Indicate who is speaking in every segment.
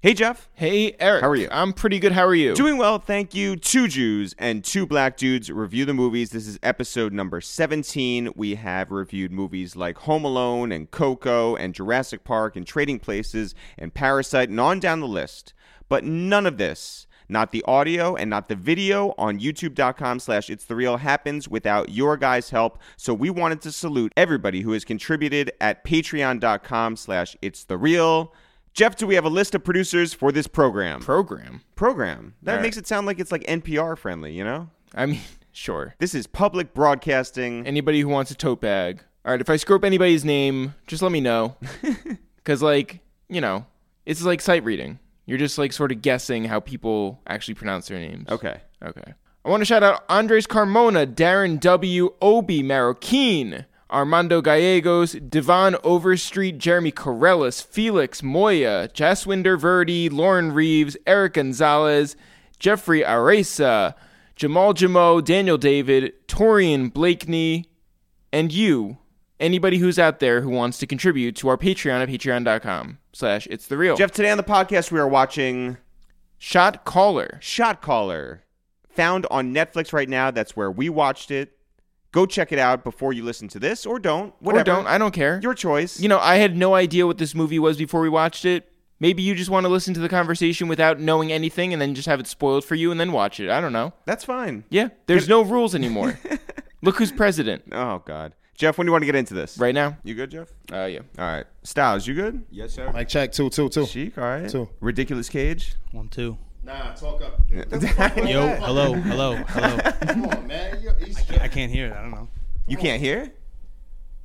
Speaker 1: Hey, Jeff.
Speaker 2: Hey, Eric.
Speaker 1: How are you?
Speaker 2: I'm pretty good. How are you?
Speaker 1: Doing well, thank you. Two Jews and two black dudes review the movies. This is episode number 17. We have reviewed movies like Home Alone and Coco and Jurassic Park and Trading Places and Parasite and on down the list. But none of this, not the audio and not the video on youtube.com slash it's the real happens without your guys' help. So we wanted to salute everybody who has contributed at patreon.com slash it's the real. Jeff, do we have a list of producers for this program?
Speaker 2: Program.
Speaker 1: program. That
Speaker 2: All right.
Speaker 1: makes it sound like it's like NPR friendly, you know?
Speaker 2: I mean, sure.
Speaker 1: This is public broadcasting.
Speaker 2: Anybody who wants a tote bag. All right, if I screw up anybody's name, just let me know. Because, like, you know, it's like sight reading. You're just, like, sort of guessing how people actually pronounce their names.
Speaker 1: okay.
Speaker 2: Okay. I want to shout out Andres Carmona, Darren W., Obi Marroquin, Armando Gallegos, Devon Overstreet, Jeremy Corellis, Felix Moya, Jaswinder Verdi, Lauren Reeves, Eric Gonzalez, Jeffrey Aresa, Jamal Jamo, Daniel David, Torian Blakeney, and you, anybody who's out there who wants to contribute to our Patreon at patreon.com slash it's the real.
Speaker 1: Jeff, today on the podcast, we are watching
Speaker 2: Shot Caller.
Speaker 1: Shot Caller, found on Netflix right now. That's where we watched it. Go check it out before you listen to this or don't. Whatever.
Speaker 2: Or don't, I don't care.
Speaker 1: Your choice.
Speaker 2: You know, I had no idea what this movie was before we watched it. Maybe you just want to listen to the conversation without knowing anything and then just have it spoiled for you and then watch it. I don't know.
Speaker 1: That's fine.
Speaker 2: Yeah, there's no rules anymore. Look who's president
Speaker 1: Oh, God. Jeff, when do you want to get into this?
Speaker 2: right now.
Speaker 1: You good, Jeff?
Speaker 2: Uh, yeah.
Speaker 1: All right. Styles, you good?
Speaker 3: Yes, sir. Mike check. Two, two, two.
Speaker 1: Chic, all right.
Speaker 3: Two.
Speaker 1: Ridiculous Cage.
Speaker 4: One, two.
Speaker 3: Nah, talk up.
Speaker 4: Yo, hello, hello, hello.
Speaker 3: Come on, man.
Speaker 4: I can't hear it. I don't know.
Speaker 1: you can't hear?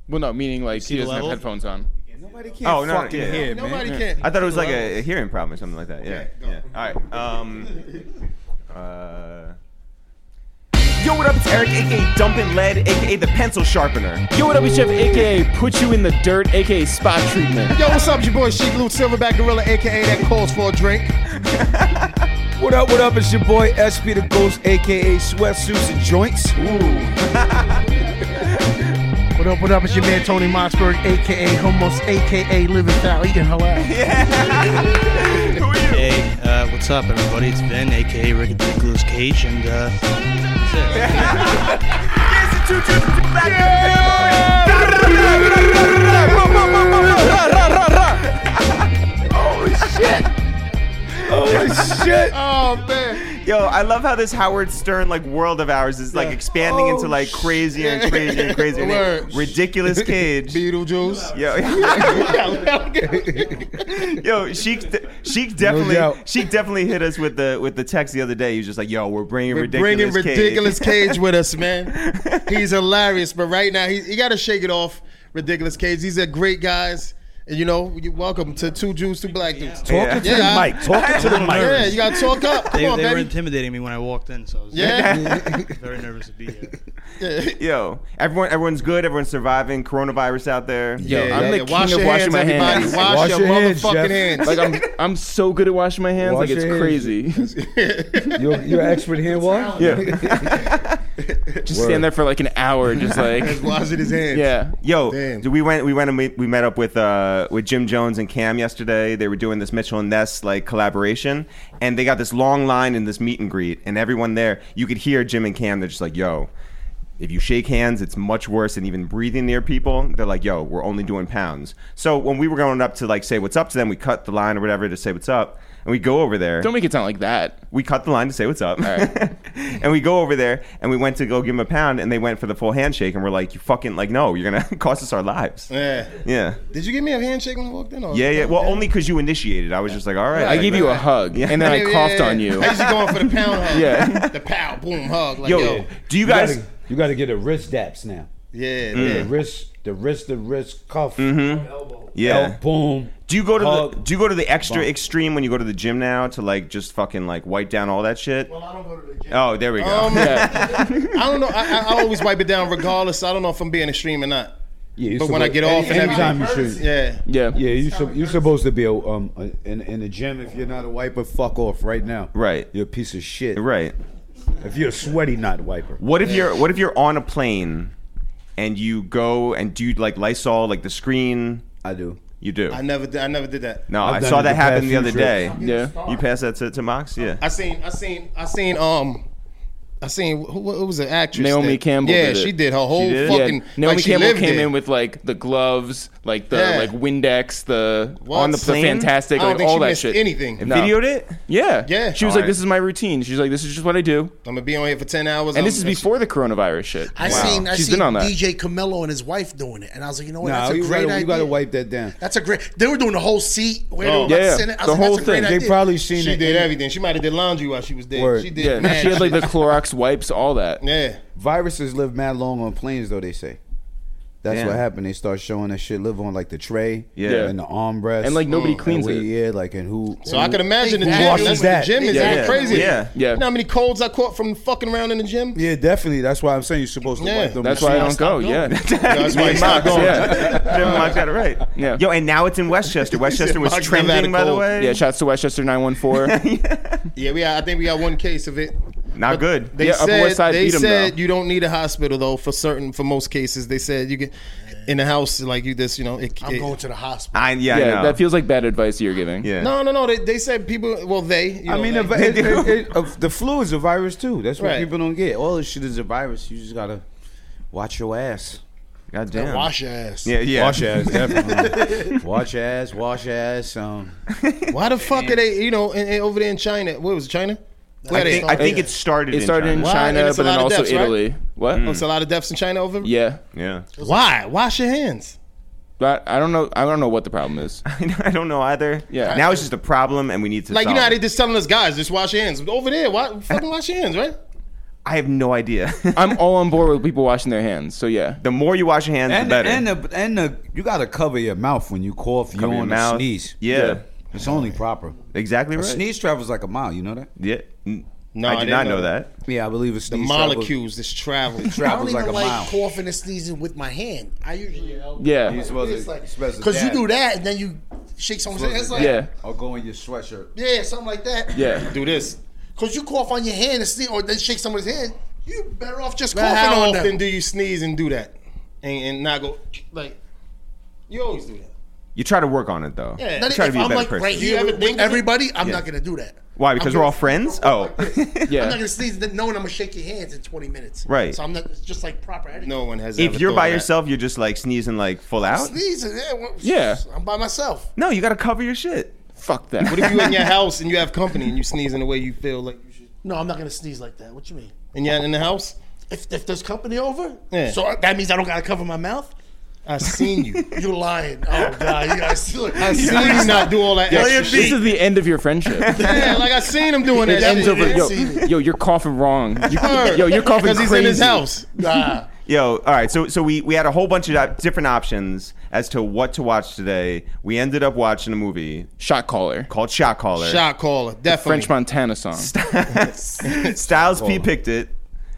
Speaker 2: Well, no, meaning like he
Speaker 4: the
Speaker 2: doesn't have
Speaker 4: level?
Speaker 2: headphones on.
Speaker 3: Nobody can't
Speaker 1: Oh, no,
Speaker 3: fucking
Speaker 1: yeah.
Speaker 3: hear, man. Nobody can.
Speaker 1: I thought it was like a, a hearing problem or something like that. Yeah.
Speaker 3: Okay,
Speaker 1: yeah. All right. Um, uh, Yo, what up? It's Eric, aka Dumpin' Lead, aka the Pencil Sharpener.
Speaker 2: Yo, what up, it's Jeff, aka Put You in the Dirt, aka Spot Treatment.
Speaker 3: Yo, what's up, your boy Sheik Lou Silverback Gorilla, aka that calls for a drink.
Speaker 5: What up, what up? It's your boy SP the Ghost, aka Sweatsuits and Joints.
Speaker 3: What up? What up? It's your man Tony Mossberg, aka Homos, aka Living Foul, eating halal.
Speaker 4: Hey, uh, what's up, everybody? It's Ben, aka Rick Nicholas Cage, and uh, that's it.
Speaker 3: Oh man.
Speaker 1: Yo, I love how this Howard Stern like world of ours is like expanding
Speaker 3: Oh,
Speaker 1: into like crazier and crazier and crazier. And
Speaker 3: Word.
Speaker 1: ridiculous Cage.
Speaker 3: Beetlejuice.
Speaker 1: Yo, yo, Sheik, de- Sheik definitely,
Speaker 3: doubt.
Speaker 1: Sheik definitely hit us with the with the text the other day. He was just like, "Yo, we're bringing
Speaker 3: We're
Speaker 1: ridiculous,
Speaker 3: bringing
Speaker 1: Cage.
Speaker 3: ridiculous cage with us, man. He's hilarious, but right now he, he got to shake it off. Ridiculous cage. These are great guys, and you know, you welcome to two Jews, two black dudes. Talk
Speaker 1: Yeah.
Speaker 3: yeah, I-
Speaker 5: Mike, talking to the
Speaker 3: Yeah,
Speaker 5: mic.
Speaker 3: you got to talk up. Come
Speaker 4: They,
Speaker 3: on,
Speaker 4: they were
Speaker 3: baby.
Speaker 4: intimidating me when I walked in, so I was
Speaker 3: yeah.
Speaker 4: very nervous to be here.
Speaker 1: Yo, everyone, everyone's good. Everyone's surviving. Coronavirus out there.
Speaker 2: Yo,
Speaker 3: Yeah,
Speaker 2: I'm
Speaker 3: yeah,
Speaker 2: the
Speaker 3: yeah.
Speaker 2: king
Speaker 3: Wash
Speaker 2: of
Speaker 3: your
Speaker 2: washing
Speaker 3: hands,
Speaker 2: my
Speaker 3: everybody.
Speaker 2: hands.
Speaker 3: Wash,
Speaker 5: Wash
Speaker 3: your,
Speaker 5: your hands,
Speaker 3: motherfucking
Speaker 5: Jeff.
Speaker 3: hands.
Speaker 2: Like I'm, I'm so good at washing my hands.
Speaker 5: Wash
Speaker 2: like it's
Speaker 5: your hands.
Speaker 2: crazy. Just
Speaker 5: You're, you're expert here, what?
Speaker 1: Yeah.
Speaker 2: stand there for like an hour, just like
Speaker 3: Just washing his hands.
Speaker 2: yeah.
Speaker 1: Yo,
Speaker 3: Damn.
Speaker 1: dude, we went we went and we, we met up with uh with Jim Jones and Cam yesterday. They were doing this Mitchell and Ness like collaboration, and they got this long line in this meet and greet, and everyone there you could hear Jim and Cam. They're just like, yo. If you shake hands, it's much worse than even breathing near people. They're like, yo, we're only doing pounds. So when we were going up to like say what's up to them, we cut the line or whatever to say what's up, and we go over there
Speaker 2: Don't make it sound like that.
Speaker 1: we cut the line to say what's up. and we go over there and we went to go give him a pound and they went for the full handshake and we're like, you fucking, like, no, you're going to cost us our lives.
Speaker 3: Yeah.
Speaker 1: Yeah.
Speaker 3: Did you give me a handshake when I walked in? Or
Speaker 1: Yeah, yeah. Well, only because you initiated. I was just like, all right.
Speaker 2: I
Speaker 1: like,
Speaker 2: gave you a hug,
Speaker 1: Yeah.
Speaker 2: and then I coughed on you.
Speaker 3: I usually going for the pound hug.
Speaker 2: Yeah.
Speaker 3: The pow, boom, hug. Like,
Speaker 1: Yo,
Speaker 3: yo.
Speaker 1: do you
Speaker 5: You
Speaker 1: guys.
Speaker 5: gotta, you gotta get the wrist daps now.
Speaker 3: Yeah,
Speaker 5: The
Speaker 2: Mm.
Speaker 5: wrist, the wrist, the wrist cuff.
Speaker 1: Mm-hmm. yeah.
Speaker 5: Elbow, boom.
Speaker 1: Do you go to the
Speaker 5: Hug.
Speaker 1: Do you go to the extra extreme when you go to the gym now to like just fucking like wipe down all that shit?
Speaker 3: I don't go to the gym.
Speaker 1: Oh, there we go.
Speaker 3: Um,
Speaker 2: Yeah.
Speaker 3: I don't know. I, I, I always wipe it down regardless. I don't know if I'm being extreme or not.
Speaker 5: Yeah, you
Speaker 3: But when I
Speaker 5: supposed-
Speaker 3: get off and
Speaker 5: any, anytime you
Speaker 3: everything.
Speaker 5: shoot.
Speaker 3: Yeah.
Speaker 2: Yeah.
Speaker 5: Yeah, you sub- you're supposed to be a, um a- in in the gym. If you're not a wiper, fuck off right now.
Speaker 1: Right.
Speaker 5: You're a piece of shit.
Speaker 1: right.
Speaker 5: If you're a sweaty, not wiper.
Speaker 1: What if you're What if you're on a plane and you go and do like Lysol like the screen?
Speaker 5: I do.
Speaker 1: You do.
Speaker 3: I never, did, I never did that.
Speaker 1: no,
Speaker 5: I've
Speaker 1: I
Speaker 5: done
Speaker 1: saw
Speaker 5: it the
Speaker 1: that happen
Speaker 5: past
Speaker 1: the
Speaker 5: few
Speaker 1: other
Speaker 5: trips.
Speaker 1: day.
Speaker 2: Yeah.
Speaker 1: You passed that to, to Mox? Yeah.
Speaker 3: I seen, I seen, I seen. Um, I seen who, who was an actress?
Speaker 2: Naomi
Speaker 3: that-
Speaker 2: Campbell
Speaker 3: Yeah,
Speaker 2: did it.
Speaker 3: she did her whole
Speaker 1: did it?
Speaker 2: Yeah,
Speaker 3: fucking.
Speaker 2: Naomi
Speaker 3: like, she
Speaker 2: Campbell
Speaker 3: lived
Speaker 2: came
Speaker 3: it.
Speaker 2: in with like the gloves, like the
Speaker 3: Yeah.
Speaker 2: like Windex, the
Speaker 3: What?
Speaker 2: on the plane,
Speaker 1: Plane?
Speaker 2: fantastic,
Speaker 3: I don't
Speaker 2: like
Speaker 3: think
Speaker 2: all
Speaker 3: she
Speaker 2: that
Speaker 3: missed
Speaker 2: shit.
Speaker 3: anything.
Speaker 2: No.
Speaker 1: Videoed it?
Speaker 2: Yeah,
Speaker 3: Yeah.
Speaker 2: She was
Speaker 1: All
Speaker 2: like,
Speaker 1: right.
Speaker 2: "This is my routine." She's like, "This is just what I do,"
Speaker 3: I'm gonna be on here for ten hours.
Speaker 2: and
Speaker 3: I'm-
Speaker 2: this is before the coronavirus shit.
Speaker 6: I seen I
Speaker 2: She's
Speaker 6: seen
Speaker 2: been on that.
Speaker 6: DJ Camelo and his wife doing it, and I was like, you know what?
Speaker 5: Nah,
Speaker 6: that's a
Speaker 5: you
Speaker 6: great
Speaker 5: gotta, you
Speaker 6: idea.
Speaker 5: gotta wipe that down.
Speaker 6: That's a great. They were doing the whole seat. Where
Speaker 3: Oh.
Speaker 6: they were about to
Speaker 2: Yeah,
Speaker 6: send it. I was
Speaker 2: the
Speaker 6: like, that's
Speaker 2: whole
Speaker 6: a great
Speaker 2: thing.
Speaker 5: They
Speaker 6: idea.
Speaker 5: probably seen
Speaker 3: She
Speaker 5: it.
Speaker 3: did everything. She might have did laundry while she was dead.
Speaker 5: Word.
Speaker 3: She did.
Speaker 2: Yeah,
Speaker 3: mad
Speaker 2: she had like
Speaker 3: shit.
Speaker 2: the Clorox wipes, all that.
Speaker 3: yeah.
Speaker 5: Viruses live mad long on planes, though they say. That's
Speaker 1: Damn.
Speaker 5: what happened. They start showing that shit live on like the tray,
Speaker 1: Yeah.
Speaker 5: and the armrest,
Speaker 2: And like nobody
Speaker 5: and
Speaker 2: cleans
Speaker 5: where-
Speaker 2: it.
Speaker 5: yeah, like and who.
Speaker 3: So I can imagine the
Speaker 6: Who
Speaker 3: gym.
Speaker 5: washes
Speaker 3: That's what
Speaker 5: that?
Speaker 3: the gym is.
Speaker 2: Yeah.
Speaker 3: That's
Speaker 2: Yeah.
Speaker 3: crazy.
Speaker 1: Yeah.
Speaker 2: Yeah.
Speaker 3: You know how many colds I caught from fucking around in the gym?
Speaker 5: yeah, definitely. That's why I'm saying you're supposed to
Speaker 3: Yeah.
Speaker 5: wipe them.
Speaker 2: That's why I don't go. Yeah,
Speaker 3: That's why it's not going.
Speaker 2: yeah,
Speaker 1: Jim Mox got it right.
Speaker 2: Yeah.
Speaker 1: Yo, and now it's in Westchester. Westchester was
Speaker 3: Mox never had a
Speaker 1: trending, by the
Speaker 3: cold.
Speaker 1: way.
Speaker 2: yeah. Shouts to Westchester nine one four.
Speaker 3: Yeah, we. Got, I think we got one case of it.
Speaker 1: Not good.
Speaker 3: They
Speaker 2: Yeah, Upper
Speaker 3: said
Speaker 2: West Side
Speaker 3: they
Speaker 2: beat 'em,
Speaker 3: said
Speaker 2: though.
Speaker 3: you don't need a hospital though for certain for most cases. They said you get in the house like you this. You know, it,
Speaker 6: I'm
Speaker 3: it-
Speaker 6: going to the hospital.
Speaker 1: I, yeah, I
Speaker 2: yeah,
Speaker 1: know.
Speaker 2: that feels like bad advice you're giving.
Speaker 1: yeah.
Speaker 3: No, no, no. They, they said people. Well, they. You know,
Speaker 5: I mean,
Speaker 3: like,
Speaker 5: a vi- it- it- it- a- the flu is a virus too. That's what
Speaker 3: Right.
Speaker 5: people don't get. All this shit is a virus. You just gotta watch your ass.
Speaker 1: God damn.
Speaker 6: Wash your ass.
Speaker 1: Yeah, yeah.
Speaker 5: Wash your ass, definitely. watch your ass, wash your ass. Um,
Speaker 3: why the fuck are they? You know, in, in- over there in China. What was it, China?
Speaker 1: I
Speaker 3: Where they
Speaker 1: think, I
Speaker 3: started
Speaker 1: think
Speaker 3: at?
Speaker 1: it started.
Speaker 2: It started
Speaker 1: China. Mm.
Speaker 2: in
Speaker 3: Wow, and
Speaker 2: China,
Speaker 3: it's a
Speaker 2: but then
Speaker 3: lot of
Speaker 2: also
Speaker 3: deaths, right?
Speaker 2: Italy. What?
Speaker 3: There's Oh, a lot of deaths in China over.
Speaker 2: Yeah,
Speaker 1: Yeah.
Speaker 3: Why? Wash your hands.
Speaker 2: but I don't know. I don't know what the problem is.
Speaker 1: I don't know either.
Speaker 2: Yeah.
Speaker 1: Now it's just a problem, and we need to.
Speaker 3: Like you
Speaker 1: solve
Speaker 3: know how
Speaker 1: it.
Speaker 3: they just telling us guys just wash your hands over there. Why fucking wash your hands, right?
Speaker 1: I have no idea.
Speaker 2: I'm all on board with people washing their hands. So yeah,
Speaker 1: the more you wash your hands,
Speaker 5: and
Speaker 1: the better.
Speaker 5: and the, and the, you gotta cover your mouth when you cough,
Speaker 1: Cover your
Speaker 5: yawn,
Speaker 1: mouth.
Speaker 5: and sneeze.
Speaker 1: Yeah,
Speaker 2: Yeah.
Speaker 5: It's only proper.
Speaker 1: exactly
Speaker 5: A
Speaker 1: right.
Speaker 5: sneeze travels like a mile. You know that?
Speaker 1: Yeah. N-
Speaker 3: No,
Speaker 1: I
Speaker 3: I
Speaker 1: did
Speaker 3: didn't
Speaker 1: not
Speaker 3: know
Speaker 1: know that.
Speaker 5: Yeah, I believe a sneeze travels-
Speaker 3: Molecules, this travel.
Speaker 6: I don't
Speaker 5: travels,
Speaker 6: even
Speaker 5: like
Speaker 6: like,
Speaker 5: a mile.
Speaker 6: coughing and sneezing with my hand. I usually
Speaker 2: yeah,
Speaker 5: You're supposed to-
Speaker 6: It's like-
Speaker 5: you're supposed to
Speaker 6: because you
Speaker 5: dab.
Speaker 6: do that and then you shake someone's hand. It's like
Speaker 2: yeah,
Speaker 5: Or go in your sweatshirt.
Speaker 6: yeah, something like that.
Speaker 2: yeah.
Speaker 3: Do this.
Speaker 6: Because you cough on your hand and sneeze, or then shake someone's hand. You better off just
Speaker 3: But
Speaker 6: coughing
Speaker 3: how
Speaker 6: on
Speaker 3: often
Speaker 6: them.
Speaker 3: do you sneeze and do that, and, and not go like? You always do that.
Speaker 1: You try to work on it though.
Speaker 3: Yeah.
Speaker 1: Yeah.
Speaker 6: Now,
Speaker 1: You try to
Speaker 6: if
Speaker 1: be a
Speaker 6: I'm
Speaker 1: better
Speaker 6: like
Speaker 1: person.
Speaker 6: right
Speaker 3: Do you
Speaker 6: here
Speaker 3: ever
Speaker 6: with
Speaker 3: think of it?
Speaker 6: everybody, I'm not gonna do that.
Speaker 1: Why? Because we're
Speaker 6: I'm gonna-
Speaker 1: all friends. Oh.
Speaker 2: Yeah.
Speaker 6: I'm not gonna sneeze then knowing I'm gonna shake your hands in 20 minutes.
Speaker 1: Right.
Speaker 6: So I'm not. It's just like proper etiquette.
Speaker 3: No one has.
Speaker 1: if
Speaker 3: ever
Speaker 1: you're
Speaker 3: thought
Speaker 1: by
Speaker 3: of that.
Speaker 1: yourself, you're just like sneezing like full out.
Speaker 6: Sneezing. Yeah. well,
Speaker 2: Yeah.
Speaker 6: I'm by myself.
Speaker 1: No, you got to cover your shit.
Speaker 2: Fuck that.
Speaker 3: What if you in your house and you have company and you sneeze in the way you feel like you should?
Speaker 6: No, I'm not gonna sneeze like that. What you mean?
Speaker 3: And you're in the house?
Speaker 6: If, if there's company over,
Speaker 3: Yeah.
Speaker 6: so that means I don't gotta cover my mouth.
Speaker 3: I seen you.
Speaker 6: You lying? Oh God, you guys still.
Speaker 3: I seen you not do all that extra shit.
Speaker 2: this is the end of your friendship.
Speaker 3: Yeah, like I seen him doing that.
Speaker 2: It ends
Speaker 3: shit.
Speaker 2: over. Yo,
Speaker 6: Yeah.
Speaker 2: yo, you're coughing wrong. You,
Speaker 3: Word.
Speaker 2: yo, you're coughing crazy.
Speaker 3: he's in his house.
Speaker 6: Nah.
Speaker 1: Yo, all right. So, so we we had a whole bunch of di- different options as to what to watch today. We ended up watching a movie
Speaker 2: Shot caller.
Speaker 1: called Shot Caller.
Speaker 3: Shot caller, definitely.
Speaker 2: French Montana song.
Speaker 1: Styles P picked it.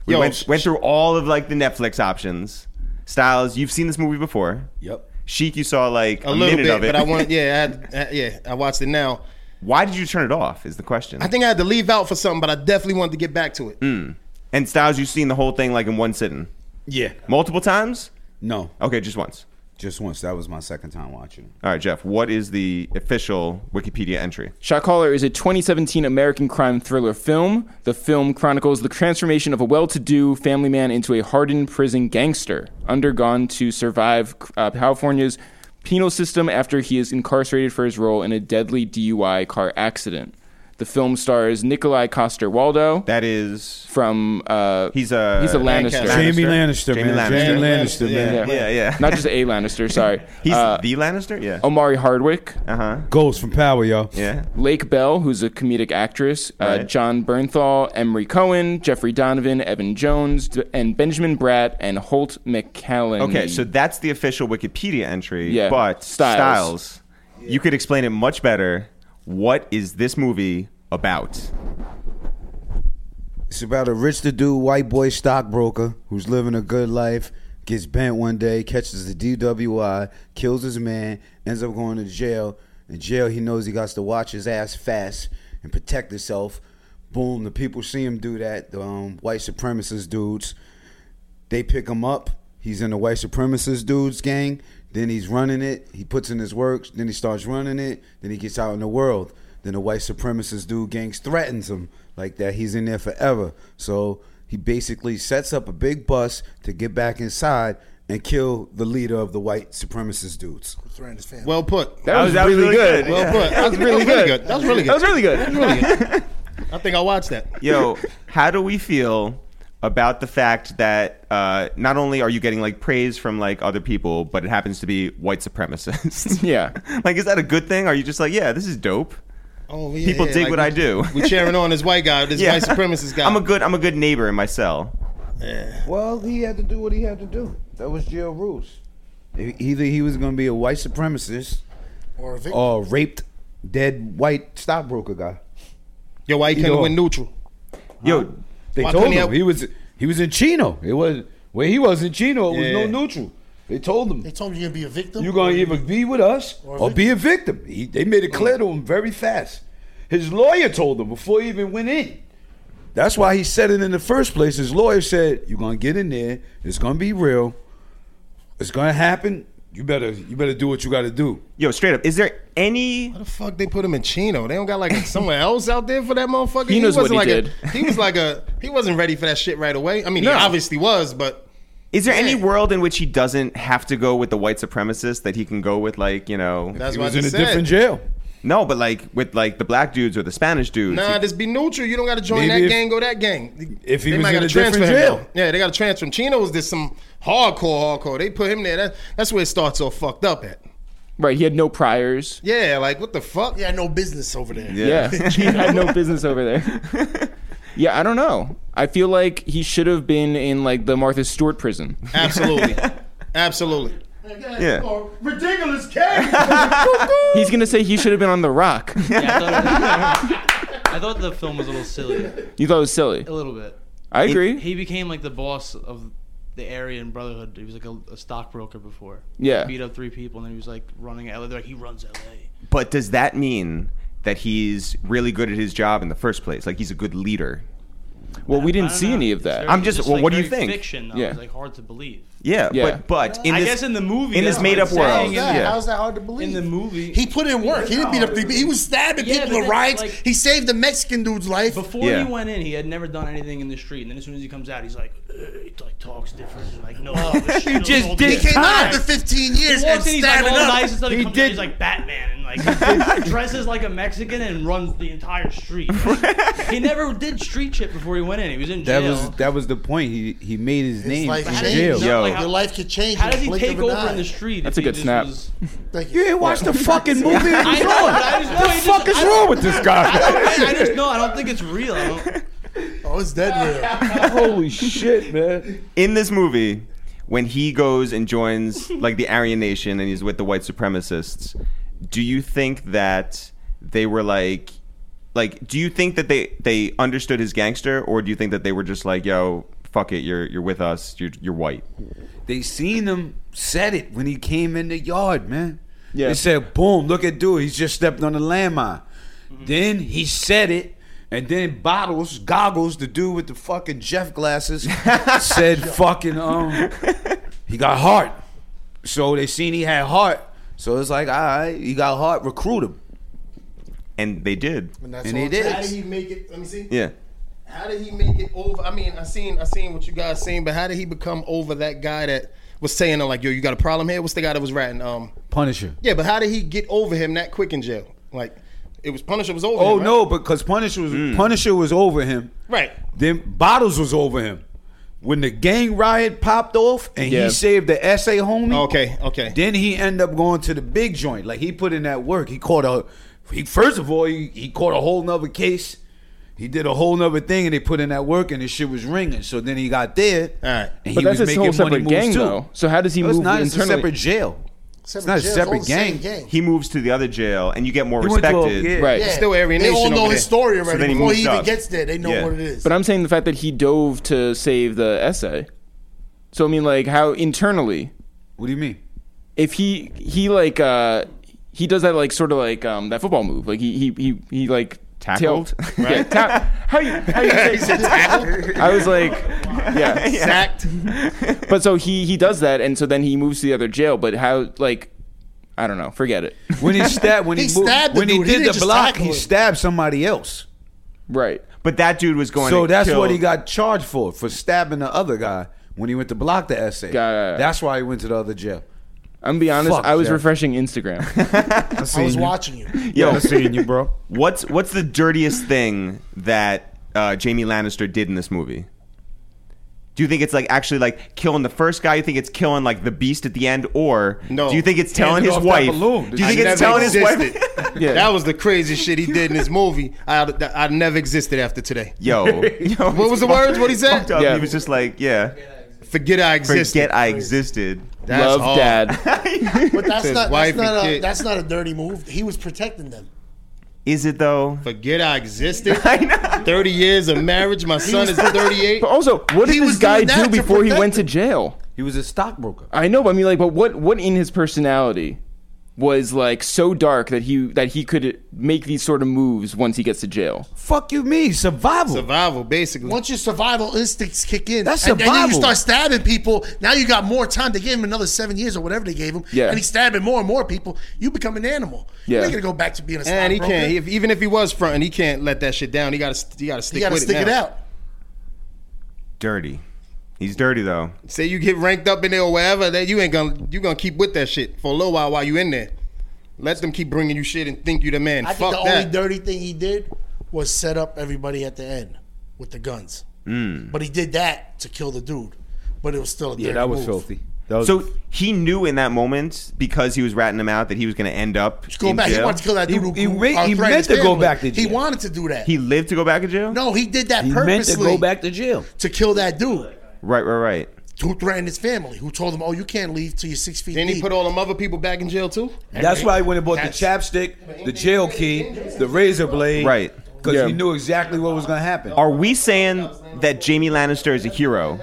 Speaker 1: We
Speaker 3: Yo,
Speaker 1: went
Speaker 3: sh-
Speaker 1: went through all of like the Netflix options. Styles, you've seen this movie before.
Speaker 5: Yep.
Speaker 1: Sheik, you saw like a,
Speaker 3: a little
Speaker 1: minute
Speaker 3: bit,
Speaker 1: of it.
Speaker 3: but I want. Yeah, I had, uh, yeah. I watched it now.
Speaker 1: Why did you turn it off? Is the question.
Speaker 3: I think I had to leave out for something, but I definitely wanted to get back to it.
Speaker 1: and Styles, you've seen the whole thing like in one sitting,
Speaker 5: Yeah.
Speaker 1: multiple times.
Speaker 5: No,
Speaker 1: Okay, just once.
Speaker 5: just once. That was my second time watching. it.
Speaker 1: All right, Jeff. What is the official Wikipedia entry?
Speaker 2: Shot Caller is a 2017 American crime thriller film. The film chronicles the transformation of a well to do family man into a hardened prison gangster, undergone to survive uh, California's penal system after he is incarcerated for his role in a deadly DUI car accident. The film stars Nikolai Coster Waldo
Speaker 1: That is
Speaker 2: from. Uh,
Speaker 1: He's a
Speaker 2: He's a Lannister.
Speaker 1: Lannister.
Speaker 5: Jamie Lannister,
Speaker 1: Jamie
Speaker 5: man.
Speaker 1: Lannister.
Speaker 5: Jamie
Speaker 3: Lannister,
Speaker 5: Lannister, man.
Speaker 2: yeah.
Speaker 1: Yeah, yeah.
Speaker 2: Not just a Lannister, sorry.
Speaker 1: He's
Speaker 2: Uh,
Speaker 1: the Lannister. Yeah.
Speaker 2: Omari Hardwick.
Speaker 1: Uh huh.
Speaker 5: Ghost from Power, y'all.
Speaker 1: Yeah.
Speaker 2: Lake Bell, who's a comedic actress, uh,
Speaker 1: Right.
Speaker 2: John Bernthal, Emery Cohen, Jeffrey Donovan, Evan Jones, d- and Benjamin Bratt and Holt McCallan.
Speaker 1: Okay, so that's the official Wikipedia entry.
Speaker 2: Yeah.
Speaker 1: But
Speaker 2: Styles.
Speaker 1: Styles, you could explain it much better. What is this movie about?
Speaker 5: It's about a rich to do white boy stockbroker who's living a good life, gets bent one day, catches a DWI, kills his man, ends up going to jail. In jail, he knows he got to watch his ass fast and protect himself. Boom, the people see him do that, the um, white supremacist dudes. They pick him up. He's in the white supremacist dudes gang. Then he's running it. He puts in his work. Then he starts running it. Then he gets out in the world. Then the white supremacist dude gangs threatens him like that. He's in there forever. So he basically sets up a big bus to get back inside and kill the leader of the white supremacist dudes.
Speaker 6: Threatened his family.
Speaker 3: Well put.
Speaker 2: That was, that was really good.
Speaker 3: Well put. That was really good. That was really
Speaker 2: That was
Speaker 3: good.
Speaker 2: really good.
Speaker 3: I think I watched that.
Speaker 1: Yo, how do we feel about the fact that uh, not only are you getting like praise from like other people, but it happens to be white supremacists?
Speaker 2: Yeah.
Speaker 1: like, is that a good thing? Are you just like, yeah, this is dope?
Speaker 3: Oh, yeah,
Speaker 1: People dig
Speaker 3: like
Speaker 1: what
Speaker 3: we-
Speaker 1: I do.
Speaker 3: We cheering on this white guy, this
Speaker 1: Yeah.
Speaker 3: white supremacist guy.
Speaker 1: I'm a good. I'm a good neighbor in my cell.
Speaker 5: Well, he had to do what he had to do. That was jail rules. E, Either he was going to be a white supremacist
Speaker 6: or a victim.
Speaker 5: or a raped dead white stockbroker guy.
Speaker 3: Yo, why he
Speaker 5: Yo.
Speaker 3: couldn't win neutral?
Speaker 1: Yo,
Speaker 5: They
Speaker 3: Why
Speaker 5: told
Speaker 3: couldn't he
Speaker 5: him
Speaker 3: have-
Speaker 5: he was he was in Chino. It was where he was in Chino. It was
Speaker 3: Yeah.
Speaker 5: no neutral. They told him
Speaker 6: they told you you're gonna be a victim.
Speaker 5: you're gonna either be with us
Speaker 6: Or
Speaker 5: or,
Speaker 6: a
Speaker 5: be a victim. He, they made it clear to him very fast. His lawyer told him before he even went in. That's why he said it in the first place. His lawyer said, "You're gonna get in there. It's gonna be real. It's gonna happen. You better you better do what you got to do."
Speaker 1: yo, straight up, is there any?
Speaker 3: What the fuck they put him in Chino? They don't got like someone else out there for that motherfucker.
Speaker 2: He knows what
Speaker 3: wasn't
Speaker 2: he
Speaker 3: like A,
Speaker 2: did.
Speaker 3: he was like a he wasn't ready for that shit right away. I mean, he obviously was, but
Speaker 1: Is there any
Speaker 3: Yeah.
Speaker 1: world in which he doesn't have to go with the white supremacist that he can go with like you know?
Speaker 3: that's
Speaker 5: He
Speaker 3: why
Speaker 5: was in a
Speaker 3: said.
Speaker 5: different jail.
Speaker 1: No, but like with like the black dudes or the Spanish dudes.
Speaker 3: Nah,
Speaker 1: He-
Speaker 3: just be neutral. You don't got to join
Speaker 5: Maybe
Speaker 3: that
Speaker 5: if-
Speaker 3: gang or that gang.
Speaker 5: if he
Speaker 3: They
Speaker 5: was
Speaker 3: might
Speaker 5: in
Speaker 3: gotta
Speaker 5: a different
Speaker 3: transfer him,
Speaker 5: jail.
Speaker 3: though. yeah, they got to transfer him. Chino's did some hardcore, hardcore. They put him there. That, that's where it starts all fucked up at.
Speaker 2: Right. He had no priors.
Speaker 3: Yeah, like what the fuck?
Speaker 6: yeah, no business over there.
Speaker 2: Yeah. he had no business over there. Yeah, I don't know. I feel like he should have been in like the Martha Stewart prison.
Speaker 3: absolutely, absolutely.
Speaker 1: Yeah.
Speaker 6: Or ridiculous case.
Speaker 2: He's gonna say he should have been on The Rock.
Speaker 4: Yeah, I, thought I thought the film was a little silly,
Speaker 2: You thought it was silly.
Speaker 4: a little bit.
Speaker 2: I agree.
Speaker 4: He became like the boss of the area in Brotherhood. He was like a, a stockbroker before.
Speaker 2: Yeah.
Speaker 4: beat up three people, and then he was like running LA. They're like he runs LA.
Speaker 1: But does that mean that he's really good at his job in the first place? Like he's a good leader.
Speaker 2: Well, we
Speaker 4: I
Speaker 2: didn't
Speaker 4: don't
Speaker 2: see
Speaker 4: know.
Speaker 2: any of
Speaker 4: It's
Speaker 2: that.
Speaker 4: very-
Speaker 1: I'm just-
Speaker 4: it's,
Speaker 1: well,
Speaker 4: like,
Speaker 1: what do you
Speaker 4: very
Speaker 1: think?
Speaker 4: Fiction, though.
Speaker 2: Yeah.
Speaker 4: It's like hard to believe.
Speaker 1: Yeah,
Speaker 2: Yeah.
Speaker 1: but but in
Speaker 4: I
Speaker 1: this,
Speaker 4: guess in the movie,
Speaker 1: in
Speaker 4: that's
Speaker 1: this made up
Speaker 4: what I'm
Speaker 1: world,
Speaker 4: saying.
Speaker 1: yeah.
Speaker 6: How's that hard to believe?
Speaker 4: In the movie,
Speaker 6: He put in work. He didn't beat up people. He was stabbing
Speaker 4: Yeah,
Speaker 6: people
Speaker 4: but
Speaker 6: in
Speaker 4: then,
Speaker 6: riots.
Speaker 4: like-
Speaker 6: he saved the Mexican dude's life.
Speaker 4: Before
Speaker 1: Yeah.
Speaker 4: he went in, he had never done anything in the street, and then as soon as he comes out, he's like, "Ugh," he like talks different, and like no, oh, you
Speaker 2: just
Speaker 6: he
Speaker 2: did
Speaker 6: came out
Speaker 2: Time.
Speaker 6: after 15 years
Speaker 4: He
Speaker 6: and
Speaker 4: walks in, he's like
Speaker 6: stabbing
Speaker 4: all
Speaker 6: up.
Speaker 4: nice and stuff. He,
Speaker 2: He
Speaker 4: comes in,
Speaker 2: did-
Speaker 4: he's like Batman and like dresses like a Mexican and runs the entire street. Like, he never did street shit before he went in. He was in
Speaker 5: That
Speaker 4: jail.
Speaker 5: was that was the point. He he made his name
Speaker 6: life
Speaker 5: in
Speaker 6: changed.
Speaker 5: jail.
Speaker 4: Yo.
Speaker 6: Your
Speaker 4: Like, how-
Speaker 6: life could change.
Speaker 4: How
Speaker 6: in the
Speaker 4: does he
Speaker 6: blink
Speaker 4: take
Speaker 6: of an
Speaker 4: over
Speaker 6: eye.
Speaker 4: in the street?
Speaker 2: That's
Speaker 4: if
Speaker 2: a
Speaker 4: he
Speaker 2: good
Speaker 4: just
Speaker 2: snap.
Speaker 4: was-
Speaker 6: Thank
Speaker 5: You ain't watched the fucking movie. It
Speaker 4: I
Speaker 5: was
Speaker 4: know,
Speaker 5: on.
Speaker 4: but I just- no,
Speaker 5: The
Speaker 4: he just-
Speaker 5: fuck is
Speaker 4: I-
Speaker 5: wrong with this guy?
Speaker 4: I, I just no, I don't think it's real. I don't,
Speaker 6: Oh, it's dead real.
Speaker 5: Holy shit, man.
Speaker 1: in this movie, when he goes and joins like the Aryan Nation and he's with the white supremacists, do you think that they were like, like, do you think that they they understood his gangster, or do you think that they were just like, yo, fuck it, you're you're with us, you're you're white.
Speaker 5: They seen him said it when he came in the yard, man.
Speaker 2: Yeah.
Speaker 5: They said, boom, look at dude. He's just stepped on the landmine. Then he said it. And then bottles, goggles, the dude with the fucking Jeff glasses said fucking um he got heart. So they seen he had heart. So it's like, all right, he got heart, recruit him.
Speaker 1: And they did.
Speaker 6: And, that's
Speaker 5: And
Speaker 6: all
Speaker 5: he
Speaker 6: it
Speaker 5: did.
Speaker 6: takes.
Speaker 3: How did he make it? Let me see.
Speaker 1: Yeah.
Speaker 3: How did he make it over? I mean, I seen I seen what you guys seen, but how did he become over that guy that was saying like, "Yo, you got a problem here"? What's the guy that was ratting? Um,
Speaker 5: Punisher.
Speaker 3: yeah, but how did he get over him that quick in jail? Like, it was Punisher was over.
Speaker 5: Oh
Speaker 3: him, right? Mm.
Speaker 5: no, because Punisher was Punisher was over him.
Speaker 3: right?
Speaker 5: Then Bottles was over him. When the gang riot popped off and
Speaker 2: Yeah.
Speaker 5: he saved the SA homie.
Speaker 3: Okay, okay.
Speaker 5: Then he ended up going to the big joint. Like he put in that work. He caught a he first of all, he, he caught a whole nother case. He did a whole nother thing and they put in that work and his shit was ringing. So then he got there.
Speaker 3: All right.
Speaker 5: And
Speaker 2: But
Speaker 5: he
Speaker 2: that's
Speaker 5: was
Speaker 2: his
Speaker 5: making
Speaker 2: whole
Speaker 5: money
Speaker 2: separate
Speaker 5: moves
Speaker 2: gang,
Speaker 5: too.
Speaker 2: though. So how does he
Speaker 5: No, it's
Speaker 2: move
Speaker 5: not it's a
Speaker 2: internally?
Speaker 5: separate jail.
Speaker 6: Separate
Speaker 5: not a
Speaker 6: jails, all
Speaker 5: separate
Speaker 6: the same
Speaker 5: gang.
Speaker 1: He moves to the other jail, and you get more
Speaker 5: He went to a-
Speaker 1: respected.
Speaker 5: yeah.
Speaker 2: Right.
Speaker 6: Yeah.
Speaker 3: Still Aryan
Speaker 6: They all
Speaker 3: Nation
Speaker 6: know
Speaker 3: over
Speaker 6: his
Speaker 3: there.
Speaker 6: story already.
Speaker 1: then he
Speaker 6: Before
Speaker 1: moves
Speaker 6: he even
Speaker 1: up.
Speaker 6: gets there, they know
Speaker 1: Yeah.
Speaker 6: what it is.
Speaker 2: But I'm saying the fact that he dove to save the essay. So I mean, like, how internally,
Speaker 5: What do you mean?
Speaker 2: if he he like uh he does that like sort of like um that football move, like he he he he like
Speaker 1: Tackled?
Speaker 2: Tail, yeah, ta- how you, how you say tackled? I was like, yeah,
Speaker 3: Sacked.
Speaker 2: But so he he does that, and so then he moves to the other jail. But how like, I don't know. Forget it.
Speaker 5: When he stabbed, when he,
Speaker 6: He
Speaker 5: moved,
Speaker 6: stabbed the
Speaker 5: when he
Speaker 6: dude. He
Speaker 5: did
Speaker 6: didn't
Speaker 5: the
Speaker 6: just
Speaker 5: block,
Speaker 6: tackle
Speaker 5: he
Speaker 6: him.
Speaker 5: stabbed somebody else.
Speaker 2: right.
Speaker 1: But that dude was going.
Speaker 5: So
Speaker 1: to
Speaker 5: that's
Speaker 1: kill-
Speaker 5: what he got charged for for stabbing the other guy when he went to block the essay.
Speaker 2: Got it.
Speaker 5: That's why he went to the other jail.
Speaker 2: I'm gonna be honest.
Speaker 5: Fuck,
Speaker 2: I was
Speaker 5: Jeff.
Speaker 2: refreshing Instagram.
Speaker 6: I was watching you.
Speaker 1: Yo,
Speaker 5: I'm seeing you, bro.
Speaker 1: what's what's the dirtiest thing that uh, Jamie Lannister did in this movie? Do you think it's like actually like killing the first guy? You think it's killing like the beast at the end, or
Speaker 3: No.
Speaker 1: do you think it's telling
Speaker 5: Handed
Speaker 1: his
Speaker 5: off that
Speaker 1: wife?
Speaker 5: balloon.
Speaker 1: Do you
Speaker 5: I
Speaker 1: think
Speaker 3: never
Speaker 1: it's telling his wife?
Speaker 3: existed.
Speaker 2: Yeah.
Speaker 3: That was the craziest shit he did in this movie. I, I never existed after today.
Speaker 1: Yo, yo,
Speaker 3: What was the words? What'd he say?
Speaker 1: Yeah.
Speaker 2: Yeah.
Speaker 1: He was just like, yeah,
Speaker 3: Forget I existed.
Speaker 1: forget I existed.
Speaker 3: That's
Speaker 2: Love
Speaker 3: hard.
Speaker 2: dad.
Speaker 6: But that's
Speaker 3: His
Speaker 6: not
Speaker 3: wife
Speaker 6: that's not,
Speaker 3: and
Speaker 6: a,
Speaker 3: kid.
Speaker 6: that's not a dirty move. He was protecting them.
Speaker 1: Is it though?
Speaker 3: Forget I existed. Thirty years of marriage. My son is thirty-eight.
Speaker 2: But
Speaker 6: Oh.
Speaker 2: also, what
Speaker 6: He
Speaker 2: did
Speaker 6: was
Speaker 2: this guy
Speaker 6: doing that
Speaker 2: do
Speaker 6: to
Speaker 2: before he
Speaker 6: protect
Speaker 2: went to jail?
Speaker 5: He was a stockbroker.
Speaker 2: I know, but I mean, like, but what what in his personality was like so dark that he that he could make these sort of moves once he gets to jail?
Speaker 5: Fuck you, me survival.
Speaker 3: Survival, basically.
Speaker 6: Once your survival instincts kick in,
Speaker 5: That's
Speaker 6: and, and then you
Speaker 5: survival.
Speaker 6: start stabbing people. Now you got more time. They gave him another seven years or whatever they gave him.
Speaker 2: Yeah.
Speaker 6: And he's stabbing more and more people. You become an animal.
Speaker 2: Yeah.
Speaker 6: You're gonna go back to being a
Speaker 3: and he
Speaker 6: stockbroker.
Speaker 3: can't. If, even if he was fronting, he can't let that shit down. He got to. He got to stick
Speaker 6: you gotta
Speaker 3: with
Speaker 6: stick
Speaker 3: it.
Speaker 6: it
Speaker 3: now.
Speaker 6: out.
Speaker 1: Dirty. He's dirty though.
Speaker 3: Say you get ranked up in there or wherever, that you ain't gonna. You gonna keep with that shit for a little while while you in there. Let them keep bringing you shit and think you the man.
Speaker 6: I
Speaker 3: Fuck
Speaker 6: think the
Speaker 3: that.
Speaker 6: only dirty thing he did was set up everybody at the end with the guns. But he did that to kill the dude. But it was still a dirty
Speaker 5: Mm. yeah, that was
Speaker 6: move.
Speaker 5: filthy. That was
Speaker 1: So he knew in that moment because he was ratting him out that he was going to end up
Speaker 6: Go
Speaker 1: in
Speaker 6: back. He
Speaker 1: jail.
Speaker 6: wanted to kill that
Speaker 5: He-
Speaker 6: dude. who-
Speaker 5: he
Speaker 6: who,
Speaker 5: meant-
Speaker 6: uh,
Speaker 5: he
Speaker 6: threatened
Speaker 5: meant
Speaker 6: his
Speaker 5: to go
Speaker 6: family.
Speaker 5: back to
Speaker 6: He
Speaker 5: jail.
Speaker 6: wanted to do that.
Speaker 1: He lived to go back to jail.
Speaker 6: no, he did that
Speaker 5: he meant to
Speaker 6: purposely
Speaker 5: go back to jail.
Speaker 6: to kill that dude
Speaker 1: Right, right, right.
Speaker 6: who threatened his family. Who told him, "Oh, you can't leave till you're six feet
Speaker 3: Then
Speaker 6: deep."
Speaker 3: he put all them other people back in jail too.
Speaker 5: That's why he went and bought the chapstick, the jail key, the razor blade.
Speaker 1: Right. Oh.
Speaker 5: Because
Speaker 2: Yeah.
Speaker 5: he knew exactly what was going to happen.
Speaker 1: Are we saying that Jamie Lannister is a hero?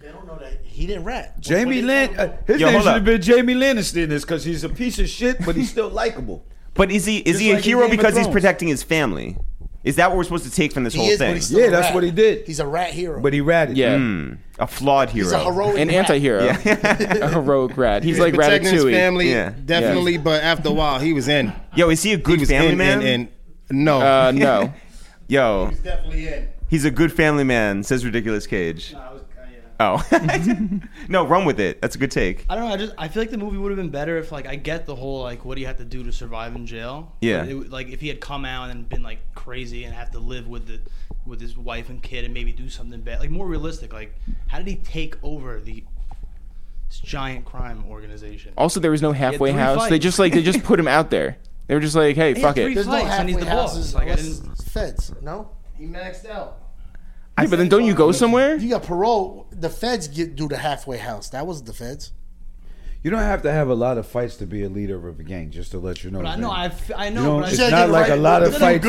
Speaker 6: They don't know that he didn't rat.
Speaker 5: Jamie Lin, uh, his
Speaker 1: Yo,
Speaker 5: name
Speaker 1: hold
Speaker 5: should
Speaker 1: up.
Speaker 5: have been Jamie Lannister in this because he's a piece of shit, but he's still likable.
Speaker 1: But is he is
Speaker 5: Just
Speaker 1: he a
Speaker 5: like in
Speaker 1: hero
Speaker 5: Game of
Speaker 1: because he's
Speaker 5: Thrones.
Speaker 1: protecting his family? Is that what we're supposed to take from this
Speaker 6: He
Speaker 1: whole
Speaker 6: is, but
Speaker 1: thing?
Speaker 6: he's still
Speaker 5: Yeah,
Speaker 6: a
Speaker 5: that's
Speaker 6: rat.
Speaker 5: what he did.
Speaker 6: He's a rat hero.
Speaker 5: But he ratted.
Speaker 2: Yeah,
Speaker 4: Hmm.
Speaker 1: A flawed hero.
Speaker 6: he's a heroic.
Speaker 2: an
Speaker 6: rat.
Speaker 2: anti-hero, a heroic rat. He's like
Speaker 3: protecting his
Speaker 2: Ratatouille.
Speaker 3: family,
Speaker 1: Yeah.
Speaker 3: definitely. But after a while, he was in.
Speaker 1: Yo, is he a good
Speaker 3: He was
Speaker 1: family
Speaker 3: in,
Speaker 1: man?
Speaker 3: in, in. No,
Speaker 2: Uh, no,
Speaker 1: Yo,
Speaker 3: definitely in.
Speaker 1: he's a good family man. Says ridiculous cage.
Speaker 4: I was- uh, yeah.
Speaker 1: Oh, no, run with it. That's a good take.
Speaker 4: I don't know. I just I feel like the movie would have been better if like I get the whole like what do you have to do to survive in jail?
Speaker 1: Yeah.
Speaker 4: But it would- like if he had come out and been like crazy and have to live with the with his wife and kid and maybe do something bad, like more realistic. Like how did he take over the this giant crime organization?
Speaker 2: Also, there was no halfway
Speaker 4: three
Speaker 2: house. They
Speaker 4: fights.
Speaker 2: just like they just put him out there. They were just like, hey,
Speaker 4: He had
Speaker 2: fuck it.
Speaker 4: three
Speaker 2: Yeah,
Speaker 6: There's no
Speaker 4: fights and
Speaker 6: halfway
Speaker 4: he's the boss.
Speaker 6: houses.
Speaker 4: Like, I
Speaker 6: unless
Speaker 4: didn't-
Speaker 6: it's feds, no.
Speaker 3: He maxed out.
Speaker 2: but then don't you go somewhere?
Speaker 6: You got parole. The feds get do the halfway house. That was the feds.
Speaker 5: You don't have to have a lot of fights to be a leader of a gang, just to let you know.
Speaker 4: But I know
Speaker 5: man.
Speaker 4: I, f- I
Speaker 5: You
Speaker 4: know.
Speaker 5: know,
Speaker 4: but I
Speaker 5: it's
Speaker 6: said
Speaker 5: not
Speaker 6: you're
Speaker 5: like a
Speaker 6: right.
Speaker 5: lot of
Speaker 6: Look at them
Speaker 5: fights.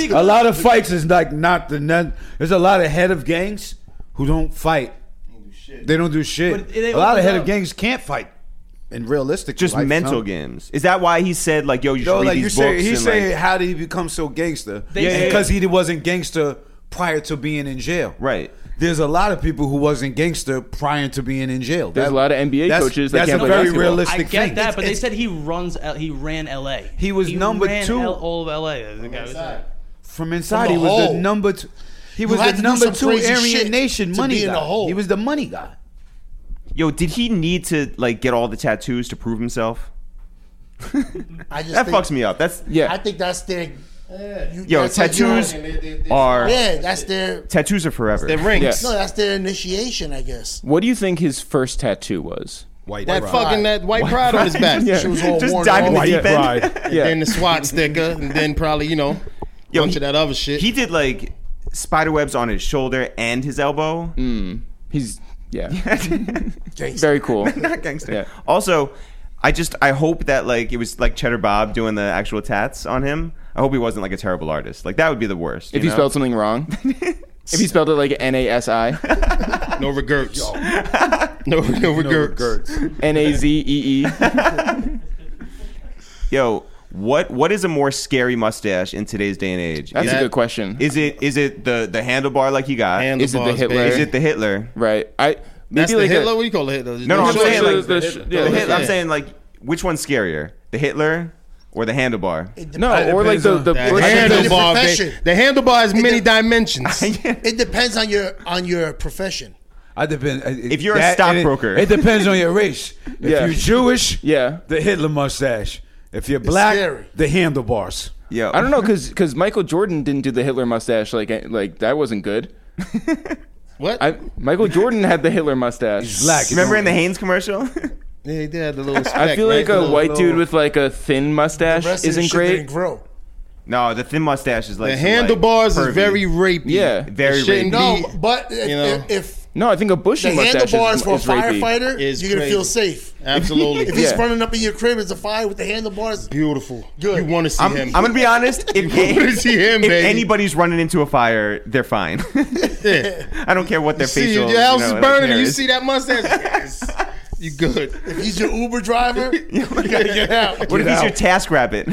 Speaker 6: good ones.
Speaker 5: A lot of fights is like not the none. There's a lot of head of gangs who don't fight. They don't do shit.
Speaker 4: But they
Speaker 5: a lot
Speaker 4: open
Speaker 5: of head
Speaker 4: up.
Speaker 5: of gangs can't fight. In realistic,
Speaker 1: Just
Speaker 5: life,
Speaker 1: mental
Speaker 5: some-
Speaker 1: games. Is that why he said like, yo, you should
Speaker 5: No,
Speaker 1: read
Speaker 5: like you
Speaker 1: these
Speaker 5: say,
Speaker 1: books?
Speaker 5: he
Speaker 1: and,
Speaker 5: said,
Speaker 1: like,
Speaker 5: how did he become so gangster?
Speaker 4: They- Yeah, yeah,
Speaker 5: because he wasn't gangster prior to being in jail.
Speaker 1: Right.
Speaker 5: There's a lot of people who wasn't gangster prior to being in jail.
Speaker 2: There's a lot of NBA
Speaker 5: that's-
Speaker 2: coaches that
Speaker 5: That's
Speaker 2: can't
Speaker 5: a
Speaker 2: play
Speaker 5: very
Speaker 2: basketball.
Speaker 5: realistic
Speaker 4: I get
Speaker 5: thing.
Speaker 4: that, but they said he runs. L- he ran L.A.
Speaker 5: He was number
Speaker 4: ran
Speaker 5: two.
Speaker 4: L- all of L.A. as the guy was saying.
Speaker 5: From inside,
Speaker 6: From
Speaker 5: he
Speaker 6: the
Speaker 5: was the
Speaker 6: hole.
Speaker 5: number. T- he was the
Speaker 6: had to do
Speaker 5: number
Speaker 6: some
Speaker 5: two
Speaker 6: crazy
Speaker 5: Aryan
Speaker 6: shit
Speaker 5: Nation
Speaker 6: to
Speaker 5: money
Speaker 6: be in
Speaker 5: guy.
Speaker 6: the hole.
Speaker 5: He was the money guy.
Speaker 1: yo, did he need to like get all the tattoos to prove himself?
Speaker 6: I just
Speaker 1: That
Speaker 6: think,
Speaker 1: fucks me up. That's
Speaker 6: I
Speaker 2: Yeah,
Speaker 6: think that's their. You,
Speaker 1: yo,
Speaker 6: that's like your-
Speaker 1: tattoos are
Speaker 6: yeah, that's their.
Speaker 1: tattoos are forever.
Speaker 3: The rings.
Speaker 2: Oh. Yes.
Speaker 6: No, that's their initiation, I guess.
Speaker 2: what do you think his first tattoo was?
Speaker 5: White
Speaker 3: That fucking that white pride on his back.
Speaker 2: Yeah.
Speaker 6: She was all
Speaker 1: Just
Speaker 6: worn
Speaker 1: dive in the
Speaker 6: off.
Speaker 1: deep end.
Speaker 2: Yeah.
Speaker 3: Then the SWAT sticker, and then probably you know,
Speaker 1: Yo,
Speaker 3: bunch
Speaker 1: he-
Speaker 3: of that other shit.
Speaker 1: He did like spider webs on his shoulder and his elbow.
Speaker 2: Mm. He's yeah, very cool.
Speaker 1: Not gangster.
Speaker 2: Yeah.
Speaker 1: Also, I just I hope that like it was like Cheddar Bob doing the actual tats on him. I hope he wasn't like a terrible artist. Like that would be the worst.
Speaker 2: If
Speaker 1: you
Speaker 2: he
Speaker 1: know?
Speaker 2: spelled something wrong, if he spelled it like N A S I,
Speaker 3: no regrets. no, no regrets.
Speaker 2: N A Z E E.
Speaker 1: yo, What what is a more scary mustache in today's day and age?
Speaker 2: That's
Speaker 1: is,
Speaker 2: a
Speaker 1: it-
Speaker 2: good question.
Speaker 1: is it is it the the handlebar like you got?
Speaker 3: And
Speaker 2: Is it the
Speaker 3: bars,
Speaker 2: Hitler?
Speaker 3: baby.
Speaker 1: is it the Hitler?
Speaker 2: right. I maybe
Speaker 3: That's the
Speaker 2: like a-
Speaker 3: Hitler. What do you call it? Hitler?
Speaker 1: No, no, I'm
Speaker 2: Sure,
Speaker 1: saying
Speaker 2: sure,
Speaker 1: like
Speaker 2: the-
Speaker 1: the,
Speaker 2: the- yeah,
Speaker 1: Hitler.
Speaker 2: yeah.
Speaker 1: I'm saying like which one's scarier, the Hitler or the handlebar?
Speaker 2: no, or like the the,
Speaker 3: The
Speaker 2: or like the-
Speaker 6: handle-
Speaker 3: handlebar.
Speaker 6: profession.
Speaker 3: ba- The handlebar has many dimensions.
Speaker 6: It depends on your on your profession.
Speaker 5: I depend.
Speaker 1: If you're a stockbroker.
Speaker 5: uh, it, depends on your race. If
Speaker 2: Yeah.
Speaker 5: you're Jewish,
Speaker 2: Yeah.
Speaker 5: the Hitler mustache. If you're black,
Speaker 6: scary.
Speaker 5: the handlebars.
Speaker 1: Yeah,
Speaker 2: I don't know because Michael Jordan didn't do the Hitler mustache like like that wasn't good.
Speaker 3: What?
Speaker 2: I Michael Jordan had the Hitler mustache.
Speaker 5: Black.
Speaker 1: Remember in the Haynes commercial?
Speaker 3: Yeah, he did have the little.
Speaker 2: I
Speaker 3: speck,
Speaker 2: feel
Speaker 3: right?
Speaker 2: like
Speaker 3: The
Speaker 2: a
Speaker 3: little-
Speaker 2: white
Speaker 3: little-
Speaker 2: dude with like a thin mustache
Speaker 6: The rest of the
Speaker 2: isn't
Speaker 6: shit
Speaker 2: great.
Speaker 6: didn't grow.
Speaker 1: no, the thin mustache is like
Speaker 3: The
Speaker 1: some,
Speaker 3: handlebars
Speaker 1: like,
Speaker 3: is
Speaker 1: pervy.
Speaker 3: very rapey.
Speaker 2: Yeah.
Speaker 1: Very
Speaker 3: It shouldn't
Speaker 1: rapey.
Speaker 3: be-
Speaker 6: No, but if,
Speaker 3: You know.
Speaker 6: if, if
Speaker 2: No, I think a bushy
Speaker 6: the
Speaker 2: mustache is,
Speaker 6: handlebars for a
Speaker 2: is rapey.
Speaker 6: firefighter,
Speaker 3: Is
Speaker 6: you're gonna
Speaker 3: crazy.
Speaker 6: feel safe.
Speaker 3: Absolutely.
Speaker 6: If he's
Speaker 2: Yeah.
Speaker 6: running up in your crib as a fire with the handlebars,
Speaker 3: Beautiful.
Speaker 6: Good.
Speaker 3: You want to see
Speaker 1: I'm,
Speaker 3: him?
Speaker 1: I'm gonna be honest. If,
Speaker 3: wanna see him,
Speaker 1: if
Speaker 3: baby.
Speaker 1: anybody's running into a fire, they're fine.
Speaker 3: Yeah.
Speaker 1: I don't care what their
Speaker 3: See,
Speaker 1: facial.
Speaker 3: your house
Speaker 1: you know,
Speaker 3: is burning.
Speaker 1: hair
Speaker 3: You
Speaker 1: is.
Speaker 3: see that mustache? Yes. You good?
Speaker 6: if he's your Uber driver, you gotta get out.
Speaker 1: What if he's
Speaker 5: out.
Speaker 1: your task rabbit?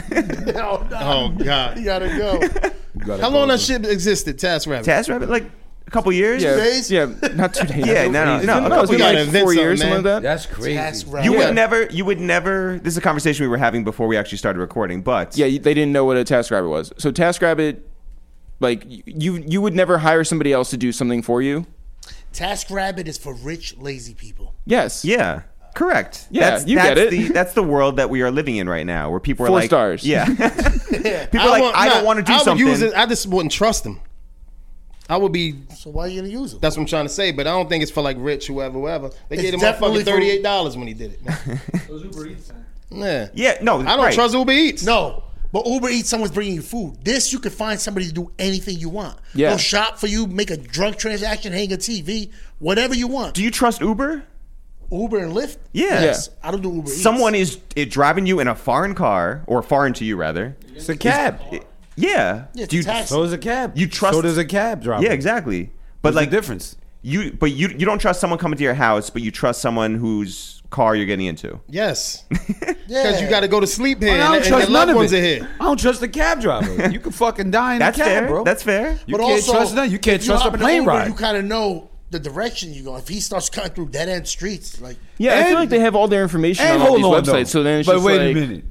Speaker 6: No, no.
Speaker 3: Oh
Speaker 6: You
Speaker 3: God!
Speaker 6: gotta go.
Speaker 3: How long that shit existed? Task Rabbit.
Speaker 1: task rabbit, like a couple years.
Speaker 2: Yeah,
Speaker 6: days?
Speaker 2: yeah, not two days.
Speaker 1: Yeah, no, no,
Speaker 2: It's
Speaker 1: no,
Speaker 2: been-
Speaker 1: a couple-
Speaker 2: no, it's been
Speaker 3: we gotta
Speaker 2: like
Speaker 3: invent
Speaker 2: four
Speaker 3: something,
Speaker 2: years, something
Speaker 3: man.
Speaker 2: like that.
Speaker 5: That's crazy.
Speaker 6: That's right.
Speaker 1: You
Speaker 2: Yeah.
Speaker 1: would never. You would never. This is a conversation we were having before we actually started recording. But
Speaker 2: Yeah, you- they didn't know what a TaskRabbit was. So TaskRabbit, like y- you, you would never hire somebody else to do something for you.
Speaker 6: Task Rabbit is for rich, lazy people.
Speaker 2: Yes.
Speaker 1: Yeah. Correct.
Speaker 2: Yeah, you
Speaker 1: that's
Speaker 2: get it.
Speaker 1: The, that's the world that we are living in right now, where people are
Speaker 2: Four
Speaker 1: like
Speaker 2: stars.
Speaker 1: Yeah, people are like,
Speaker 3: want-
Speaker 1: I
Speaker 3: nah,
Speaker 1: don't want to do
Speaker 3: I would
Speaker 1: something.
Speaker 3: Use it, I just wouldn't trust him. I would be.
Speaker 6: So why are you gonna use them?
Speaker 3: That's what I'm trying to say, but I don't think it's for like rich, whoever, whoever. They
Speaker 6: It's
Speaker 3: gave him motherfucking
Speaker 6: definitely for-
Speaker 3: thirty eight dollars when he did it. Man.
Speaker 4: Those Uber Eats. man.
Speaker 3: Yeah.
Speaker 1: yeah, no,
Speaker 3: I don't
Speaker 1: right.
Speaker 3: trust Uber Eats.
Speaker 6: No, but Uber Eats, someone's bringing you food. This, you can find somebody to do anything you want.
Speaker 2: Yeah.
Speaker 6: They'll shop for you, make a drunk transaction, hang a TV, whatever you want.
Speaker 1: Do you trust Uber?
Speaker 6: Uber and Lyft?
Speaker 1: Yeah.
Speaker 6: Yes. I don't do Uber Eats.
Speaker 1: Someone is eh, driving you in a foreign car or foreign to you rather.
Speaker 5: It's a cab.
Speaker 1: Yeah.
Speaker 6: it's
Speaker 1: Do you,
Speaker 6: a taxi.
Speaker 5: So is a cab.
Speaker 1: You trust-
Speaker 5: So does a cab driver.
Speaker 1: yeah, exactly. But
Speaker 5: What's
Speaker 1: like
Speaker 5: the difference.
Speaker 1: you, but you you don't trust someone coming to your house, but you trust someone whose car you're getting into.
Speaker 3: Yes.
Speaker 6: Yeah.
Speaker 3: Because you got to go to sleep here,
Speaker 5: I
Speaker 3: and,
Speaker 5: don't
Speaker 3: and
Speaker 5: trust
Speaker 3: their
Speaker 5: none
Speaker 3: loved
Speaker 5: of
Speaker 3: ones
Speaker 5: it.
Speaker 3: are here.
Speaker 5: I don't trust the cab driver. you can fucking die in
Speaker 1: That's
Speaker 5: a cab,
Speaker 1: fair.
Speaker 5: bro.
Speaker 1: That's fair.
Speaker 5: You can't trust none. You can't trust a
Speaker 6: hop in an
Speaker 5: plane
Speaker 6: Uber,
Speaker 5: ride.
Speaker 6: You kind of know the direction you go. If he starts cutting through dead end streets, like
Speaker 2: Yeah, I
Speaker 5: And-
Speaker 2: feel like they have all their information
Speaker 5: And
Speaker 2: on all
Speaker 5: hold
Speaker 2: these
Speaker 5: on,
Speaker 2: websites.
Speaker 5: though.
Speaker 2: So then it's
Speaker 5: but
Speaker 2: just
Speaker 5: wait
Speaker 2: like,
Speaker 5: a minute.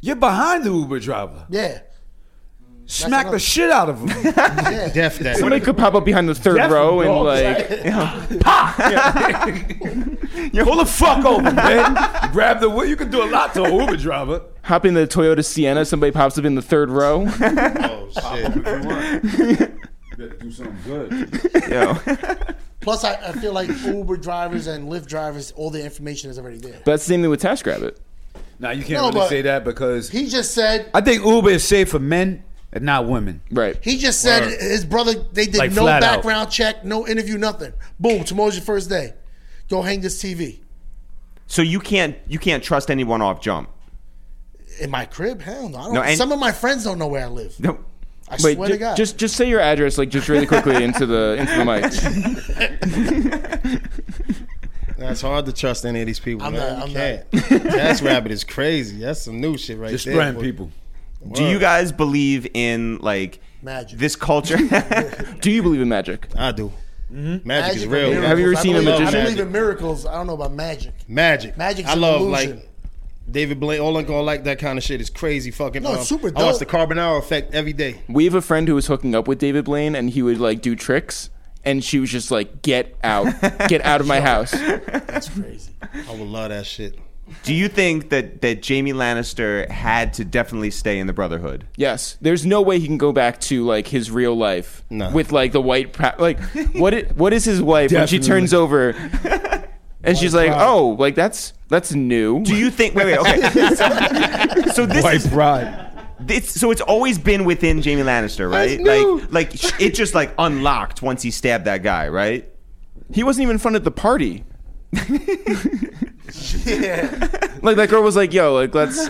Speaker 5: You're behind the Uber driver.
Speaker 6: yeah,
Speaker 5: Smack the shit out of him.
Speaker 3: Def that.
Speaker 2: Somebody could pop up behind the third row and like,
Speaker 5: Pull the fuck over, man. Grab the wheel. You can do a lot to an Uber driver.
Speaker 2: hop in the Toyota Sienna. Somebody pops up in the third row.
Speaker 3: Oh shit.
Speaker 5: Better do something good.
Speaker 1: Yo.
Speaker 6: Plus, I, I feel like Uber drivers and Lyft drivers, all the information is already there.
Speaker 2: But that's the same thing with TaskRabbit.
Speaker 5: Now you
Speaker 6: No,
Speaker 5: can't really
Speaker 6: but-
Speaker 5: say that because
Speaker 6: He just said.
Speaker 5: I think Uber is safe for men and not women.
Speaker 2: Right.
Speaker 6: He just said his brother. They did
Speaker 5: Like,
Speaker 6: no
Speaker 5: flat out.
Speaker 6: background check, no interview, nothing. Boom! Tomorrow's your first day. Go hang this TV
Speaker 1: So you can't you can't trust anyone off jump.
Speaker 6: in my crib. Hell no! I don't,
Speaker 1: No, and-
Speaker 6: some of my friends don't know where I live.
Speaker 1: No.
Speaker 6: I
Speaker 2: Wait,
Speaker 6: swear
Speaker 2: ju-
Speaker 6: to God.
Speaker 2: just just say your address like just really quickly into the into the mic.
Speaker 3: That's hard to trust any of these people.
Speaker 6: I'm
Speaker 3: man.
Speaker 6: not-
Speaker 3: You
Speaker 6: I'm
Speaker 3: can't. That's rabbit is crazy. That's some new shit right
Speaker 5: Just
Speaker 3: there.
Speaker 5: brand
Speaker 3: boy.
Speaker 5: people.
Speaker 1: Do you guys believe in like
Speaker 6: Magic.
Speaker 1: this culture?
Speaker 2: Do you believe in magic?
Speaker 3: I do. Magic is
Speaker 6: and
Speaker 3: real.
Speaker 6: Mm-hmm. miracles.
Speaker 2: Have you ever
Speaker 6: I
Speaker 2: seen a
Speaker 6: believe-
Speaker 3: magician?
Speaker 6: I believe in miracles. I don't know about magic.
Speaker 3: Magic.
Speaker 6: Magic's
Speaker 3: I
Speaker 6: an
Speaker 3: love
Speaker 6: illusion.
Speaker 3: like David Blaine. All I'm gonna like that kind of shit is crazy fucking. um,
Speaker 6: No, it's super
Speaker 3: I watch the
Speaker 6: dope.
Speaker 3: Carbonaro effect every day.
Speaker 2: We have a friend who was hooking up with David Blaine, and he would like do tricks, and she was just like, "Get out, get out of my house."
Speaker 6: That's crazy.
Speaker 3: I would love that shit.
Speaker 1: Do you think that that Jamie Lannister had to definitely stay in the Brotherhood?
Speaker 2: Yes, there's no way he can go back to like his real life
Speaker 3: No.
Speaker 2: with like the white pra- like what it, what is his wife when she
Speaker 5: Definitely.
Speaker 2: turns over, and she's like, "Oh, like that's that's new."
Speaker 1: Do you think? Wait, wait, okay. So, so this
Speaker 5: White
Speaker 1: is
Speaker 5: pride.
Speaker 1: it's, so it's always been within Jamie Lannister, right?
Speaker 3: new.
Speaker 1: Like, like sh- it just like unlocked once he stabbed that guy, right?
Speaker 2: He wasn't even fun at the party. Like that girl was like, "Yo, like let's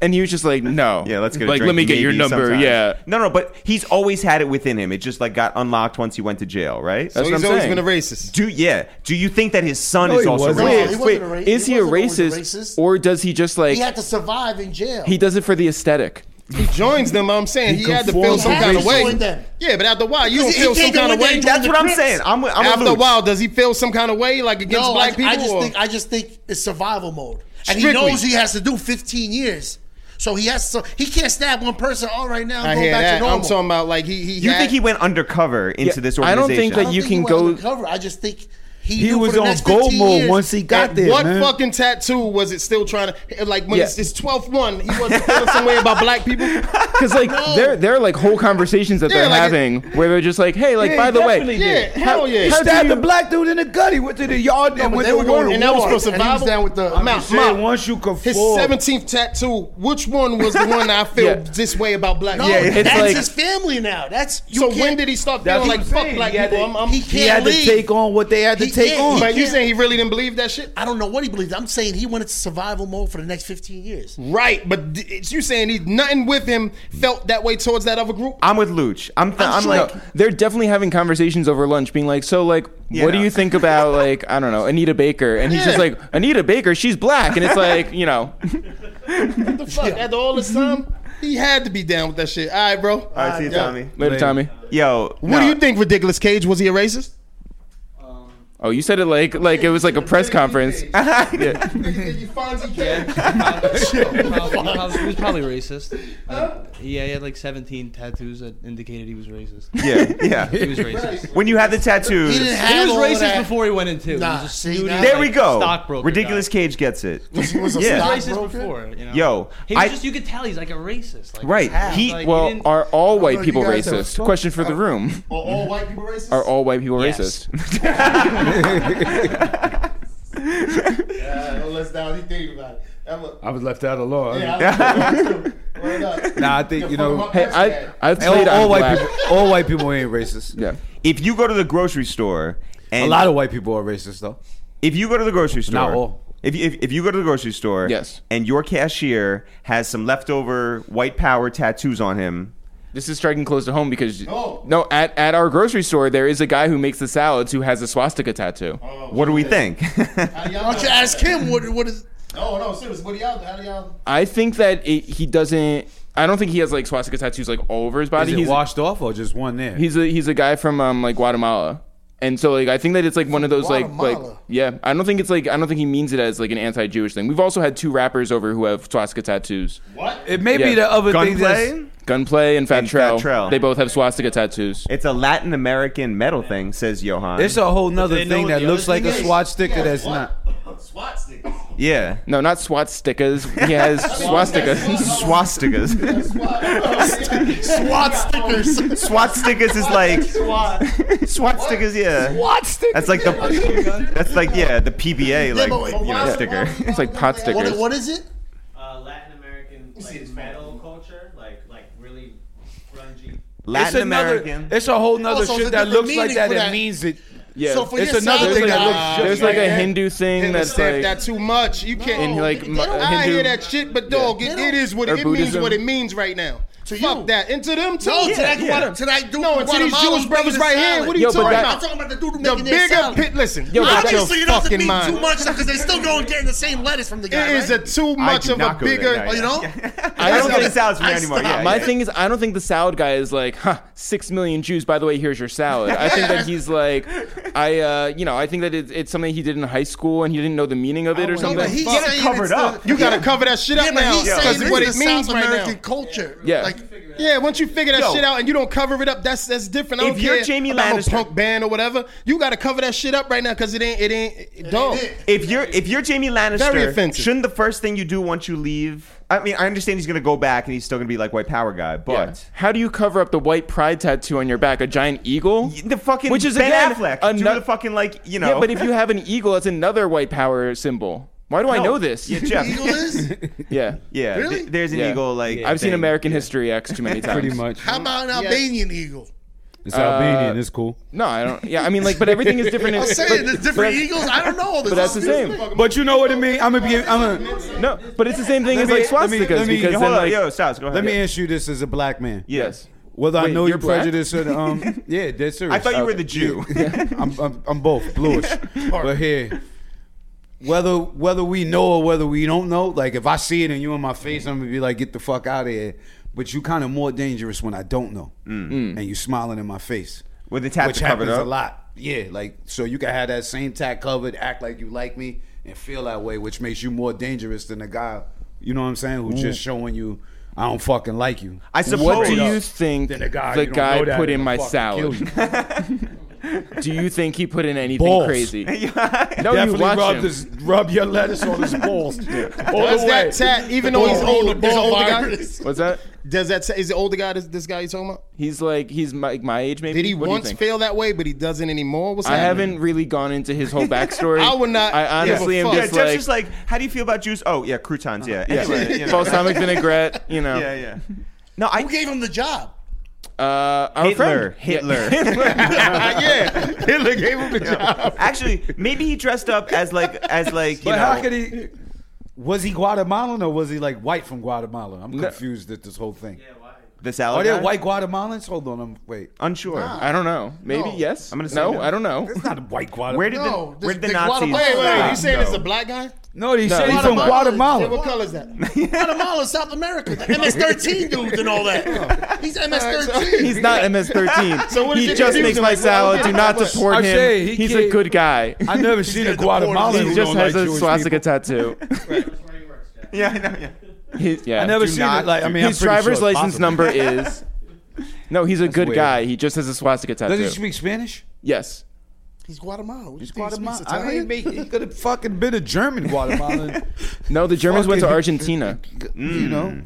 Speaker 2: and he was just like, "No,
Speaker 1: Yeah, let's get a
Speaker 2: like
Speaker 1: drink,
Speaker 2: let me get your
Speaker 1: maybe
Speaker 2: number."
Speaker 1: sometime.
Speaker 2: Yeah,
Speaker 1: No, no, but he's always had it within him. It just like got unlocked once he went to jail, right?
Speaker 2: That's
Speaker 3: So
Speaker 2: what
Speaker 3: he's
Speaker 2: I'm
Speaker 3: always
Speaker 2: saying.
Speaker 3: been a racist.
Speaker 1: Do yeah. Do you think that his son
Speaker 5: No,
Speaker 1: is
Speaker 5: he
Speaker 1: also
Speaker 5: wasn't.
Speaker 2: wait,
Speaker 1: racist?
Speaker 6: he wasn't
Speaker 2: wait,
Speaker 6: a ra- he
Speaker 2: is he a
Speaker 6: wasn't always a
Speaker 2: racist,
Speaker 6: racist.
Speaker 2: or does he just like
Speaker 6: He
Speaker 2: he,
Speaker 6: had to survive in jail.
Speaker 2: does it for the aesthetic?
Speaker 3: He joins them. I'm saying he,
Speaker 5: He
Speaker 3: had to feel
Speaker 5: conforms
Speaker 3: some
Speaker 5: to
Speaker 3: kind of
Speaker 5: racism.
Speaker 3: way.
Speaker 6: Join them.
Speaker 3: Yeah, but after a while, you don't
Speaker 6: Because he-
Speaker 3: feel
Speaker 6: he
Speaker 3: some
Speaker 6: came
Speaker 3: kind
Speaker 6: in
Speaker 3: of
Speaker 6: when
Speaker 3: way.
Speaker 6: they joined
Speaker 1: That's
Speaker 6: the
Speaker 1: what I'm
Speaker 6: Crips.
Speaker 1: saying. I'm, with- I'm with
Speaker 3: After a
Speaker 1: Luke.
Speaker 3: while, does he feel some kind of way like against
Speaker 6: No,
Speaker 3: black
Speaker 6: I,
Speaker 3: people?
Speaker 6: I just
Speaker 3: or-
Speaker 6: think I just think it's survival mode, and
Speaker 3: Strictly.
Speaker 6: he knows he has to do 15 years, so he has so he can't stab one person. All right, now
Speaker 3: I
Speaker 6: I'm going
Speaker 3: hear
Speaker 6: back
Speaker 3: that.
Speaker 6: to normal.
Speaker 3: I'm talking about like he. he
Speaker 1: You
Speaker 3: had-
Speaker 1: think he went undercover into
Speaker 2: Yeah,
Speaker 1: this
Speaker 2: I
Speaker 1: organization?
Speaker 2: don't think
Speaker 6: I
Speaker 2: that
Speaker 6: don't
Speaker 2: you
Speaker 6: think
Speaker 2: can
Speaker 6: he went
Speaker 2: go-
Speaker 6: undercover. I just think he,
Speaker 5: He
Speaker 6: knew
Speaker 5: was
Speaker 6: for the
Speaker 5: on
Speaker 6: next
Speaker 5: gold
Speaker 6: 15
Speaker 5: mode
Speaker 6: years
Speaker 5: once he got
Speaker 3: At
Speaker 5: there,
Speaker 3: what
Speaker 5: man.
Speaker 3: fucking tattoo was it still trying to eh, like when
Speaker 2: Yeah.
Speaker 3: it's his twelfth one? He wasn't feeling some way about black people.
Speaker 2: Because like there, there are like whole conversations that
Speaker 3: Yeah,
Speaker 2: they're
Speaker 3: like it-
Speaker 2: having where they're just like, "Hey, like
Speaker 1: Yeah,
Speaker 2: by
Speaker 1: he
Speaker 2: the
Speaker 1: definitely
Speaker 2: way,
Speaker 3: Yeah, hell yeah.
Speaker 5: He
Speaker 2: how do
Speaker 5: stabbed
Speaker 2: you-
Speaker 5: a black dude in the gut. He went to the yard and
Speaker 3: but
Speaker 5: went
Speaker 3: they
Speaker 5: to
Speaker 3: were
Speaker 5: war.
Speaker 3: going- and that was for
Speaker 6: And he was
Speaker 3: survival.
Speaker 6: down with the.
Speaker 3: I'm
Speaker 5: I'm
Speaker 3: out,
Speaker 5: saying,
Speaker 3: I'm out.
Speaker 5: once you conform,
Speaker 3: His seventeenth tattoo. Which one was the one that I feel
Speaker 2: Yeah.
Speaker 3: this way about black?
Speaker 6: no,
Speaker 3: people?
Speaker 2: yeah. it's
Speaker 6: Oh, that's
Speaker 2: like-
Speaker 6: his family now. That's you
Speaker 3: So
Speaker 6: can't,
Speaker 3: when did he stop
Speaker 5: That's
Speaker 3: feeling
Speaker 5: what
Speaker 3: like
Speaker 5: I'm
Speaker 3: fuck
Speaker 5: saying.
Speaker 3: black
Speaker 5: He had
Speaker 3: people?
Speaker 5: to-
Speaker 3: I'm, I'm,
Speaker 6: he
Speaker 5: he
Speaker 6: can't
Speaker 5: had
Speaker 6: leave?
Speaker 5: to take on what they had to
Speaker 6: He
Speaker 5: take
Speaker 6: can't-
Speaker 5: on.
Speaker 3: but you
Speaker 6: can't-
Speaker 3: saying he really didn't believe that shit?
Speaker 6: I don't know what he believes. I'm saying he went into survival mode for the next 15 years.
Speaker 3: Right, but d- it's you saying he nothing with him felt that way towards that other group.
Speaker 1: I'm with Luch. I'm, th- I'm,
Speaker 2: No,
Speaker 1: like
Speaker 2: they're definitely having conversations over lunch, being like, "So, like, what do
Speaker 1: no.
Speaker 2: you think about like I don't know Anita Baker?" And he's just
Speaker 3: Yeah.
Speaker 2: like, "Anita Baker, she's black," and it's like, you know,
Speaker 3: What the fuck? After all this time, he had to be down with that shit. All right, bro.
Speaker 1: All right, see you, Tommy.
Speaker 2: later, Tommy.
Speaker 1: Yo,
Speaker 3: What do you think, ridiculous Cage? Was he a racist?
Speaker 2: Oh, you said it like like it was like a press conference.
Speaker 4: he was probably racist. yeah, he had like 17 tattoos that indicated he was racist.
Speaker 1: think? Yeah,
Speaker 4: He
Speaker 1: yeah.
Speaker 4: was racist.
Speaker 1: when you had the
Speaker 6: He didn't
Speaker 1: tattoos,
Speaker 6: have
Speaker 4: He was
Speaker 6: all
Speaker 4: racist
Speaker 6: that.
Speaker 4: before he went in too.
Speaker 6: Nah,
Speaker 4: he was just
Speaker 6: see,
Speaker 4: dude, he
Speaker 6: now-
Speaker 4: was,
Speaker 1: there
Speaker 4: like,
Speaker 1: we go.
Speaker 4: Stockbroker.
Speaker 1: Ridiculous
Speaker 4: guy.
Speaker 1: Cage gets it.
Speaker 6: He was a
Speaker 1: Yeah.
Speaker 4: He
Speaker 1: Stock
Speaker 4: was
Speaker 6: stockbroker?
Speaker 4: racist before, you know.
Speaker 1: Yo,
Speaker 4: he was
Speaker 1: I-
Speaker 4: just you could tell he's like a racist. Like,
Speaker 1: Right,
Speaker 4: half,
Speaker 1: he-
Speaker 4: like,
Speaker 2: Well,
Speaker 4: didn't-
Speaker 2: are all white
Speaker 5: you
Speaker 2: people
Speaker 5: guys have
Speaker 2: racist?
Speaker 5: fucked
Speaker 2: Question for the room:
Speaker 6: Or all white people racist?
Speaker 2: Are all white people
Speaker 4: Yes.
Speaker 2: racist?
Speaker 3: Uh,
Speaker 6: yeah, don't let down. You think about it. That look-
Speaker 5: I was left out of law.
Speaker 6: Yeah.
Speaker 5: Nah, I think you know.
Speaker 2: Hey, I I've
Speaker 5: all,
Speaker 2: played
Speaker 5: all
Speaker 2: on
Speaker 5: white
Speaker 2: black.
Speaker 5: people, all white people ain't racist.
Speaker 2: Yeah.
Speaker 1: if you go to the grocery store, and
Speaker 5: A lot of white people are racist though.
Speaker 1: if you go to the grocery store,
Speaker 5: Not all.
Speaker 1: If, you- if if you go to the grocery store,
Speaker 2: Yes.
Speaker 1: and your cashier has some leftover white power tattoos on him,
Speaker 2: This is striking close to home because
Speaker 6: No.
Speaker 2: no, at, at our grocery store there is a guy who makes the salads who has a swastika tattoo.
Speaker 6: Oh.
Speaker 1: what do we think?
Speaker 6: Why don't you ask him what, what is.
Speaker 3: No, no, serious. What do y'all? How do y'all?
Speaker 2: I think that it, he doesn't. I don't think he has like swastika tattoos like all over his body.
Speaker 5: Is it
Speaker 2: he's
Speaker 5: washed off or just one there?
Speaker 2: he's a he's a guy from um like Guatemala, and so like I think that it's like one of those like like
Speaker 6: Guatemala.
Speaker 2: yeah. I don't think it's like I don't think he means it as like an anti-Jewish thing. We've also had two rappers over who have swastika tattoos,
Speaker 5: it may
Speaker 2: Yeah.
Speaker 5: be the other thing that's
Speaker 1: Gunplay.
Speaker 2: Gunplay and Fat,
Speaker 1: And Fat
Speaker 2: Trail.
Speaker 1: Trell.
Speaker 2: They both have swastika tattoos.
Speaker 1: It's a Latin American metal thing, says Johan.
Speaker 5: It's a whole
Speaker 4: They
Speaker 5: nother
Speaker 4: know
Speaker 5: thing
Speaker 4: what
Speaker 5: that
Speaker 4: the other
Speaker 5: looks like
Speaker 4: thing
Speaker 5: a
Speaker 4: is.
Speaker 5: SWAT sticker that's not.
Speaker 1: yeah.
Speaker 2: No, not SWAT stickers. He has swastikas.
Speaker 1: Swastikas.
Speaker 6: SWAT stickers.
Speaker 1: SWAT stickers is like SWAT stickers, yeah. SWAT stickers. That's like the that's like yeah the PBA like
Speaker 6: but wait,
Speaker 1: you know,
Speaker 6: why-
Speaker 1: sticker.
Speaker 2: it's like pot stickers.
Speaker 6: What, what is it?
Speaker 7: uh, Latin American like metal culture, like like really grungy.
Speaker 5: It's
Speaker 1: Latin
Speaker 5: another.
Speaker 1: American.
Speaker 5: It's a whole nother
Speaker 6: Oh, so it's
Speaker 5: shit
Speaker 6: a
Speaker 5: that
Speaker 6: different
Speaker 5: looks like
Speaker 6: meaning
Speaker 5: that.
Speaker 6: for
Speaker 5: It
Speaker 6: that.
Speaker 5: means it.
Speaker 2: Yeah.
Speaker 6: So for
Speaker 5: It's
Speaker 6: your
Speaker 5: another
Speaker 6: salad
Speaker 5: thing
Speaker 6: guy-
Speaker 5: that looks
Speaker 2: There's
Speaker 5: just
Speaker 2: like
Speaker 5: like
Speaker 2: a
Speaker 5: that.
Speaker 2: Hindu thing that's
Speaker 3: Stamp
Speaker 2: like
Speaker 3: that too much. You can't.
Speaker 2: in like
Speaker 6: they don't-
Speaker 2: a
Speaker 3: I
Speaker 2: Hindu.
Speaker 3: hear that shit, but dog, it,
Speaker 6: They
Speaker 3: it
Speaker 6: don't-
Speaker 3: is what
Speaker 2: Or
Speaker 3: it means.
Speaker 2: Buddhism.
Speaker 3: What it means right now.
Speaker 6: To
Speaker 3: Fuck
Speaker 6: you.
Speaker 3: that, and to them too.
Speaker 6: No, to that
Speaker 1: yeah.
Speaker 6: Guatemala- to that dude.
Speaker 3: No,
Speaker 6: from
Speaker 3: and to these
Speaker 6: Guatemala
Speaker 3: Jewish
Speaker 6: who's
Speaker 3: brothers
Speaker 6: making
Speaker 3: right
Speaker 6: the
Speaker 3: here.
Speaker 6: salad.
Speaker 3: What are you
Speaker 2: Yo, but
Speaker 3: talking
Speaker 2: that-
Speaker 6: I'm
Speaker 3: about?
Speaker 6: talking about the dude who
Speaker 3: The
Speaker 6: making their
Speaker 3: bigger
Speaker 6: salad.
Speaker 3: pit. Listen,
Speaker 2: Yo, but
Speaker 3: watch your
Speaker 6: Obviously, it doesn't
Speaker 3: fucking
Speaker 6: mean
Speaker 3: mind.
Speaker 6: too much because they still going getting the same lettuce from the guy.
Speaker 3: It is a
Speaker 6: right?
Speaker 3: too
Speaker 1: I
Speaker 3: much
Speaker 1: do
Speaker 3: of a
Speaker 1: not go there
Speaker 3: bigger.
Speaker 1: now,
Speaker 6: you
Speaker 1: yeah.
Speaker 6: know.
Speaker 1: I
Speaker 2: don't
Speaker 1: don't get
Speaker 2: think-
Speaker 1: the salads from
Speaker 6: I
Speaker 1: there anymore.
Speaker 6: stop.
Speaker 1: Yeah,
Speaker 2: My
Speaker 1: yeah.
Speaker 2: thing is, I don't think the salad guy is like, huh, six million Jews. By the way, here's your salad. I think that he's like, I, uh, you know, I think that it's, it's something he did in high school and he didn't know the meaning of it or
Speaker 6: No, but
Speaker 2: something.
Speaker 6: he's
Speaker 1: Get it
Speaker 6: saying
Speaker 1: covered
Speaker 6: it's the-
Speaker 1: up.
Speaker 3: You gotta cover that shit up
Speaker 6: Yeah, but
Speaker 3: now
Speaker 6: he's saying
Speaker 3: because
Speaker 6: this
Speaker 3: what
Speaker 6: is
Speaker 3: it
Speaker 6: the
Speaker 3: means
Speaker 6: South
Speaker 3: right
Speaker 6: American
Speaker 3: now.
Speaker 6: culture.
Speaker 2: Yeah.
Speaker 6: Like,
Speaker 3: Yeah, once you figure that
Speaker 1: Yo.
Speaker 3: shit out and you don't cover it up, that's that's different. I
Speaker 1: If
Speaker 3: don't
Speaker 1: you're
Speaker 3: care
Speaker 1: Jamie
Speaker 3: about
Speaker 1: Lannister-
Speaker 3: a punk band or whatever, you got to cover that shit up right now because it ain't it ain't it don't.
Speaker 6: it.
Speaker 1: If you're if you're Jamie
Speaker 3: Very
Speaker 1: Lannister,
Speaker 3: offensive.
Speaker 1: shouldn't the first thing you do once you leave? I mean, I understand he's gonna go back and he's still gonna be like white power guy,
Speaker 2: Yeah.
Speaker 1: but
Speaker 2: How do you cover up the white pride tattoo on your back? A giant eagle?
Speaker 1: the fucking
Speaker 2: Which is
Speaker 1: Ben
Speaker 2: again,
Speaker 1: Affleck,
Speaker 2: ano-
Speaker 1: do the fucking like you know.
Speaker 2: Yeah, but if you have an eagle, that's another white power symbol. Why do I
Speaker 1: No.
Speaker 2: know this?
Speaker 1: yeah, Jeff,
Speaker 6: Eagle is?
Speaker 2: Yeah.
Speaker 1: yeah,
Speaker 6: Really?
Speaker 1: th- there's an
Speaker 2: Yeah.
Speaker 1: eagle like
Speaker 2: I've seen
Speaker 1: thing.
Speaker 2: American History X too many times.
Speaker 5: Pretty much.
Speaker 6: How about an Albanian eagle?
Speaker 5: It's
Speaker 2: Uh,
Speaker 5: Albanian. It's cool.
Speaker 2: No, I don't. Yeah, I mean, like, but everything is different. in-
Speaker 6: I'm
Speaker 2: but-
Speaker 6: saying there's
Speaker 2: but that's-
Speaker 6: different eagles. I don't know. all this
Speaker 2: But that's the
Speaker 6: stuff.
Speaker 2: same.
Speaker 5: But you know what I mean. I'm gonna be. I'm gonna.
Speaker 2: No, but it's the same thing
Speaker 5: Let
Speaker 2: as
Speaker 5: me-
Speaker 2: like
Speaker 5: let
Speaker 2: swastikas
Speaker 5: me- let me-
Speaker 1: Yo,
Speaker 2: because
Speaker 1: hold
Speaker 2: then
Speaker 1: on.
Speaker 2: like
Speaker 1: yo, Stas, go ahead.
Speaker 5: Let me ask you this as a black man.
Speaker 1: Yes.
Speaker 5: Whether I
Speaker 2: Wait,
Speaker 5: know
Speaker 2: you're
Speaker 5: you're
Speaker 2: black?
Speaker 5: prejudiced or um, yeah, that's serious. Uh,
Speaker 1: I thought you were the Jew.
Speaker 5: I'm, I'm, I'm both bluish, but here, whether whether we know or whether we don't know, like if I see it and you in my face, I'm gonna be like, get the fuck out of here. But you kind of more dangerous when I don't know, and you smiling in my face,
Speaker 1: Mm. With the tat
Speaker 5: which
Speaker 1: to cover it
Speaker 5: happens
Speaker 1: up.
Speaker 5: a lot. Yeah, like so you can have that same tat covered, act like you like me, and feel that way, which makes you more dangerous than the guy. You know what I'm saying? Who's just showing you I don't fucking like you.
Speaker 1: I suppose.
Speaker 2: What do you think
Speaker 5: Then the guy,
Speaker 2: the
Speaker 5: you don't
Speaker 2: guy
Speaker 5: know that,
Speaker 2: put in
Speaker 5: he'll
Speaker 2: my
Speaker 5: fucking
Speaker 2: salad?
Speaker 5: kill you.
Speaker 2: Do you think he put in anything
Speaker 5: Balls.
Speaker 2: crazy? no, you
Speaker 5: Definitely
Speaker 2: watch
Speaker 5: rub
Speaker 2: him.
Speaker 5: this, rub your lettuce on his balls. All
Speaker 3: Does
Speaker 5: the way.
Speaker 3: that tat, even though he's
Speaker 6: ball-
Speaker 3: older,
Speaker 6: the
Speaker 3: there's an
Speaker 6: ball
Speaker 3: older guy.
Speaker 6: virus.
Speaker 2: What's that?
Speaker 3: Does that tat, is the older guy this, this guy you talking about?
Speaker 2: He's like he's my, my age maybe.
Speaker 3: Did he
Speaker 2: What do you
Speaker 3: once
Speaker 2: think?
Speaker 3: feel that way, but he doesn't anymore? What's
Speaker 2: I
Speaker 3: happening?
Speaker 2: haven't really gone into his whole backstory.
Speaker 3: I would not
Speaker 2: I
Speaker 3: give a
Speaker 2: honestly am
Speaker 3: fuck.
Speaker 1: Yeah,
Speaker 2: just
Speaker 1: Jeff's
Speaker 2: like,
Speaker 1: just like, how do you feel about Jews? Oh, yeah, croutons, yeah.
Speaker 2: yeah,
Speaker 1: Anyway, you know.
Speaker 2: balsamic vinaigrette. You know,
Speaker 1: Yeah, yeah. No, I.
Speaker 6: Who gave him the job?
Speaker 2: Uh, our
Speaker 1: Hitler.
Speaker 2: friend.
Speaker 1: Hitler.
Speaker 2: Yeah.
Speaker 3: yeah, Hitler gave him the job.
Speaker 1: Actually, maybe he dressed up as like as like you
Speaker 5: But how
Speaker 1: know.
Speaker 5: could he? Was he Guatemalan or was he like white from Guatemala? I'm confused at this whole thing.
Speaker 7: Yeah, why?
Speaker 1: the salad.
Speaker 2: Oh,
Speaker 5: Are there
Speaker 1: guy?
Speaker 5: white Guatemalans? Hold on, I'm wait.
Speaker 1: Unsure.
Speaker 2: I don't know. Maybe yes.
Speaker 1: I'm gonna say
Speaker 2: no.
Speaker 1: no.
Speaker 2: I don't know.
Speaker 5: It's not a white Guatemala.
Speaker 1: Where did
Speaker 6: No,
Speaker 1: the where did the,
Speaker 6: the
Speaker 1: Nazis?
Speaker 6: Guatemala-
Speaker 3: Wait, wait,
Speaker 1: Ah,
Speaker 3: you saying it's
Speaker 1: go?
Speaker 3: a black guy?
Speaker 5: No, he said he's
Speaker 2: he's
Speaker 5: from
Speaker 2: from
Speaker 5: Guatemala.
Speaker 3: Yeah, what color is that?
Speaker 6: Guatemala, South America, the MS-13 dudes and all that. He's MS-13.
Speaker 2: He's not MS-13.
Speaker 3: So what
Speaker 2: he
Speaker 3: is it
Speaker 2: just
Speaker 3: that
Speaker 2: makes
Speaker 3: he
Speaker 2: my
Speaker 3: was like,
Speaker 2: salad.
Speaker 3: well,
Speaker 2: Do not support
Speaker 5: I'm
Speaker 2: him.
Speaker 5: saying he
Speaker 2: He's a
Speaker 5: can't-
Speaker 2: good guy.
Speaker 5: I never seen a Guatemalan.
Speaker 2: He
Speaker 5: who
Speaker 2: just
Speaker 5: don't
Speaker 2: has
Speaker 5: like
Speaker 2: a
Speaker 5: Jewish
Speaker 2: swastika
Speaker 5: people.
Speaker 2: tattoo.
Speaker 7: That's where he works, Jeff.
Speaker 1: Yeah, I know. Yeah.
Speaker 2: He- yeah.
Speaker 5: I never
Speaker 1: Do
Speaker 5: seen
Speaker 1: not-
Speaker 5: it. Like I mean,
Speaker 2: His
Speaker 5: I'm pretty sure
Speaker 2: driver's
Speaker 5: it's
Speaker 2: license
Speaker 5: possible.
Speaker 2: number is. No, he's a good
Speaker 5: weird.
Speaker 2: guy. He just has a swastika tattoo.
Speaker 5: Does he speak Spanish?
Speaker 2: yes.
Speaker 6: He's Guatemala. What do you
Speaker 5: He's
Speaker 6: think he speaks
Speaker 5: Guatemalan. I mean,
Speaker 6: Italian?
Speaker 5: he, he could have fucking been a German Guatemalan.
Speaker 2: No, the Germans went to
Speaker 5: Fucking-
Speaker 2: Argentina.
Speaker 5: You know,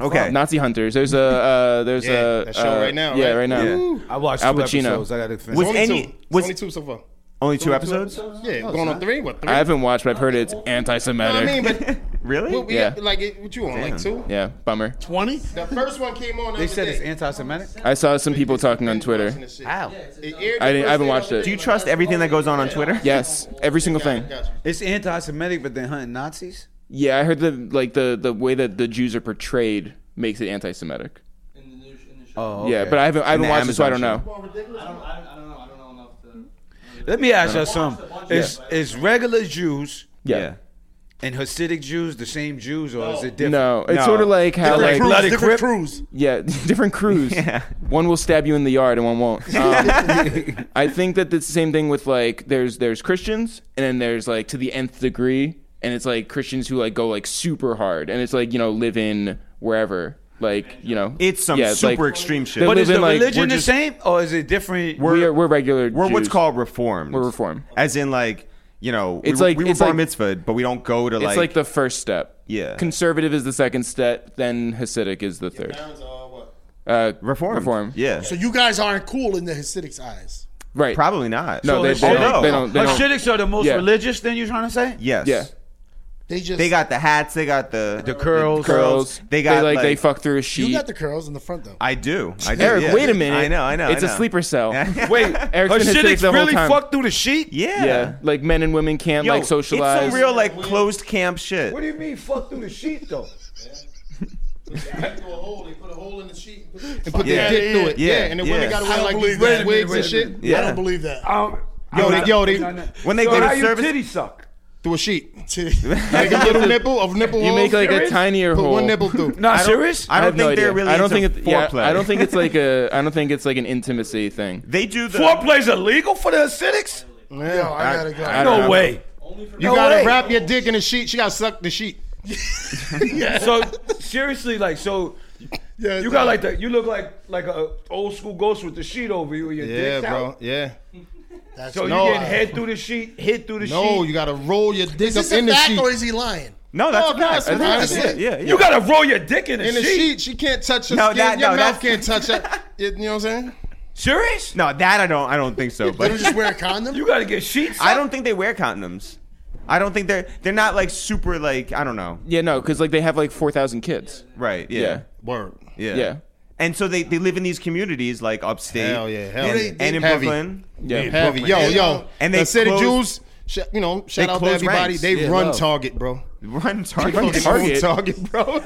Speaker 1: Okay.
Speaker 2: Nazi hunters. There's a uh, there's
Speaker 3: Yeah,
Speaker 2: a
Speaker 3: that show
Speaker 2: uh,
Speaker 3: right now,
Speaker 2: Yeah, right
Speaker 3: right?
Speaker 2: now.
Speaker 1: Yeah.
Speaker 5: I watched two
Speaker 2: Al Pacino.
Speaker 5: episodes. I got to finish.
Speaker 1: Was
Speaker 3: Only
Speaker 1: any
Speaker 3: two. It's
Speaker 1: was
Speaker 3: only two so far.
Speaker 1: only two episodes?
Speaker 3: Yeah, going on three. What three?
Speaker 2: I haven't watched, but I've heard it's
Speaker 3: I
Speaker 2: anti-Semitic.
Speaker 3: mean, but
Speaker 1: Really?
Speaker 3: what we,
Speaker 2: Yeah.
Speaker 3: like it- what you on? Like two?
Speaker 2: yeah, bummer.
Speaker 6: 20?
Speaker 3: The first one came on. The
Speaker 5: They
Speaker 3: other
Speaker 5: said it's
Speaker 3: day.
Speaker 5: anti-Semitic.
Speaker 2: I saw some people talking on Twitter.
Speaker 5: How?
Speaker 2: I didn't- I haven't watched it.
Speaker 1: Do you trust everything that goes on on Twitter?
Speaker 2: Yes, every single thing.
Speaker 5: It's anti-Semitic, but they're hunting Nazis.
Speaker 2: Yeah, I heard the like the the way that the Jews are portrayed makes it anti-Semitic.
Speaker 7: In the news, in the show.
Speaker 5: Oh,
Speaker 2: Yeah,
Speaker 5: okay.
Speaker 2: but I haven't I haven't
Speaker 1: the
Speaker 2: watched it, so I don't
Speaker 1: Amazon
Speaker 2: know.
Speaker 7: I don't, I don't, I don't know. I don't know enough to.
Speaker 5: let me ask you something. Is is regular Jews
Speaker 2: Yeah.
Speaker 5: and Hasidic Jews the same Jews, or is it different?
Speaker 2: No, it's
Speaker 1: No.
Speaker 2: sort of like how
Speaker 5: Different
Speaker 2: like
Speaker 5: crews. Bloody
Speaker 6: different
Speaker 5: Crip.
Speaker 6: crews.
Speaker 2: yeah, different crews.
Speaker 1: Yeah.
Speaker 2: One will stab you in the yard and one won't. Um, I think that it's the same thing with like there's there's Christians and then there's like to the nth degree and it's like Christians who like go like super hard and it's like you know live in wherever like you know
Speaker 1: It's some
Speaker 2: yeah,
Speaker 1: super
Speaker 2: like,
Speaker 1: extreme shit.
Speaker 2: they
Speaker 5: But
Speaker 2: live
Speaker 5: is the
Speaker 2: in, like,
Speaker 5: religion
Speaker 2: we're
Speaker 5: the
Speaker 2: just-
Speaker 5: same, or is it different?
Speaker 2: We're we are, we're regular.
Speaker 1: We're what's
Speaker 2: Jews.
Speaker 1: called reformed.
Speaker 2: We're reformed.
Speaker 1: As in like, you know, we,
Speaker 2: It's
Speaker 1: were-
Speaker 2: like-
Speaker 1: we were
Speaker 2: it's
Speaker 1: bar
Speaker 2: like-
Speaker 1: mitzvahed, but we don't go to
Speaker 2: It's
Speaker 1: like,
Speaker 2: like, the first step.
Speaker 1: Yeah.
Speaker 2: Conservative is the second step, then Hasidic is the third. Uh,
Speaker 1: reformed.
Speaker 2: Reform.
Speaker 1: Yeah.
Speaker 6: So you guys aren't cool in the Hasidics' eyes.
Speaker 2: Right.
Speaker 1: Probably not.
Speaker 2: No,
Speaker 1: So
Speaker 2: they,
Speaker 1: Hasidic-
Speaker 2: they, don't, they
Speaker 1: Oh,
Speaker 2: don't. They don't.
Speaker 5: Hasidics are the most
Speaker 2: Yeah.
Speaker 5: religious. Then you're trying to say?
Speaker 1: Yes.
Speaker 2: Yeah.
Speaker 6: They just
Speaker 1: They got the hats. They got the
Speaker 5: The curls.
Speaker 2: Curls.
Speaker 1: They got
Speaker 2: like, they
Speaker 1: like-
Speaker 2: fuck through a sheet.
Speaker 6: You got the curls in the front though.
Speaker 1: I do. I do.
Speaker 2: Eric,
Speaker 1: yeah.
Speaker 2: wait a minute.
Speaker 1: I know. I know.
Speaker 2: It's
Speaker 1: a
Speaker 2: a sleeper cell. yeah.
Speaker 5: Wait,
Speaker 2: Eric's been Hasidic
Speaker 5: Hasidics
Speaker 2: the whole
Speaker 5: really
Speaker 2: time.
Speaker 5: fuck through the sheet?
Speaker 1: Yeah.
Speaker 2: Like men and women can't
Speaker 1: Yo,
Speaker 2: like socialize.
Speaker 1: It's some real like closed camp shit.
Speaker 5: do you mean fuck through the sheet though?
Speaker 3: and put
Speaker 1: Yeah.
Speaker 3: their dick through it.
Speaker 1: Yeah.
Speaker 3: Yeah, and then
Speaker 1: Yeah.
Speaker 3: women got to
Speaker 6: I
Speaker 3: wear
Speaker 6: don't
Speaker 3: like
Speaker 6: believe
Speaker 3: these
Speaker 6: that.
Speaker 3: red wigs
Speaker 5: Wait a
Speaker 3: and
Speaker 5: minute,
Speaker 3: shit
Speaker 1: yeah.
Speaker 6: I don't believe that.
Speaker 5: Um,
Speaker 3: Yo, they, yo, they
Speaker 1: when they
Speaker 5: so
Speaker 1: go
Speaker 5: how
Speaker 1: to
Speaker 5: your
Speaker 1: service,
Speaker 5: titty suck?
Speaker 3: through a sheet. Like a little nipple of nipple
Speaker 2: you make
Speaker 3: holes,
Speaker 2: like a tinier
Speaker 3: put
Speaker 2: hole.
Speaker 3: one nipple through.
Speaker 5: Nah, serious?
Speaker 1: I
Speaker 2: I
Speaker 1: don't
Speaker 2: have
Speaker 1: think
Speaker 2: no idea.
Speaker 1: they're really.
Speaker 2: I don't think
Speaker 1: into
Speaker 2: it, yeah,
Speaker 1: foreplay.
Speaker 2: I don't think it's like a. I don't think it's like an intimacy thing.
Speaker 1: they do the
Speaker 5: Foreplay's illegal for the Hasidics?
Speaker 6: Yo, I gotta go.
Speaker 2: I don't
Speaker 5: No
Speaker 2: know.
Speaker 5: way.
Speaker 3: You
Speaker 5: No
Speaker 3: gotta
Speaker 5: way.
Speaker 3: wrap your dick in a sheet. She gotta suck the sheet.
Speaker 5: So seriously, like so.
Speaker 6: Yeah,
Speaker 5: You got like the you look like like a old school ghost with the sheet over you and your
Speaker 3: Yeah,
Speaker 5: dick's
Speaker 3: bro.
Speaker 5: out.
Speaker 3: Yeah.
Speaker 6: That's,
Speaker 5: So
Speaker 3: No,
Speaker 5: you getting
Speaker 3: I-
Speaker 5: head through the sheet, hit through the
Speaker 3: No,
Speaker 5: sheet.
Speaker 3: you gotta roll your dick
Speaker 6: is
Speaker 3: up
Speaker 6: this
Speaker 3: in the
Speaker 6: a fact
Speaker 3: sheet.
Speaker 6: or is he lying?
Speaker 1: No, that's
Speaker 3: no,
Speaker 1: not.
Speaker 3: it's real
Speaker 1: that's
Speaker 6: shit.
Speaker 1: it. Yeah, yeah.
Speaker 5: You gotta roll your dick in the,
Speaker 3: In the
Speaker 5: sheet.
Speaker 3: sheet, she can't touch her
Speaker 1: No,
Speaker 3: skin.
Speaker 1: that-
Speaker 3: your
Speaker 1: no,
Speaker 3: mouth
Speaker 1: that's-
Speaker 3: can't touch her. You know what I'm saying?
Speaker 5: Serious?
Speaker 1: no, that I don't. I don't think so.
Speaker 6: They don't
Speaker 1: But
Speaker 6: just wear a condom?
Speaker 5: You gotta get sheets.
Speaker 1: I don't think they wear condoms. I don't think they're they're not like super like I don't know.
Speaker 2: Yeah, no, because like they have like four thousand kids.
Speaker 1: Right.
Speaker 2: Yeah.
Speaker 1: Yeah.
Speaker 3: Word.
Speaker 1: Yeah.
Speaker 2: Yeah.
Speaker 1: And so they, they live in these communities like upstate
Speaker 3: Hell yeah, hell
Speaker 1: and,
Speaker 3: yeah.
Speaker 1: and in
Speaker 3: Heavy.
Speaker 1: Brooklyn.
Speaker 2: Yeah.
Speaker 3: Heavy. Yo, yo.
Speaker 1: And
Speaker 3: And
Speaker 1: they
Speaker 3: they said the
Speaker 1: close-
Speaker 3: Jews. sh- You know, shout out to
Speaker 1: close
Speaker 3: everybody.
Speaker 1: ranks.
Speaker 3: They
Speaker 2: Yeah,
Speaker 3: run
Speaker 2: love.
Speaker 3: Target, bro.
Speaker 1: Run Target.
Speaker 3: Fucking
Speaker 2: Target.
Speaker 3: own Target, bro.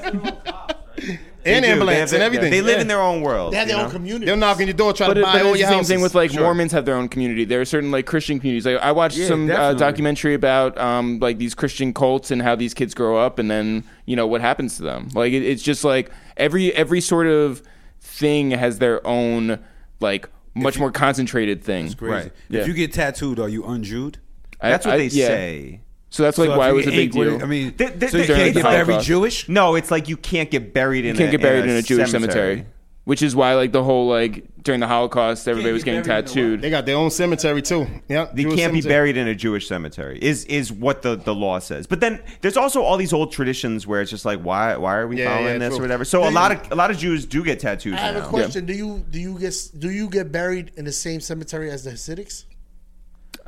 Speaker 1: They
Speaker 3: and
Speaker 1: do. They have
Speaker 3: ambulance
Speaker 1: their-
Speaker 3: and everything.
Speaker 1: They live in
Speaker 3: Yeah.
Speaker 1: their own world.
Speaker 6: They have
Speaker 1: you
Speaker 6: their
Speaker 1: know?
Speaker 6: own community.
Speaker 3: They'll knock on your door, try
Speaker 2: But,
Speaker 3: to
Speaker 2: it,
Speaker 3: buy
Speaker 2: but
Speaker 3: all
Speaker 2: it's the
Speaker 3: your
Speaker 2: same
Speaker 3: houses.
Speaker 2: thing with like
Speaker 3: Sure.
Speaker 2: Mormons have their own community. There are certain like Christian communities. Like I watched some uh,
Speaker 1: definitely.
Speaker 2: documentary about um, like these Christian cults and how these kids grow up and then you know what happens to them. Like it, it's just like every every sort of thing has their own like much more concentrated thing.
Speaker 5: Crazy.
Speaker 1: Right.
Speaker 2: Yeah.
Speaker 5: If you get tattooed, are you unjewed?
Speaker 2: I-
Speaker 1: That's what
Speaker 2: I-
Speaker 1: they
Speaker 2: yeah.
Speaker 1: say.
Speaker 2: So that's like
Speaker 5: So if
Speaker 2: why it
Speaker 5: you
Speaker 2: was a big
Speaker 5: ain't- what-
Speaker 2: deal.
Speaker 5: I mean,
Speaker 1: Th- th-
Speaker 5: so you
Speaker 1: th-
Speaker 5: can't
Speaker 1: it's
Speaker 5: get
Speaker 1: like-
Speaker 5: very Jewish.
Speaker 1: No, it's like you can't get buried in.
Speaker 2: you can't
Speaker 1: a,
Speaker 2: get buried in a, Jewish
Speaker 1: cemetery.
Speaker 2: cemetery. which is why like the whole like during the Holocaust everybody was getting tattooed.
Speaker 3: They got their own cemetery too. Yeah,
Speaker 1: They can't be buried in a Jewish cemetery. Is is what the, the law says. But then there's also all these old traditions where it's just like why why are we
Speaker 3: Yeah,
Speaker 1: following
Speaker 3: yeah,
Speaker 1: this or
Speaker 3: true.
Speaker 1: whatever. So a lot of a lot of Jews do get tattoos.
Speaker 6: I have a
Speaker 1: now.
Speaker 6: question. Do you do you get do you get buried in the same cemetery as the Hasidics?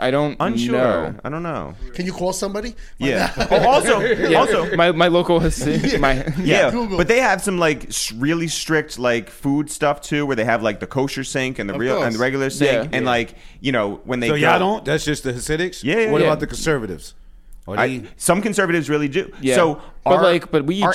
Speaker 2: I don't
Speaker 1: Unsure.
Speaker 2: know.
Speaker 1: I don't know.
Speaker 6: Can you call somebody?
Speaker 1: Yeah. oh, also also
Speaker 2: my my local Hasid, my
Speaker 1: Yeah,
Speaker 6: Google.
Speaker 1: but they have some like s- really strict like food stuff too, where they have like the kosher sink and the real and the
Speaker 3: course.
Speaker 1: regular sink,
Speaker 2: Yeah.
Speaker 1: and
Speaker 2: Yeah.
Speaker 1: like you know when they
Speaker 5: So
Speaker 1: go-
Speaker 5: y'all don't. That's just the Hasidics.
Speaker 1: Yeah, yeah,
Speaker 5: What
Speaker 1: yeah.
Speaker 5: about the conservatives? Are they?
Speaker 1: I, some conservatives really do.
Speaker 2: Yeah.
Speaker 1: So,
Speaker 2: But,
Speaker 1: our-
Speaker 2: like, but we eat
Speaker 1: our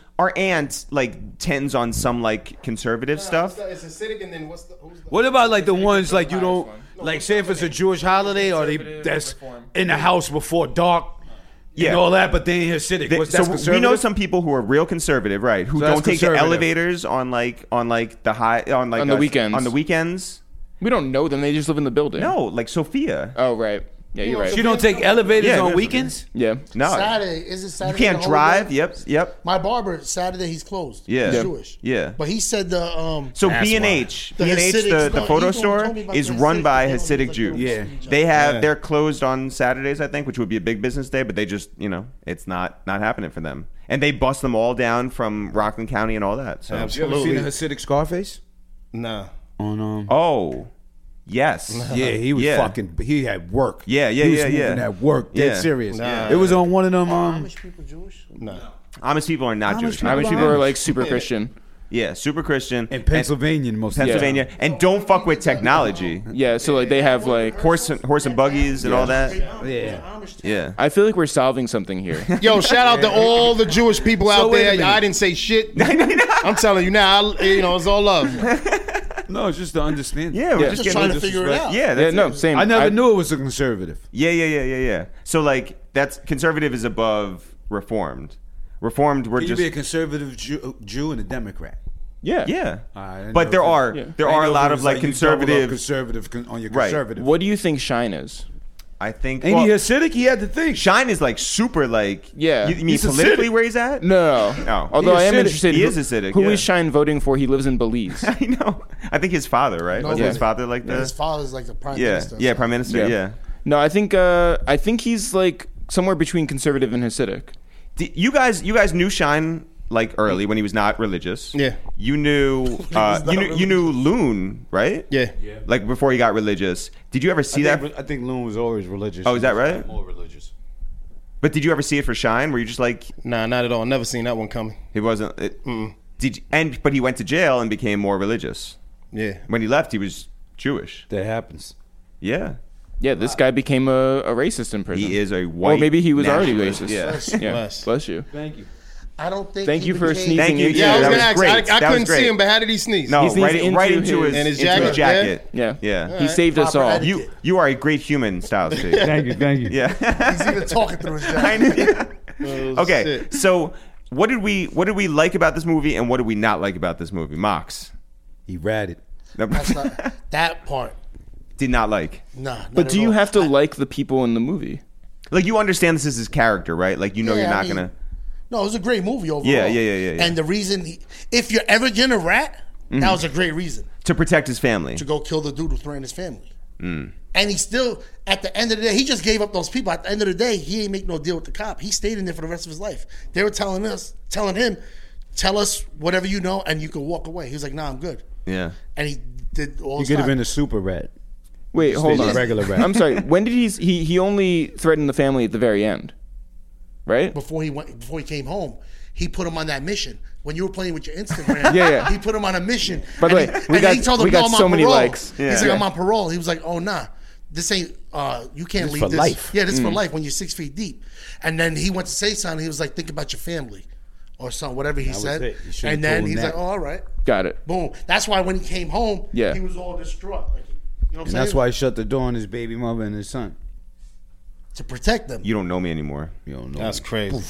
Speaker 1: Aunt, our aunt like tends on some like conservative stuff.
Speaker 3: It's acidic, and then what's the? Who's the
Speaker 5: what about like the ones like you don't like? Say if it's a Jewish holiday, or they that's in the house before dark
Speaker 1: Yeah.
Speaker 5: and all that, but they ain't Hasidic.
Speaker 1: They-
Speaker 5: What's
Speaker 1: so
Speaker 5: that's
Speaker 1: we know
Speaker 5: conservative?
Speaker 1: some people who are real conservative, right? Who
Speaker 5: So that's
Speaker 1: don't take the
Speaker 5: conservative.
Speaker 1: elevators on like on like the high on like
Speaker 2: On the
Speaker 1: a-
Speaker 2: weekends.
Speaker 1: on the weekends.
Speaker 2: We don't know them. They just live in the building.
Speaker 1: No, like Sophia.
Speaker 2: Oh right. Yeah, you're
Speaker 5: You
Speaker 2: right.
Speaker 5: don't take elevators
Speaker 1: Yeah,
Speaker 5: on
Speaker 1: that's-
Speaker 5: weekends.
Speaker 2: Yeah.
Speaker 1: No,
Speaker 6: Saturday is it
Speaker 1: you
Speaker 6: Saturday?
Speaker 1: can't
Speaker 6: the whole
Speaker 1: drive.
Speaker 6: day?
Speaker 1: Yep, yep.
Speaker 6: My barber Saturday he's closed.
Speaker 1: Yeah.
Speaker 6: he's
Speaker 1: Yeah.
Speaker 6: Jewish.
Speaker 1: Yeah.
Speaker 6: But he said the um.
Speaker 1: So B and H, B
Speaker 6: The
Speaker 1: and H,
Speaker 6: Hasidic
Speaker 1: the, the
Speaker 6: store-
Speaker 1: photo
Speaker 6: you
Speaker 1: store
Speaker 6: told me about
Speaker 1: is
Speaker 6: the
Speaker 1: run
Speaker 6: Hasidic
Speaker 1: by
Speaker 6: people,
Speaker 1: Hasidic
Speaker 6: like,
Speaker 1: Jews.
Speaker 6: they're Yeah.
Speaker 1: they have they're closed on Saturdays, I think, which would be a big business day, but they just you know it's not not happening for them, and they bust them all down from Rockland County and all that. So
Speaker 5: You ever seen a
Speaker 3: absolutely
Speaker 5: Hasidic Scarface?
Speaker 3: nah.
Speaker 5: On um.
Speaker 1: oh yes,
Speaker 5: Yeah, he was
Speaker 1: Yeah.
Speaker 5: fucking. He had work.
Speaker 1: Yeah, yeah,
Speaker 5: he was
Speaker 1: yeah, yeah.
Speaker 5: moving At work, dead
Speaker 1: Yeah.
Speaker 5: serious.
Speaker 3: Nah.
Speaker 5: It was on one of them. Um,
Speaker 6: Amish people Jewish?
Speaker 1: Amish people are not
Speaker 5: Amish
Speaker 1: Jewish.
Speaker 5: people
Speaker 2: How many
Speaker 5: Amish
Speaker 2: people are like super Christian?
Speaker 1: yeah, super Christian
Speaker 5: in Pennsylvania, most of the time.
Speaker 1: Pennsylvania, and don't fuck with technology,
Speaker 2: Yeah. So like they have like.
Speaker 1: horse and horse and buggies and all that.
Speaker 5: Yeah.
Speaker 1: Yeah,
Speaker 2: I feel like we're solving something here.
Speaker 3: Yo, shout out to all the Jewish people out
Speaker 5: wait a
Speaker 3: there.
Speaker 5: minute.
Speaker 3: I didn't say shit. I'm telling you now. I, you know, it's all love.
Speaker 5: No, it's just to understand.
Speaker 1: yeah, we're
Speaker 2: Yeah.
Speaker 1: just,
Speaker 6: Just
Speaker 1: getting
Speaker 6: trying to figure it out.
Speaker 1: Yeah,
Speaker 2: yeah.
Speaker 1: that's
Speaker 2: No.
Speaker 1: it.
Speaker 2: Same.
Speaker 5: I never knew it was a conservative.
Speaker 1: Yeah, yeah, yeah, yeah, yeah. So like that's conservative is above reformed. Reformed, we're
Speaker 5: Can you
Speaker 1: just
Speaker 5: be a conservative Jew, Jew and a Democrat?
Speaker 2: Yeah.
Speaker 1: yeah.
Speaker 5: I didn't
Speaker 1: but
Speaker 5: know
Speaker 1: there
Speaker 5: if it-
Speaker 1: are
Speaker 2: Yeah.
Speaker 1: there
Speaker 5: I didn't
Speaker 1: are a
Speaker 5: know if
Speaker 1: lot
Speaker 5: it
Speaker 1: of
Speaker 5: was
Speaker 1: like
Speaker 5: you double up
Speaker 1: conservative.
Speaker 5: conservative con- on your
Speaker 1: Right.
Speaker 5: conservative.
Speaker 2: What do you think Shine is?
Speaker 1: I think.
Speaker 5: Ain't
Speaker 1: well,
Speaker 5: he Hasidic? He had the thing.
Speaker 1: Shine is like super like
Speaker 2: Yeah.
Speaker 1: You, you mean
Speaker 5: He's
Speaker 1: politically
Speaker 5: Hasidic.
Speaker 1: where he's at? Oh.
Speaker 2: No.
Speaker 1: No.
Speaker 2: Although
Speaker 1: He
Speaker 2: I am
Speaker 1: is Hasidic.
Speaker 2: interested.
Speaker 1: He
Speaker 2: who-
Speaker 1: is Hasidic,
Speaker 2: Who
Speaker 1: yeah.
Speaker 2: is Shine voting for? He lives in Belize.
Speaker 1: I know. I think his father, right? Wasn't
Speaker 6: Yeah.
Speaker 1: his father like the?
Speaker 6: His father's like the prime
Speaker 1: yeah,
Speaker 6: minister.
Speaker 1: yeah, prime minister. Yeah.
Speaker 2: No, I think uh I think he's like somewhere between conservative and Hasidic.
Speaker 1: D- you guys, you guys knew Shine like early when he was not religious.
Speaker 3: Yeah.
Speaker 1: You knew. Uh, you knew. You knew Loon, right?
Speaker 3: Yeah. Yeah.
Speaker 1: Like before he got religious. Did you ever
Speaker 5: I
Speaker 1: see that?
Speaker 5: think, I think Loon was always religious.
Speaker 1: Oh, is that right?
Speaker 8: More religious.
Speaker 1: But did you ever see it for Shine? Were you just like
Speaker 3: Nah, not at all. Never seen that one coming.
Speaker 1: he wasn't? It,
Speaker 3: Mm.
Speaker 1: did you, and but he went to jail and became more religious.
Speaker 3: Yeah.
Speaker 1: When he left, he was Jewish.
Speaker 5: That happens.
Speaker 1: Yeah,
Speaker 2: Yeah, this guy became a, a racist in prison.
Speaker 1: he is a white.
Speaker 2: Or maybe he was already
Speaker 1: nationalist.
Speaker 2: racist.
Speaker 1: Yeah.
Speaker 2: Yeah.
Speaker 3: Bless.
Speaker 2: Bless you.
Speaker 5: Thank you.
Speaker 6: I don't think.
Speaker 2: Thank
Speaker 6: he
Speaker 2: you for
Speaker 6: became-
Speaker 2: sneezing.
Speaker 1: Thank you.
Speaker 2: into
Speaker 1: Yeah,
Speaker 3: I was
Speaker 1: that
Speaker 3: gonna
Speaker 1: was
Speaker 3: ask.
Speaker 1: great.
Speaker 3: I, I
Speaker 1: That was
Speaker 3: couldn't
Speaker 1: great.
Speaker 3: see him, but how did he sneeze?
Speaker 1: No,
Speaker 2: He's
Speaker 1: right,
Speaker 2: into
Speaker 1: right into his,
Speaker 2: his-
Speaker 1: into
Speaker 3: And his
Speaker 1: his jacket.
Speaker 3: jacket, yeah?
Speaker 2: Yeah.
Speaker 1: yeah.
Speaker 2: He saved us
Speaker 6: Proper
Speaker 2: all.
Speaker 6: etiquette.
Speaker 1: You you are a great human, Styles. P.
Speaker 5: Thank you. Thank you.
Speaker 1: yeah.
Speaker 6: He's even talking through his
Speaker 1: I
Speaker 6: jacket.
Speaker 1: knew-
Speaker 3: Oh,
Speaker 1: okay,
Speaker 3: shit.
Speaker 1: so what did we what did we like about this movie and what did we not like about this movie? Mox
Speaker 5: He ratted.
Speaker 1: No,
Speaker 6: That's not- that part.
Speaker 1: did not like.
Speaker 6: Nah. not
Speaker 2: But
Speaker 6: at
Speaker 2: do you
Speaker 6: all.
Speaker 2: have to like the people in the movie?
Speaker 1: Like you understand this is his character, right? Like you know
Speaker 6: Yeah,
Speaker 1: you're
Speaker 6: I
Speaker 1: not
Speaker 6: mean-
Speaker 1: gonna.
Speaker 6: No, it was a great movie overall.
Speaker 1: Yeah, yeah, yeah, yeah, yeah.
Speaker 6: And the reason, he, if you're ever getting a rat, that was a great reason
Speaker 1: to protect his family.
Speaker 6: to go kill the dude who threatened his family. And he still, at the end of the day, he just gave up those people. At the end of the day, he ain't make no deal with the cop. He stayed in there for the rest of his life. They were telling us, telling him, tell us whatever you know, and you can walk away. He was like, Nah, I'm good.
Speaker 1: Yeah.
Speaker 6: And he did all.
Speaker 5: He
Speaker 6: his
Speaker 5: could have
Speaker 6: time.
Speaker 5: been a super rat.
Speaker 2: Wait, hold
Speaker 5: a
Speaker 2: on.
Speaker 5: regular rat.
Speaker 2: I'm sorry. When did he he he only threatened the family at the very end? Right?
Speaker 6: before he went before he came home. He put him on that mission. When you were playing with your Instagram,
Speaker 2: Yeah, yeah.
Speaker 6: he put him on a mission.
Speaker 2: By the
Speaker 6: And
Speaker 2: way,
Speaker 6: he-
Speaker 2: we
Speaker 6: and
Speaker 2: got-
Speaker 6: he told him,
Speaker 2: we got
Speaker 6: no, I'm
Speaker 2: so
Speaker 6: on
Speaker 2: many
Speaker 6: parole.
Speaker 2: likes.
Speaker 1: Yeah.
Speaker 6: He's like,
Speaker 1: Yeah.
Speaker 6: I'm on parole. He was like, oh, nah. This ain't, uh, you can't leave
Speaker 5: for
Speaker 6: this.
Speaker 5: life.
Speaker 6: Yeah, this is for
Speaker 2: Mm.
Speaker 6: life when you're six feet deep. And then he went to say something. He was like, think about your family or something, whatever he said.
Speaker 5: it. You should've
Speaker 6: And then
Speaker 5: told him
Speaker 6: he's
Speaker 5: that.
Speaker 6: like, oh, all right.
Speaker 2: Got it.
Speaker 6: Boom. That's why when he came home,
Speaker 2: Yeah.
Speaker 6: he was all distraught. Like, you know what I'm
Speaker 5: And
Speaker 6: saying?
Speaker 5: that's why he shut the door on his baby mother and his son.
Speaker 6: to protect them.
Speaker 1: You don't know me anymore.
Speaker 5: You don't know.
Speaker 3: That's crazy.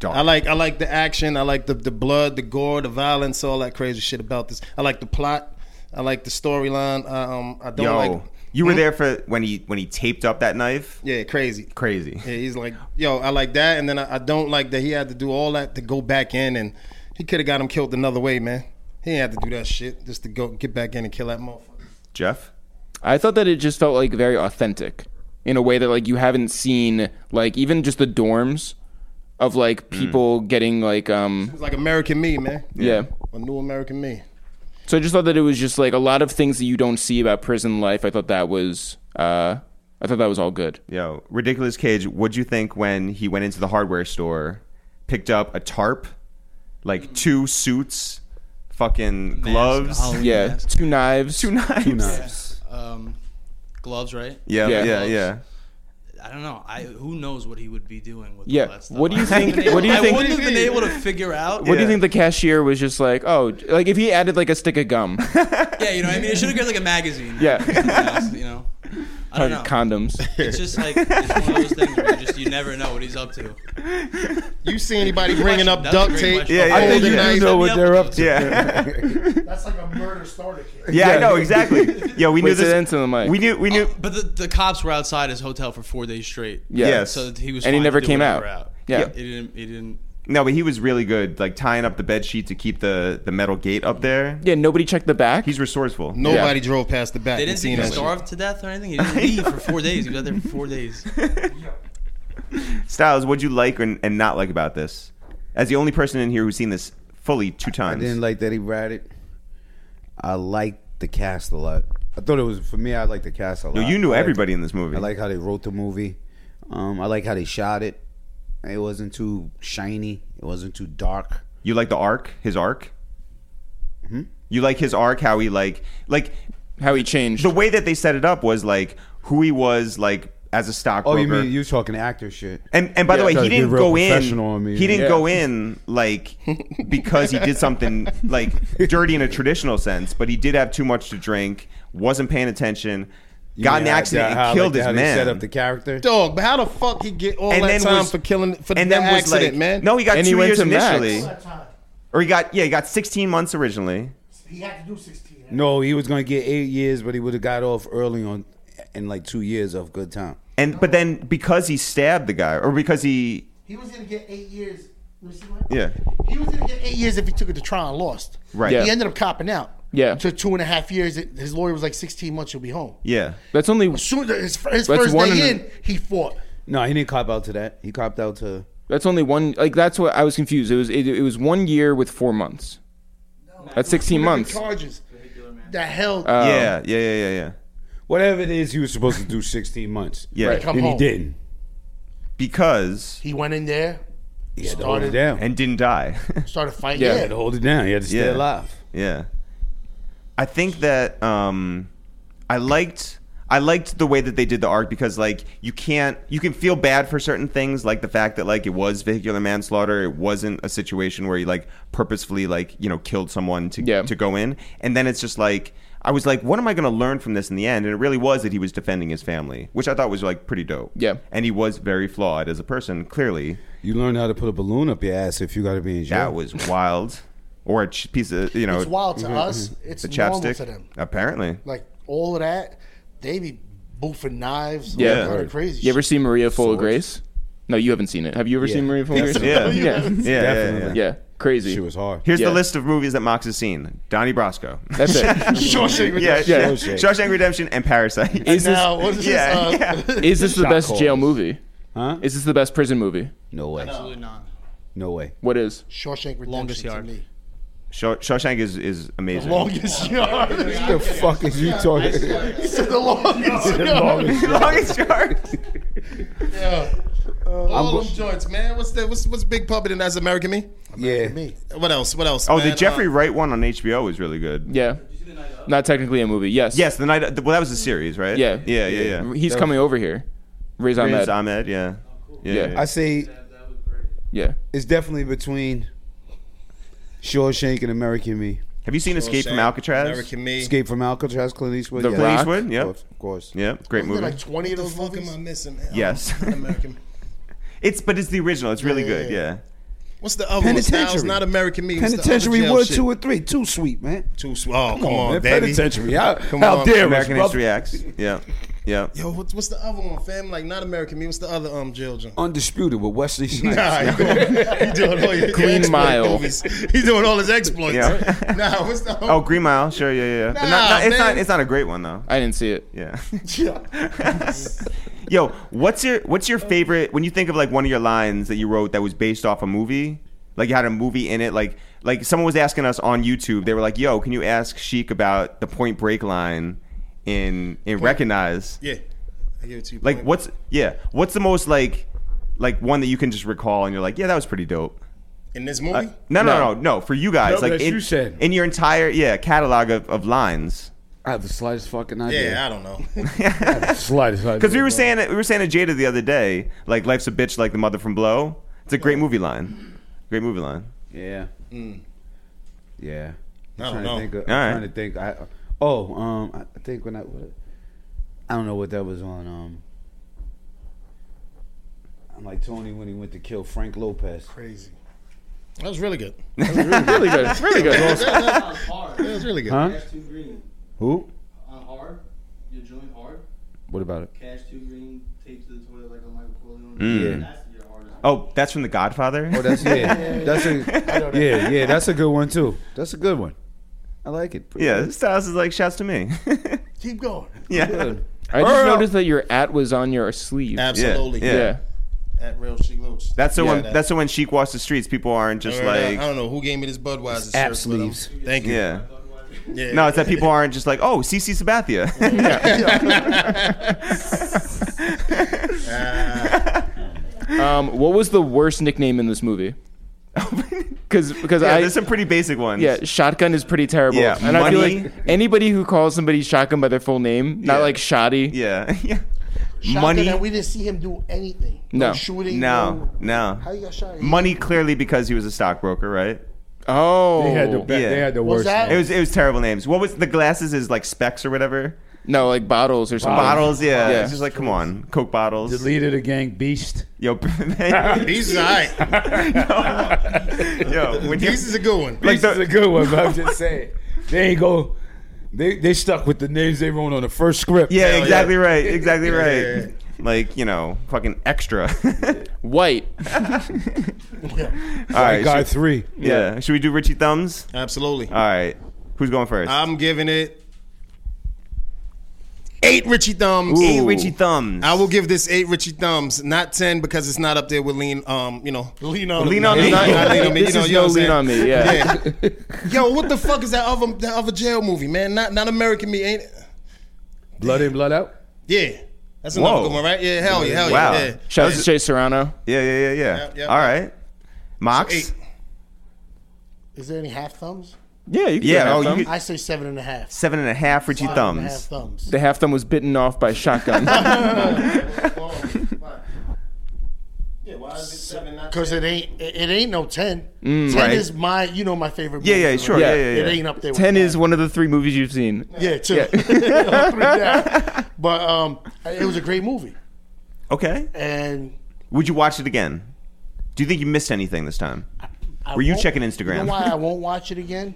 Speaker 1: Dog.
Speaker 3: I like I like the action. I like the, the blood, the gore, the violence, all that crazy shit about this. I like the plot. I like the storyline. I, um, I don't
Speaker 1: Yo,
Speaker 3: like.
Speaker 1: you were there for when he when he taped up that knife.
Speaker 3: Yeah, crazy.
Speaker 1: Crazy.
Speaker 3: Yeah, he's like, yo, I like that, and then I, I don't like that he had to do all that to go back in, and he could have got him killed another way, man. He had to do that shit just to go get back in and kill that motherfucker.
Speaker 1: Jeff.
Speaker 2: I thought that it just felt like very authentic in a way that like you haven't seen like even just the dorms of like people getting like um
Speaker 3: It's like American Me, man.
Speaker 2: yeah.
Speaker 3: A new American Me.
Speaker 2: So I just thought that it was just like a lot of things that you don't see about prison life. I thought that was uh I thought that was all good.
Speaker 1: Yo, ridiculous cage. What'd you think when he went into the hardware store, picked up a tarp, like two suits, fucking
Speaker 4: Mask,
Speaker 1: gloves,
Speaker 4: a Halloween
Speaker 2: Yeah,
Speaker 4: mask.
Speaker 2: two knives.
Speaker 1: two knives.
Speaker 4: Um, gloves, right?
Speaker 1: Yeah, yeah,
Speaker 2: Yeah.
Speaker 1: yeah.
Speaker 4: I don't know. I who knows what he would be doing with
Speaker 2: Yeah.
Speaker 4: all that stuff.
Speaker 2: What do you
Speaker 4: I
Speaker 2: think-
Speaker 4: wouldn't have been
Speaker 2: what do you
Speaker 4: able-
Speaker 2: think-
Speaker 4: I wouldn't have been able to figure out.
Speaker 2: What do
Speaker 1: Yeah.
Speaker 2: you think the cashier was just like? Oh, like if he added like a stick of gum,
Speaker 4: Yeah, you know, what I mean, it should have got like a magazine.
Speaker 2: Yeah.
Speaker 4: Something else, you know, I don't know.
Speaker 2: condoms.
Speaker 4: it's just like it's one of those things where you just you never know what he's up to.
Speaker 3: You see anybody
Speaker 4: Good
Speaker 3: bringing up
Speaker 4: question. That's
Speaker 3: duct
Speaker 4: a great
Speaker 3: tape?
Speaker 4: question. Yeah,
Speaker 1: yeah, I think you
Speaker 3: Golden
Speaker 1: do
Speaker 3: knife.
Speaker 4: know what they're up
Speaker 1: Yeah.
Speaker 6: That's like a murder starter kit.
Speaker 1: yeah, I
Speaker 2: Yeah.
Speaker 1: know exactly. Yo, we
Speaker 2: Wait,
Speaker 1: knew
Speaker 2: say
Speaker 1: this.
Speaker 2: that into the mic.
Speaker 1: We knew. We knew.
Speaker 4: But the, the cops were outside his hotel for four days straight.
Speaker 2: Yeah.
Speaker 1: Yes.
Speaker 4: So he was
Speaker 2: And he
Speaker 4: fine
Speaker 2: never
Speaker 4: to do
Speaker 2: came
Speaker 4: whatever
Speaker 2: out.
Speaker 4: out.
Speaker 2: Yeah.
Speaker 4: It didn't. It didn't.
Speaker 1: No, but he was really good, like tying up the bed sheet to keep the the metal gate up there.
Speaker 2: Yeah, nobody checked the back.
Speaker 1: He's resourceful.
Speaker 3: Nobody drove past the back.
Speaker 4: They
Speaker 3: and
Speaker 4: didn't
Speaker 3: seen
Speaker 4: think he
Speaker 3: that shit.
Speaker 4: starved to death or anything. He didn't leave for four days. He was out there for four days.
Speaker 1: Styles, what'd you like and, and not like about this? As the only person in here who's seen this fully two
Speaker 5: I
Speaker 1: times.
Speaker 5: didn't like that he ratted. I liked the cast a lot. I thought it was for me. I liked the cast a lot.
Speaker 1: no, you
Speaker 5: I
Speaker 1: knew
Speaker 5: liked-
Speaker 1: everybody in this movie.
Speaker 5: I like how they wrote the movie. Um, I like how they shot it. It wasn't too shiny. It wasn't too dark.
Speaker 1: You like the arc, his arc.
Speaker 5: Mm-hmm.
Speaker 1: You like his arc, how he like like
Speaker 2: How he changed.
Speaker 1: the way that they set it up was like who he was like as a
Speaker 5: Oh,
Speaker 1: stockbroker.
Speaker 5: you mean you talking actor shit?
Speaker 1: and and by the
Speaker 2: Yeah,
Speaker 1: way,
Speaker 5: try
Speaker 1: he
Speaker 5: to be
Speaker 1: didn't
Speaker 5: real
Speaker 1: go in.
Speaker 5: professional on me.
Speaker 1: He didn't
Speaker 2: Yeah.
Speaker 1: go in like because he did something like dirty in a traditional sense, but he did have too much to drink, wasn't paying attention, got in an accident,
Speaker 5: How- how-
Speaker 1: and killed
Speaker 5: like
Speaker 1: his
Speaker 5: how they
Speaker 1: man.
Speaker 5: Set up the character.
Speaker 3: Dog, but how the fuck he get all
Speaker 1: and
Speaker 3: that
Speaker 1: then
Speaker 3: time
Speaker 1: was,
Speaker 3: for killing for
Speaker 1: and
Speaker 3: that
Speaker 1: then was
Speaker 3: accident,
Speaker 1: like,
Speaker 3: man?
Speaker 1: No, he got
Speaker 2: And
Speaker 1: two
Speaker 2: he went
Speaker 1: years
Speaker 2: to Max.
Speaker 1: initially, or he got yeah, he got 16 months originally.
Speaker 6: He had to do 16.
Speaker 5: No, he was gonna get eight years, but he would have got off early on, in like two years of good time.
Speaker 1: And but then because he stabbed the guy, or because he
Speaker 6: He was going to get eight years. Let me see my-
Speaker 1: yeah
Speaker 6: He was going to get eight years if he took it to trial and lost.
Speaker 1: right
Speaker 2: Yeah.
Speaker 6: He ended up copping out.
Speaker 2: Yeah.
Speaker 6: To two and a half years. It- His lawyer was like 16 months, you'll be home.
Speaker 1: yeah
Speaker 2: That's only
Speaker 6: Soon, his, his
Speaker 2: That's
Speaker 6: first
Speaker 2: one
Speaker 6: day
Speaker 2: in
Speaker 6: in, he fought.
Speaker 5: No, he didn't cop out to that. He copped out to.
Speaker 2: that's only one. Like that's what I was confused. It was it, it was one year with four months. That's
Speaker 6: Two
Speaker 2: sixteen
Speaker 6: different
Speaker 2: months. Uh,
Speaker 6: Charges. That held.
Speaker 1: yeah yeah yeah yeah yeah
Speaker 5: Whatever it is, he was supposed to do 16 months.
Speaker 1: yeah
Speaker 6: Right. Come
Speaker 5: and he
Speaker 6: home.
Speaker 5: didn't.
Speaker 1: because
Speaker 6: he went in there,
Speaker 5: He had to hold it
Speaker 6: Started-
Speaker 5: down.
Speaker 1: and didn't die
Speaker 6: started fighting.
Speaker 2: Yeah.
Speaker 5: He had to hold it down. He had to stay
Speaker 1: Yeah.
Speaker 5: alive.
Speaker 1: yeah I think that um I liked. I liked the way that they did the arc because, like, you can't, you can feel bad for certain things, like the fact that, like, it was vehicular manslaughter. It wasn't a situation where he, like, purposefully, like, you know, killed someone to,
Speaker 2: Yeah.
Speaker 1: to go in. And then it's just like, I was like, what am I going to learn from this in the end? And it really was that he was defending his family, which I thought was, like, pretty dope.
Speaker 2: Yeah.
Speaker 1: And he was very flawed as a person, clearly.
Speaker 5: You learned how to put a balloon up your ass if you got to be in jail.
Speaker 1: That was wild. Or a ch- piece of, you know,
Speaker 6: It's wild
Speaker 2: Mm-hmm,
Speaker 6: to us. It's
Speaker 1: the
Speaker 6: normal
Speaker 1: chapstick.
Speaker 6: to them.
Speaker 1: Apparently.
Speaker 6: Like all of that, they be boofing knives.
Speaker 2: Yeah.
Speaker 6: Yeah, crazy.
Speaker 2: You ever
Speaker 6: shit.
Speaker 2: see Maria Full of Grace? No, you haven't seen it. Have you ever seen Maria Full of Grace?
Speaker 1: Yeah.
Speaker 2: yeah, yeah.
Speaker 1: Yeah, yeah, yeah,
Speaker 5: Definitely.
Speaker 1: yeah.
Speaker 2: Crazy.
Speaker 5: She was hard.
Speaker 1: Here's
Speaker 2: Yeah.
Speaker 1: the list of movies that Mox has seen: Donnie Brasco,
Speaker 2: That's it.
Speaker 6: Shawshank Redemption.
Speaker 1: yeah, yeah,
Speaker 5: Shawshank.
Speaker 1: Shawshank Redemption, and Parasite.
Speaker 2: Is this
Speaker 6: Now, what is
Speaker 1: yeah,
Speaker 6: this? Uh,
Speaker 1: yeah.
Speaker 2: is this the
Speaker 5: Shot
Speaker 2: best
Speaker 5: calls.
Speaker 2: jail movie?
Speaker 5: Huh?
Speaker 2: Is this the best prison movie?
Speaker 5: No way.
Speaker 4: Absolutely not.
Speaker 5: No way.
Speaker 2: What is?
Speaker 6: Shawshank Redemption.
Speaker 4: Longest
Speaker 6: to
Speaker 4: yard.
Speaker 6: me.
Speaker 1: Shaw- Shawshank is is amazing.
Speaker 6: Longest yard.
Speaker 5: the fuck is you talking?
Speaker 6: He said the longest yard.
Speaker 1: Longest yard.
Speaker 6: Yeah.
Speaker 3: All them joints, man. What's the what's what's Big Puppet and That's American Me?
Speaker 5: Yeah.
Speaker 6: Me.
Speaker 3: What else? What else?
Speaker 1: Oh,
Speaker 3: man?
Speaker 1: the Jeffrey
Speaker 3: Uh,
Speaker 1: Wright one on HBO is really good.
Speaker 2: Yeah. Not technically a movie. Yes.
Speaker 1: Yes, the night. Well, that was a series, right?
Speaker 2: Yeah.
Speaker 1: yeah, yeah, yeah.
Speaker 2: He's coming over here. Riz
Speaker 1: Riz
Speaker 2: Ahmed.
Speaker 1: Ahmed, yeah. Yeah,
Speaker 2: Yeah.
Speaker 1: yeah.
Speaker 5: I say
Speaker 2: Yeah.
Speaker 5: it's definitely between Shawshank and American Me.
Speaker 1: Have you seen Escape from
Speaker 3: Shaq,
Speaker 1: Alcatraz?
Speaker 3: American Me.
Speaker 5: Escape from Alcatraz, Clint Eastwood.
Speaker 2: The
Speaker 5: yeah.
Speaker 2: Rock.
Speaker 1: Clint Eastwood, yeah,
Speaker 5: Of course.
Speaker 1: yeah, great
Speaker 6: Wasn't
Speaker 1: movie.
Speaker 6: there like 20 of those
Speaker 3: What the fuck am I
Speaker 6: movies?
Speaker 3: missing? Man,
Speaker 1: Yes.
Speaker 3: I'm not American.
Speaker 1: It's but it's the original. It's really
Speaker 6: Yeah,
Speaker 1: good.
Speaker 6: yeah,
Speaker 1: Yeah.
Speaker 3: What's the other one? Styles,
Speaker 5: Penitentiary.
Speaker 3: not American Me. What's the other
Speaker 5: Penitentiary
Speaker 3: jail
Speaker 5: one,
Speaker 3: shit?
Speaker 5: two, and three. Too sweet, man.
Speaker 3: Two sw- Oh, come on,
Speaker 5: man.
Speaker 3: baby.
Speaker 5: Penitentiary. How,
Speaker 3: Come
Speaker 5: how
Speaker 3: on.
Speaker 5: dare us,
Speaker 1: American
Speaker 5: brother?
Speaker 1: History X. Yeah, yeah.
Speaker 3: Yo, what's, what's the other one, fam? Like not American Me. What's the other um jail
Speaker 5: Oh,
Speaker 3: joint?
Speaker 5: Undisputed with Wesley Snipes.
Speaker 3: Nah, you he doing all his
Speaker 2: Green
Speaker 3: exploit
Speaker 2: Mile.
Speaker 3: Movies. He's doing all his exploits.
Speaker 1: Yeah.
Speaker 3: Nah, what's the
Speaker 1: Oh, Green Mile. Sure, yeah, yeah. yeah. But not-
Speaker 3: Nah,
Speaker 1: not- it's
Speaker 3: man.
Speaker 1: not. It's not a great one though.
Speaker 2: I didn't see it.
Speaker 1: Yeah.
Speaker 3: Yeah.
Speaker 1: Yo, what's your what's your favorite when you think of like one of your lines that you wrote that was based off a movie? Like you had a movie in it, like like someone was asking us on YouTube, they were like, Yo, can you ask Sheik about the point break line in in Recognize?
Speaker 3: Yeah. I give it to you.
Speaker 1: Like
Speaker 3: point.
Speaker 1: what's yeah, what's the most like like one that you can just recall and you're like, Yeah, that was pretty dope. Uh,
Speaker 3: in this movie?
Speaker 1: No, no, no, no, for you guys.
Speaker 5: No,
Speaker 1: like
Speaker 5: that
Speaker 1: in,
Speaker 5: you said.
Speaker 1: in your entire yeah, catalog of, of lines.
Speaker 5: I have the slightest fucking idea.
Speaker 3: yeah, I don't know.
Speaker 5: slightest idea.
Speaker 1: Because we were
Speaker 5: bro.
Speaker 1: saying we were saying to Jada the other day, like life's a bitch like the mother from Blow. It's a great movie line. Great movie line.
Speaker 5: Yeah. Yeah. I'm
Speaker 3: I don't
Speaker 5: trying
Speaker 3: know.
Speaker 5: to think. Of, I'm
Speaker 1: All right.
Speaker 5: trying to think. I, oh, um, I I think when I, what, I don't know what that was on. Um, I'm like Tony when he went to kill Frank Lopez.
Speaker 3: Crazy. That was really good.
Speaker 2: Really good. Really good.
Speaker 3: that
Speaker 7: On hard.
Speaker 3: was really good.
Speaker 5: Huh?
Speaker 7: Cash two green.
Speaker 5: Who?
Speaker 7: On hard. Your joint hard.
Speaker 5: What about it?
Speaker 7: Cash two green. Taped to the toilet like a Michael Corleone.
Speaker 1: Mm.
Speaker 7: That's your hardest.
Speaker 1: Oh, that's from The Godfather.
Speaker 5: Oh, that's yeah. that's a yeah, yeah. That's a good one too. That's a good one. I like it. Pretty
Speaker 1: yeah,
Speaker 5: good.
Speaker 1: Styles is like shouts to me.
Speaker 6: Keep going.
Speaker 1: yeah.
Speaker 2: I just
Speaker 1: Earl.
Speaker 2: noticed that your at was on your sleeve.
Speaker 3: Absolutely.
Speaker 1: Yeah.
Speaker 2: Yeah.
Speaker 3: At real she looks.
Speaker 1: That's so
Speaker 2: Yeah,
Speaker 1: when
Speaker 2: that-
Speaker 1: that's so when Chic walks the streets, people aren't just
Speaker 3: I
Speaker 1: like
Speaker 3: don't know who gave me this Budweiser. shirt,
Speaker 5: App
Speaker 3: but,
Speaker 5: sleeves.
Speaker 3: um, Thank you.
Speaker 1: Yeah.
Speaker 3: Yeah.
Speaker 1: No, it's that people aren't just like, oh, CC Sabathia.
Speaker 2: Um, what was the worst nickname in this movie? Because because
Speaker 1: yeah,
Speaker 2: I
Speaker 1: there's some pretty basic ones.
Speaker 2: yeah shotgun is pretty terrible.
Speaker 1: Yeah,
Speaker 2: and I feel
Speaker 1: money.
Speaker 2: like anybody who calls somebody shotgun by their full name, not
Speaker 1: Yeah.
Speaker 2: like shoddy.
Speaker 1: Yeah. Yeah.
Speaker 6: Shotgun,
Speaker 1: Money.
Speaker 6: And we didn't see him do anything.
Speaker 2: No.
Speaker 6: shooting.
Speaker 1: No,
Speaker 6: How
Speaker 1: no.
Speaker 6: you got shot?
Speaker 1: Money clearly because he was a stockbroker, right?
Speaker 2: Oh,
Speaker 8: They had the be-
Speaker 1: Yeah.
Speaker 8: they had the
Speaker 6: Was
Speaker 8: worst.
Speaker 6: that-
Speaker 1: It was it was terrible names. What was the glasses is like specs or whatever?
Speaker 2: no, like bottles or something.
Speaker 1: Bottles, yeah.
Speaker 2: Yeah.
Speaker 1: It's just like, come on, Coke bottles.
Speaker 8: The leader of the gang, Beast.
Speaker 1: Yo, man.
Speaker 3: These is all right.
Speaker 1: yo, when you
Speaker 3: These is a good one.
Speaker 1: like
Speaker 8: Beast is a
Speaker 1: the,
Speaker 8: good one, but I'm just saying. They ain't go. They, they stuck with the names they wrote on the first script.
Speaker 1: yeah,
Speaker 3: Hell yeah.
Speaker 1: exactly right, exactly right.
Speaker 3: yeah.
Speaker 1: Like you know, fucking extra.
Speaker 2: White.
Speaker 1: All right,
Speaker 8: Guy
Speaker 1: should,
Speaker 8: three.
Speaker 1: yeah. Should we do Richie thumbs?
Speaker 3: Absolutely.
Speaker 1: All right, who's going first?
Speaker 3: I'm giving it eight Richie thumbs.
Speaker 1: Eight Richie thumbs.
Speaker 3: I will give this eight Richie thumbs, not ten because it's not up there with lean. Um, you know, lean on
Speaker 1: Lean On Me.
Speaker 3: Not, not lean on me.
Speaker 2: This
Speaker 3: you know,
Speaker 2: is
Speaker 3: you know
Speaker 2: no
Speaker 3: what I'm
Speaker 2: lean
Speaker 3: saying?
Speaker 2: on me. Yeah.
Speaker 3: Yeah. Yo, what the fuck is that other that other jail movie, man? Not not American Me, ain't it?
Speaker 8: Blood in, blood out.
Speaker 3: Yeah, that's another
Speaker 1: Whoa.
Speaker 3: good one, right? Yeah, hell yeah, hell
Speaker 1: Wow.
Speaker 3: yeah. yeah.
Speaker 2: Shout out to Jay Serrano.
Speaker 1: yeah, yeah, yeah, yeah.
Speaker 3: Yep, yep.
Speaker 1: All right, Mox.
Speaker 3: Eight.
Speaker 6: Is there any half thumbs?
Speaker 2: Yeah, you can
Speaker 1: Yeah,
Speaker 2: do
Speaker 1: oh,
Speaker 2: half
Speaker 1: you
Speaker 2: thumb.
Speaker 1: could-
Speaker 6: I say seven and a half.
Speaker 1: Seven and a half Richie
Speaker 6: Five and a half
Speaker 1: thumbs.
Speaker 6: thumbs.
Speaker 2: the half thumb was bitten off by shotgun.
Speaker 3: Yeah, why is it seven? Not
Speaker 6: Because it ain't it it ain't no ten. ten
Speaker 1: Mm, right.
Speaker 6: is my you know my favorite.
Speaker 1: Yeah,
Speaker 6: movie,
Speaker 1: yeah, sure.
Speaker 6: right?
Speaker 1: Yeah,
Speaker 2: Yeah.
Speaker 1: yeah, yeah.
Speaker 6: It ain't up there. with
Speaker 2: Ten
Speaker 6: that.
Speaker 2: is one of the three movies you've seen.
Speaker 6: yeah, two. Yeah. But um, it was a great movie,
Speaker 1: Okay.
Speaker 6: and
Speaker 1: Would you watch it again? Do you think you missed anything this time?
Speaker 6: I
Speaker 1: Were you
Speaker 6: won't-
Speaker 1: checking
Speaker 6: You know
Speaker 1: Instagram?
Speaker 6: why I won't watch it again?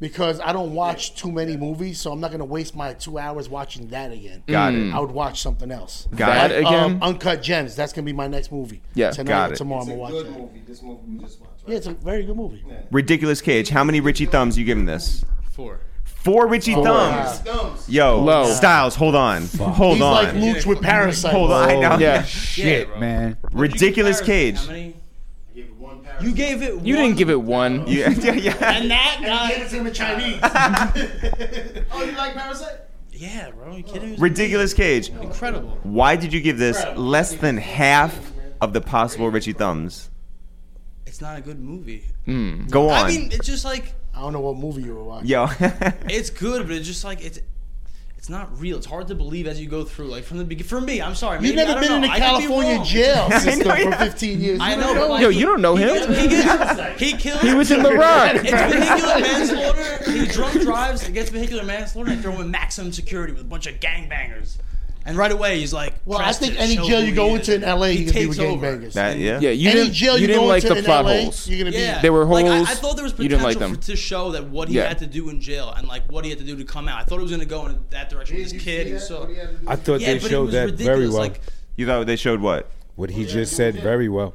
Speaker 6: Because I don't watch too many movies, so I'm not gonna waste my two hours watching that again.
Speaker 1: Got it.
Speaker 6: I would watch something else.
Speaker 1: Got
Speaker 2: That
Speaker 1: it.
Speaker 2: again.
Speaker 6: Um, Uncut Gems. That's gonna be my next movie.
Speaker 2: Yeah,
Speaker 6: tonight
Speaker 1: got
Speaker 6: or
Speaker 1: it.
Speaker 6: tomorrow
Speaker 3: It's
Speaker 6: I'm
Speaker 3: a
Speaker 6: gonna watch
Speaker 3: good
Speaker 6: it.
Speaker 3: movie. This movie we just watched.
Speaker 6: Yeah, it's a very good movie.
Speaker 1: Ridiculous Cage. How many Richie thumbs you giving this?
Speaker 4: Four.
Speaker 1: Four Richie thumbs.
Speaker 3: Thumbs.
Speaker 1: Yo,
Speaker 2: Low.
Speaker 1: Styles, hold on, hold
Speaker 6: He's
Speaker 1: on,
Speaker 6: like Luch with Parasite.
Speaker 1: hold on. I know.
Speaker 2: Yeah.
Speaker 8: Shit, man.
Speaker 1: Ridiculous Cage.
Speaker 4: How many? You gave it.
Speaker 2: You didn't give it one.
Speaker 1: Yeah, yeah, yeah.
Speaker 4: And that guy.
Speaker 6: It's in Chinese.
Speaker 3: Oh, you like Parasite?
Speaker 4: Yeah,
Speaker 1: Oh.
Speaker 4: bro. Are you kidding me?
Speaker 1: Ridiculous Cage.
Speaker 4: Incredible.
Speaker 1: Why did you give this less than half of the possible Richie Thumbs?
Speaker 4: It's not a good movie.
Speaker 1: Go on.
Speaker 4: I mean, it's just like
Speaker 6: I don't know what movie you were watching.
Speaker 1: Yo.
Speaker 4: it's good, but it's just like it's it's not real. It's hard to believe as you go through. Like from the beginning, for me, I'm sorry.
Speaker 6: You've
Speaker 4: maybe- I
Speaker 6: never
Speaker 4: don't
Speaker 6: been
Speaker 4: know.
Speaker 6: in a
Speaker 4: I could be
Speaker 6: California
Speaker 4: wrong.
Speaker 6: jail system
Speaker 1: know, yeah.
Speaker 6: for 15 years.
Speaker 4: I
Speaker 6: You
Speaker 4: know.
Speaker 6: don't
Speaker 4: but, like,
Speaker 2: Yo,
Speaker 4: he-
Speaker 2: you don't know
Speaker 4: he
Speaker 2: him.
Speaker 4: gets- He, gets, he kills.
Speaker 2: He was in The Rock.
Speaker 4: It's vehicular manslaughter. He drunk drives. It gets vehicular manslaughter. And throw him in maximum security with a bunch of gangbangers. And right away, he's like,
Speaker 6: Well, I think
Speaker 4: Preston,
Speaker 6: any
Speaker 4: show
Speaker 6: jail
Speaker 4: who
Speaker 6: you go
Speaker 4: he
Speaker 6: into
Speaker 4: is.
Speaker 6: in LA,
Speaker 4: he
Speaker 6: you can be
Speaker 4: takes
Speaker 6: with
Speaker 4: over.
Speaker 6: gangbangers.
Speaker 1: that, yeah.
Speaker 2: Yeah, you
Speaker 6: any
Speaker 2: didn't.
Speaker 6: jail you,
Speaker 2: you didn't
Speaker 6: go
Speaker 2: like
Speaker 6: into
Speaker 2: the
Speaker 6: in
Speaker 2: plot
Speaker 6: LA,
Speaker 2: holes.
Speaker 6: You're gonna be.
Speaker 4: Yeah,
Speaker 2: They were
Speaker 4: Like, I-
Speaker 2: holes.
Speaker 4: I, thought there was potential
Speaker 2: You didn't like them.
Speaker 4: For, to show that what he
Speaker 2: Yeah.
Speaker 4: had to do in jail and like what he had to do to come out. I thought it was going to go in that direction with his kid. He was so
Speaker 8: I thought
Speaker 4: yeah,
Speaker 8: they
Speaker 4: but it
Speaker 8: showed
Speaker 4: was
Speaker 8: that
Speaker 4: ridiculous.
Speaker 8: very well.
Speaker 4: Like,
Speaker 1: You thought they showed what?
Speaker 5: What he just said very well.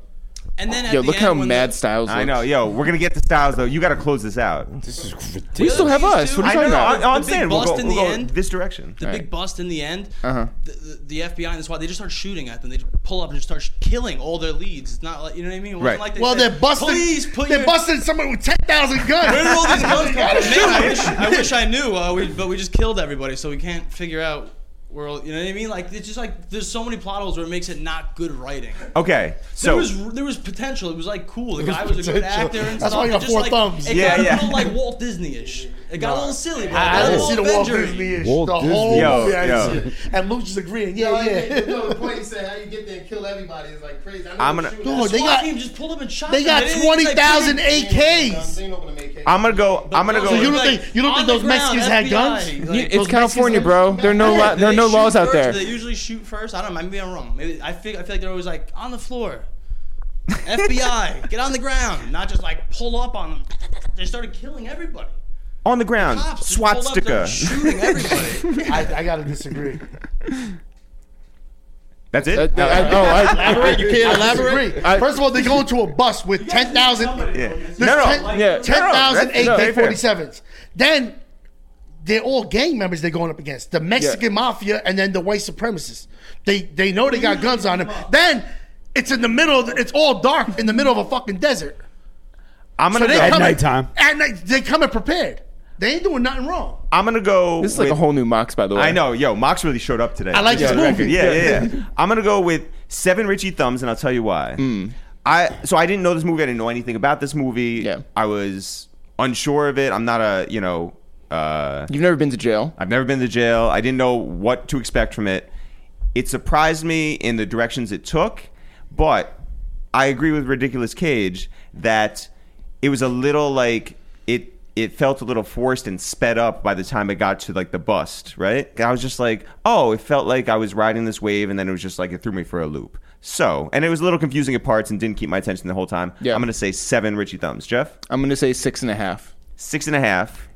Speaker 4: and then at
Speaker 2: Yo,
Speaker 4: the
Speaker 2: look
Speaker 4: end
Speaker 2: how
Speaker 4: when
Speaker 2: mad
Speaker 4: the,
Speaker 2: Styles looks.
Speaker 1: I know. Yo, we're gonna get to Styles though. You got to close this out.
Speaker 5: This is ridiculous.
Speaker 2: We still have
Speaker 4: These
Speaker 2: us.
Speaker 4: two-
Speaker 2: What are
Speaker 4: I
Speaker 2: you
Speaker 1: I
Speaker 4: know,
Speaker 2: talking
Speaker 1: know.
Speaker 2: about?
Speaker 1: I, I'm
Speaker 4: The big
Speaker 1: saying we'll
Speaker 4: bust
Speaker 1: go,
Speaker 4: in
Speaker 1: we'll
Speaker 4: the
Speaker 1: go
Speaker 4: end?
Speaker 1: this direction.
Speaker 4: the big bust in the end.
Speaker 2: Uh-huh.
Speaker 4: The, the, the FBI and the SWAT they just start shooting at them. They just pull up and just start sh- killing all their leads. It's not like you know what I mean. It wasn't
Speaker 1: Right.
Speaker 4: Like
Speaker 6: Well,
Speaker 4: said,
Speaker 6: Oh, they're busting.
Speaker 4: Please put
Speaker 6: they're
Speaker 4: your,
Speaker 6: busting someone with 10,000
Speaker 4: Where did
Speaker 6: guns.
Speaker 4: all these guns come from? Man, I, wish, I wish I knew. Uh, we, but we just killed everybody, so we can't figure out where. all- You know what I mean? Like it's just like there's so many plot holes where it makes it not good writing.
Speaker 1: Okay.
Speaker 4: There
Speaker 1: So
Speaker 4: was there was potential. It was like cool. The guy was a good
Speaker 6: potential.
Speaker 4: actor and stuff.
Speaker 6: That's why you got
Speaker 4: It
Speaker 6: four
Speaker 4: just, like,
Speaker 6: thumbs.
Speaker 4: It
Speaker 1: Yeah,
Speaker 4: got
Speaker 1: yeah.
Speaker 4: a little like Walt Disney-ish. It got a little silly. But
Speaker 6: I didn't see the Walt
Speaker 4: Disney.
Speaker 6: Disney-ish.
Speaker 5: Walt
Speaker 6: the
Speaker 5: Disney.
Speaker 6: whole
Speaker 1: Yo,
Speaker 6: movie. I didn't
Speaker 1: yo.
Speaker 6: see it. And Luke just agreeing,
Speaker 7: No,
Speaker 6: yeah,
Speaker 7: I mean, you know,
Speaker 6: yeah.
Speaker 7: the point you said how you get there and kill everybody is like crazy. I know
Speaker 1: I'm
Speaker 7: they
Speaker 1: gonna-
Speaker 7: shoot
Speaker 6: Dude,
Speaker 7: at
Speaker 6: Oh, they
Speaker 4: They
Speaker 6: got
Speaker 4: got team just pulled up and shot.
Speaker 6: they
Speaker 4: them.
Speaker 6: got
Speaker 4: didn't even, like,
Speaker 6: 20,000
Speaker 4: put it-
Speaker 7: guns.
Speaker 6: AKs.
Speaker 7: They ain't open to make cases.
Speaker 1: I'm gonna go. I'm gonna go.
Speaker 6: So you don't
Speaker 4: Like,
Speaker 6: think you don't
Speaker 4: on
Speaker 6: think
Speaker 4: the
Speaker 6: those
Speaker 4: ground,
Speaker 6: Mexicans had
Speaker 4: FBI,
Speaker 6: guns?
Speaker 4: like-
Speaker 2: It's California, bro. There are no
Speaker 6: Yeah,
Speaker 2: li-
Speaker 4: Do
Speaker 2: there are
Speaker 4: they
Speaker 2: no
Speaker 4: shoot
Speaker 2: laws out
Speaker 4: first?
Speaker 2: there.
Speaker 4: Do they usually shoot first? I don't know. Maybe I'm wrong. Maybe I feel I feel like they're always like on the floor. FBI, get on the ground, not just like pull up on them. They started killing everybody.
Speaker 1: on the ground.
Speaker 4: Cops just
Speaker 1: SWAT
Speaker 4: pulled up,
Speaker 1: sticker.
Speaker 4: started shooting everybody.
Speaker 6: I, I gotta disagree.
Speaker 1: That's it.
Speaker 2: Uh, uh, I- oh, I-
Speaker 6: You can't elaborate.
Speaker 2: I-
Speaker 6: First of all, they go into a bus with 10,000
Speaker 1: yeah.
Speaker 6: No,
Speaker 1: No, no.
Speaker 6: ten,
Speaker 2: yeah.
Speaker 1: No, no, that's- no,
Speaker 6: 10,047s. Then they're all gang members they're going up against the Mexican
Speaker 2: Yeah.
Speaker 6: mafia and then the white supremacists. They they know they got guns on them. Then it's in the middle, of the- it's all dark in the middle of a fucking desert.
Speaker 1: I'm gonna
Speaker 6: So they
Speaker 1: go.
Speaker 5: At
Speaker 6: come
Speaker 5: nighttime.
Speaker 6: At night, they come in prepared. They ain't doing nothing wrong.
Speaker 1: I'm gonna go.
Speaker 2: This is like
Speaker 1: with-
Speaker 2: a whole new Mox, by the way.
Speaker 1: I know. Yo, Mox really showed up today.
Speaker 6: I like
Speaker 1: yeah.
Speaker 6: this movie.
Speaker 1: Yeah, yeah, yeah. I'm gonna go with seven Richie thumbs, and I'll tell you why.
Speaker 2: Hmm.
Speaker 1: I so I didn't know this movie. I didn't know anything about this movie.
Speaker 2: Yeah.
Speaker 1: I was unsure of it. I'm not a you know. Uh,
Speaker 2: You've never been to jail.
Speaker 1: I've never been to jail. I didn't know what to expect from it. It surprised me in the directions it took, but I agree with Ridiculous Cage that it was a little like it it felt a little forced and sped up by the time it got to like the bust, right? I was just like, "Oh, it felt like I was riding this wave and then it was just like it threw me for a loop." So, and it was a little confusing at parts and didn't keep my attention the whole time.
Speaker 2: Yeah.
Speaker 1: I'm going to say seven Richie Thumbs. Jeff,
Speaker 2: I'm gonna say six and a half.
Speaker 1: six and a half.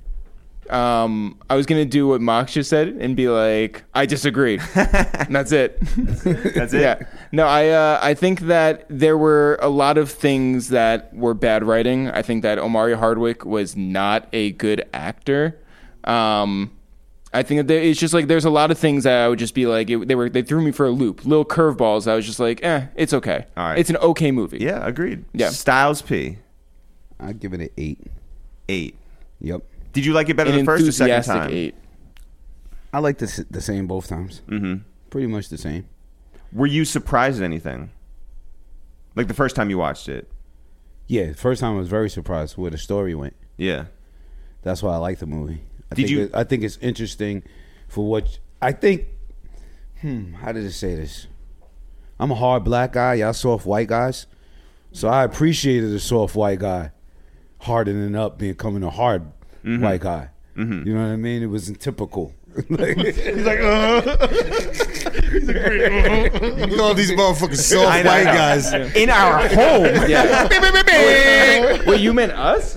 Speaker 2: Um, I was gonna do what Mox just said and be like, I disagreed. and that's it.
Speaker 1: That's it.
Speaker 2: Yeah. No, I uh, I think that there were a lot of things that were bad writing. I think that Omari Hardwick was not a good actor. Um, I think that there, it's just like there's a lot of things that I would just be like it, they were they threw me for a loop, little curveballs. I was just like, eh, it's okay.
Speaker 1: All right.
Speaker 2: It's an okay movie.
Speaker 1: Yeah, agreed.
Speaker 2: Yeah.
Speaker 1: Styles P.
Speaker 5: I give it an eight.
Speaker 1: eight.
Speaker 5: Yep.
Speaker 1: Did you like it better
Speaker 2: An
Speaker 1: the first or second
Speaker 2: enthusiastic
Speaker 1: time?
Speaker 2: eight.
Speaker 5: I like the s- the same both times. Mm-hmm. Pretty much the same.
Speaker 1: Were you surprised at anything? Like the first time you watched it?
Speaker 5: Yeah, first time I was very surprised where the story went.
Speaker 1: Yeah.
Speaker 5: That's why I like the movie. I
Speaker 1: Did
Speaker 5: think
Speaker 1: you-
Speaker 5: It, I think it's interesting for what I think. Hmm, how did I say this? I'm a hard black guy. Y'all soft white guys, so I appreciated a soft white guy hardening up, becoming a hard
Speaker 1: Mm-hmm.
Speaker 5: white guy. You know what I mean? It wasn't typical.
Speaker 6: He's like, uh. He's like, uh.
Speaker 9: Look at all these motherfucking soft
Speaker 1: I know, I
Speaker 9: white
Speaker 1: know.
Speaker 9: guys.
Speaker 1: In our home.
Speaker 2: Yeah.
Speaker 1: yeah.
Speaker 2: Wait, you meant us?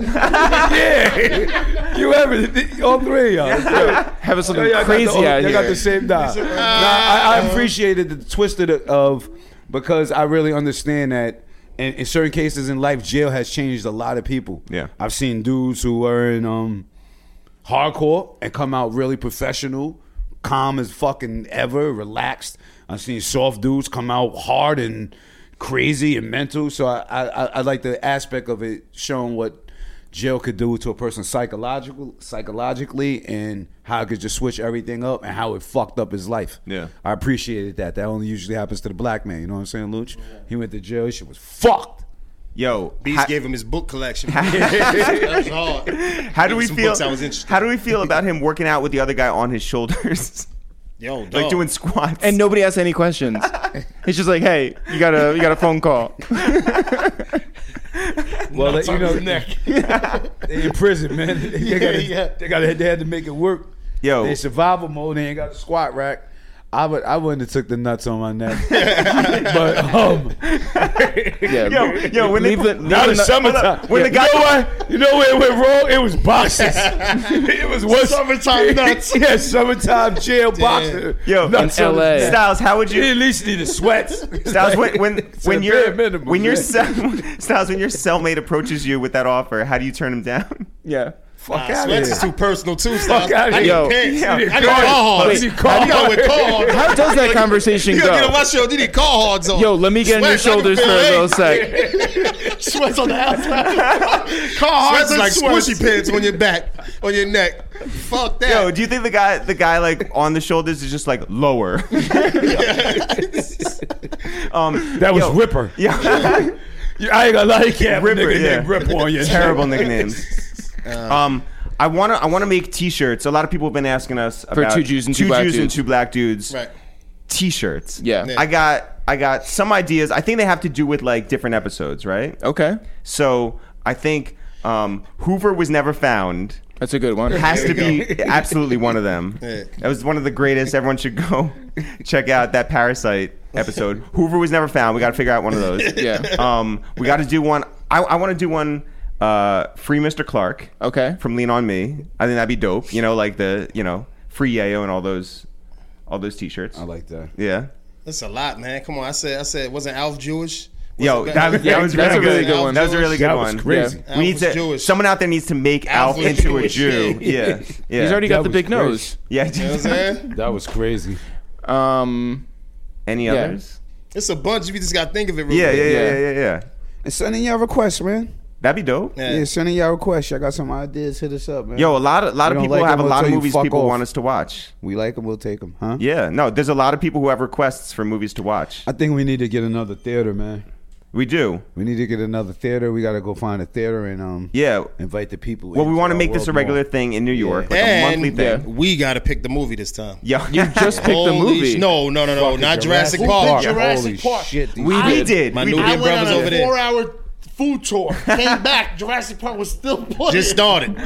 Speaker 8: you ever all three of y'all.
Speaker 2: Have us looking
Speaker 8: Yeah, I
Speaker 2: crazy
Speaker 8: got the,
Speaker 2: out
Speaker 8: I
Speaker 2: here.
Speaker 8: got the same dot. Nah, I, I appreciated the twist of, the, of because I really understand that in, in certain cases in life, jail has changed a lot of people.
Speaker 1: Yeah.
Speaker 5: I've seen dudes who were in um, hardcore and come out really professional, calm as fucking ever, relaxed. I've seen soft dudes come out hard and crazy and mental. So I I, I I like the aspect of it showing what jail could do to a person psychological psychologically and how it could just switch everything up and how it fucked up his life.
Speaker 1: Yeah.
Speaker 5: I appreciated that. That only usually happens to the black man, you know what I'm saying, Luch? He went to jail, his shit was fucked.
Speaker 1: Yo,
Speaker 3: Beast
Speaker 1: how,
Speaker 3: gave him his book collection. that was hard.
Speaker 1: how do
Speaker 3: gave
Speaker 1: we
Speaker 3: some
Speaker 1: feel?
Speaker 3: books I was interested
Speaker 1: How do we feel about him working out with the other guy on his shoulders,
Speaker 3: Yo, dog.
Speaker 1: like doing squats?
Speaker 2: and nobody asks any questions. it's just like, hey, you got a you got a phone call.
Speaker 5: Well, they- you
Speaker 6: on
Speaker 5: know,
Speaker 6: his neck.
Speaker 5: they in prison, man. They, gotta,
Speaker 6: yeah.
Speaker 5: they gotta, they had to make it work.
Speaker 1: Yo.
Speaker 5: they survival mode. They ain't got a squat rack. I would, I wouldn't have took the nuts on my neck. but um,
Speaker 2: Yeah,
Speaker 1: yo, yo, when
Speaker 2: leave
Speaker 1: they
Speaker 2: the, leave
Speaker 5: now
Speaker 2: the
Speaker 5: it's
Speaker 2: nut-
Speaker 5: summertime.
Speaker 1: when the guy-
Speaker 5: you know what? You know where it went wrong? It was boxes. it was one
Speaker 6: Summertime nuts.
Speaker 5: yeah, summertime jail boxes.
Speaker 1: Yo,
Speaker 5: nuts
Speaker 2: in
Speaker 5: on
Speaker 2: LA.
Speaker 5: his neck.
Speaker 1: Styles, how would
Speaker 5: You
Speaker 1: you?
Speaker 5: at least need the sweats.
Speaker 1: Styles, when when,
Speaker 5: It's
Speaker 1: when
Speaker 5: a
Speaker 1: your
Speaker 5: bare minimum,
Speaker 1: when your
Speaker 5: yeah.
Speaker 1: cell, Styles when your cellmate approaches you with that offer, how do you turn him down?
Speaker 2: Yeah.
Speaker 5: fuck
Speaker 3: Nah,
Speaker 5: out
Speaker 3: sweats is
Speaker 5: here.
Speaker 3: too personal too.
Speaker 5: Fuck
Speaker 3: Styles.
Speaker 5: out
Speaker 3: I
Speaker 5: here.
Speaker 3: need
Speaker 2: Yo.
Speaker 3: pants.
Speaker 1: Yeah.
Speaker 3: I need
Speaker 1: Wait,
Speaker 3: call
Speaker 2: wait,
Speaker 3: hard.
Speaker 5: You
Speaker 3: I
Speaker 5: call
Speaker 3: got with call hard.
Speaker 2: How does that conversation
Speaker 3: You gotta get on
Speaker 2: go?
Speaker 3: my shoulder. You need call hards on.
Speaker 2: Yo, let me get on your
Speaker 3: Sweats, I can
Speaker 2: shoulders for
Speaker 3: feel
Speaker 2: a
Speaker 3: it.
Speaker 2: little sec.
Speaker 6: Sweats on the outside. Car
Speaker 3: Sweats
Speaker 6: hard
Speaker 3: is like
Speaker 6: sweats.
Speaker 3: squishy pants on your back, on your neck. Fuck that.
Speaker 1: Yo, do you think the guy the guy like on the shoulders is just like lower? um,
Speaker 5: That was
Speaker 1: yo,
Speaker 5: Ripper.
Speaker 1: Yeah.
Speaker 5: I ain't gonna lie, you can't
Speaker 1: Ripper,
Speaker 5: Ripper, nigga
Speaker 1: yeah.
Speaker 5: named Ripper on your
Speaker 1: terrible nicknames. um, I want to I want to make T-shirts. A lot of people have been asking us about
Speaker 2: two Jews and two black
Speaker 1: Jews and
Speaker 2: dudes.
Speaker 1: two black dudes.
Speaker 3: Right.
Speaker 1: T-shirts.
Speaker 2: Yeah. Yeah.
Speaker 1: I got I got some ideas. I think they have to do with like different episodes, right?
Speaker 2: Okay.
Speaker 1: So I think um, Hoover was never found.
Speaker 2: That's a good one.
Speaker 1: Has to be absolutely one of them. That was one of the greatest. Everyone should go check out that Parasite episode. Hoover was never found. We got to figure out one of those.
Speaker 2: Yeah.
Speaker 1: Um, we got to do one. I, I want to do one. Uh, free Mr. Clark.
Speaker 2: Okay.
Speaker 1: From Lean on Me. I think that'd be dope. You know, like the you know free Yayo and all those, all those T-shirts.
Speaker 5: I like that.
Speaker 1: Yeah.
Speaker 3: That's a lot, man. Come on. I said, I said, wasn't Alf Jewish? Was
Speaker 1: Yo,
Speaker 3: it-
Speaker 1: that was, that was
Speaker 2: that's
Speaker 1: really
Speaker 2: a really
Speaker 1: good.
Speaker 2: good one.
Speaker 1: That was a really good
Speaker 5: That
Speaker 1: one.
Speaker 5: was crazy.
Speaker 1: We need
Speaker 3: Alf
Speaker 1: to.
Speaker 3: was Jewish.
Speaker 1: Someone out there needs to make Alf,
Speaker 3: Alf was
Speaker 1: into
Speaker 3: Jewish.
Speaker 1: a Jew. Yeah, yeah.
Speaker 2: He's already
Speaker 5: That
Speaker 2: got the
Speaker 5: was
Speaker 2: big
Speaker 5: great.
Speaker 2: nose.
Speaker 1: Yeah.
Speaker 3: You know what I'm saying?
Speaker 5: That was crazy.
Speaker 2: Um,
Speaker 1: Any others?
Speaker 3: It's a bunch. You just got to think of it real
Speaker 1: Yeah,
Speaker 3: quick.
Speaker 1: yeah, yeah,
Speaker 2: Yeah.
Speaker 1: yeah, yeah. yeah.
Speaker 10: And sending y'all requests, man.
Speaker 1: That'd be dope.
Speaker 3: Yeah.
Speaker 10: Yeah, sending y'all requests. Y'all got some ideas? Hit us up, man.
Speaker 1: Yo, a lot of lot
Speaker 10: We
Speaker 1: of
Speaker 10: don't
Speaker 1: people
Speaker 10: like
Speaker 1: have
Speaker 10: them,
Speaker 1: a
Speaker 10: we'll
Speaker 1: lot of
Speaker 10: tell you
Speaker 1: movies
Speaker 10: fuck
Speaker 1: people
Speaker 10: off.
Speaker 1: want us to watch.
Speaker 10: we like them, we'll take them, huh?
Speaker 1: Yeah, no, there's a lot of people who have requests for movies to watch.
Speaker 5: I think we need to get another theater, man.
Speaker 1: We do.
Speaker 5: We need to get another theater. We gotta go find a theater and um
Speaker 1: Yeah.
Speaker 5: invite the people.
Speaker 1: Well, we
Speaker 5: into
Speaker 1: want to
Speaker 5: our
Speaker 1: make this
Speaker 5: world
Speaker 1: a regular
Speaker 5: more.
Speaker 1: thing in New York, like a
Speaker 3: And
Speaker 1: monthly thing.
Speaker 3: we got to pick the movie this time.
Speaker 1: Yeah.
Speaker 2: you just picked the
Speaker 3: Holy
Speaker 2: movie.
Speaker 3: sh- No, no, no, no. not Jurassic, Park.
Speaker 6: Who picked Jurassic
Speaker 5: Holy
Speaker 6: Park?
Speaker 5: shit! these-
Speaker 1: We, we did.
Speaker 3: My
Speaker 1: we
Speaker 3: new
Speaker 1: did.
Speaker 3: big
Speaker 6: I went
Speaker 3: brother's
Speaker 6: on
Speaker 3: over
Speaker 6: a
Speaker 3: there.
Speaker 6: four-hour food tour. Came back. Jurassic Park was still playing.
Speaker 3: Just started.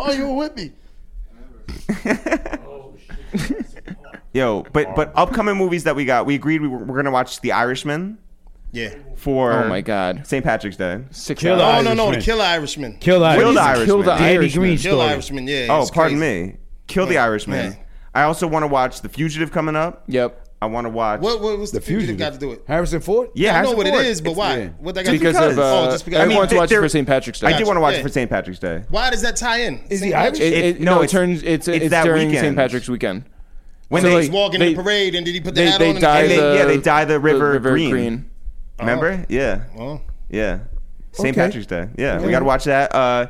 Speaker 6: oh, you were with me.
Speaker 1: Yo, but but upcoming movies that we got, we agreed we were, we're gonna watch The Irishman
Speaker 3: Yeah.
Speaker 1: for
Speaker 2: Oh my God.
Speaker 1: St. Patrick's Day.
Speaker 2: Six
Speaker 5: Kill
Speaker 2: hours.
Speaker 3: Oh, no, no.
Speaker 5: Irishman.
Speaker 3: The Killer Irishman.
Speaker 5: Kill the
Speaker 1: Kill the
Speaker 5: Irishman.
Speaker 1: Irishman.
Speaker 2: Kill the
Speaker 5: Danny
Speaker 2: Irishman.
Speaker 5: Green
Speaker 3: Kill
Speaker 5: story.
Speaker 3: Irishman. Yeah.
Speaker 1: Oh,
Speaker 3: it's
Speaker 1: pardon
Speaker 3: crazy.
Speaker 1: me. Kill the Irishman.
Speaker 3: Yeah.
Speaker 1: I also want to watch The Fugitive coming up.
Speaker 2: Yep.
Speaker 1: I want to watch.
Speaker 3: What, what was the,
Speaker 5: The
Speaker 3: fugitive
Speaker 5: Fugitive
Speaker 3: got to do it?
Speaker 5: Harrison Ford.
Speaker 1: Yeah,
Speaker 3: I know
Speaker 1: Harrison
Speaker 3: what
Speaker 1: Ford.
Speaker 3: it is, but why?
Speaker 5: yeah.
Speaker 3: What that got
Speaker 2: Because
Speaker 3: to do?
Speaker 2: of uh,
Speaker 3: oh, just because.
Speaker 2: I,
Speaker 3: I
Speaker 1: mean,
Speaker 2: want to
Speaker 1: they-
Speaker 2: watch it
Speaker 1: they're-
Speaker 2: for St. Patrick's Day.
Speaker 1: I do want to watch
Speaker 3: Yeah.
Speaker 1: it for St. Patrick's Day.
Speaker 3: why does that tie in?
Speaker 5: Is he Irish?
Speaker 2: It,
Speaker 1: It-
Speaker 2: it,
Speaker 1: no,
Speaker 2: no, it
Speaker 1: it's-
Speaker 2: turns. It's
Speaker 1: it's
Speaker 2: it's,
Speaker 1: that
Speaker 2: during
Speaker 1: weekend.
Speaker 2: St. Patrick's weekend.
Speaker 1: When
Speaker 2: So
Speaker 1: they
Speaker 2: like-
Speaker 3: He's walking
Speaker 2: They-
Speaker 3: in the parade, and did he put the
Speaker 2: They
Speaker 3: hat
Speaker 2: they
Speaker 3: on? and-
Speaker 2: dye
Speaker 1: And they-
Speaker 2: the
Speaker 1: yeah, they dye the river green.
Speaker 3: Oh.
Speaker 1: remember? Yeah,
Speaker 3: Oh.
Speaker 1: yeah. St.
Speaker 5: Okay.
Speaker 1: Patrick's Day. Yeah, we got to watch that. Uh,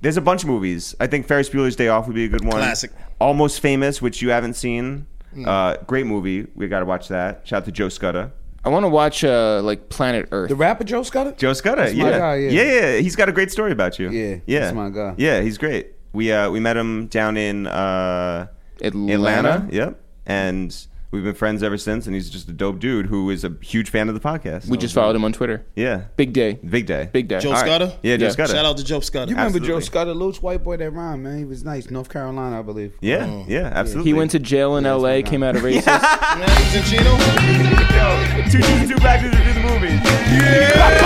Speaker 1: there's a bunch of movies. I think Ferris Bueller's Day Off would be a good one.
Speaker 3: Classic. Hmm.
Speaker 1: Almost Famous, which you haven't seen. Uh, great movie. We got to watch that. Shout out to Joe Scudder.
Speaker 2: I want to watch uh like Planet Earth.
Speaker 5: The rapper Joe Scott.
Speaker 1: Joe Scudder.
Speaker 5: my
Speaker 1: Yeah.
Speaker 5: guy,
Speaker 1: yeah,
Speaker 5: yeah.
Speaker 1: yeah, He's got a great story about you.
Speaker 5: Yeah,
Speaker 1: yeah,
Speaker 5: that's my guy.
Speaker 1: Yeah, he's great. We uh, we met him down in uh,
Speaker 2: Atlanta?
Speaker 1: Yep, and we've been friends ever since. And he's just a dope dude who is a huge fan of the podcast.
Speaker 2: we just followed him on Twitter.
Speaker 1: yeah,
Speaker 2: Big day.
Speaker 1: big day,
Speaker 2: Big day.
Speaker 3: Joe
Speaker 1: All right.
Speaker 3: Scudder.
Speaker 1: Yeah, Joe
Speaker 2: Yeah.
Speaker 1: Scudder.
Speaker 3: Shout out to Joe Scudder.
Speaker 10: You remember Joe
Speaker 1: Absolutely.
Speaker 10: Scott, the Luch white boy that rhymed, man? He was nice, North Carolina, I believe.
Speaker 1: Yeah, yeah, absolutely.
Speaker 2: He went to jail in L.A. Came out a racist.
Speaker 3: Yeah, he's in Chino.
Speaker 1: two Jews, two black dudes, do the movies.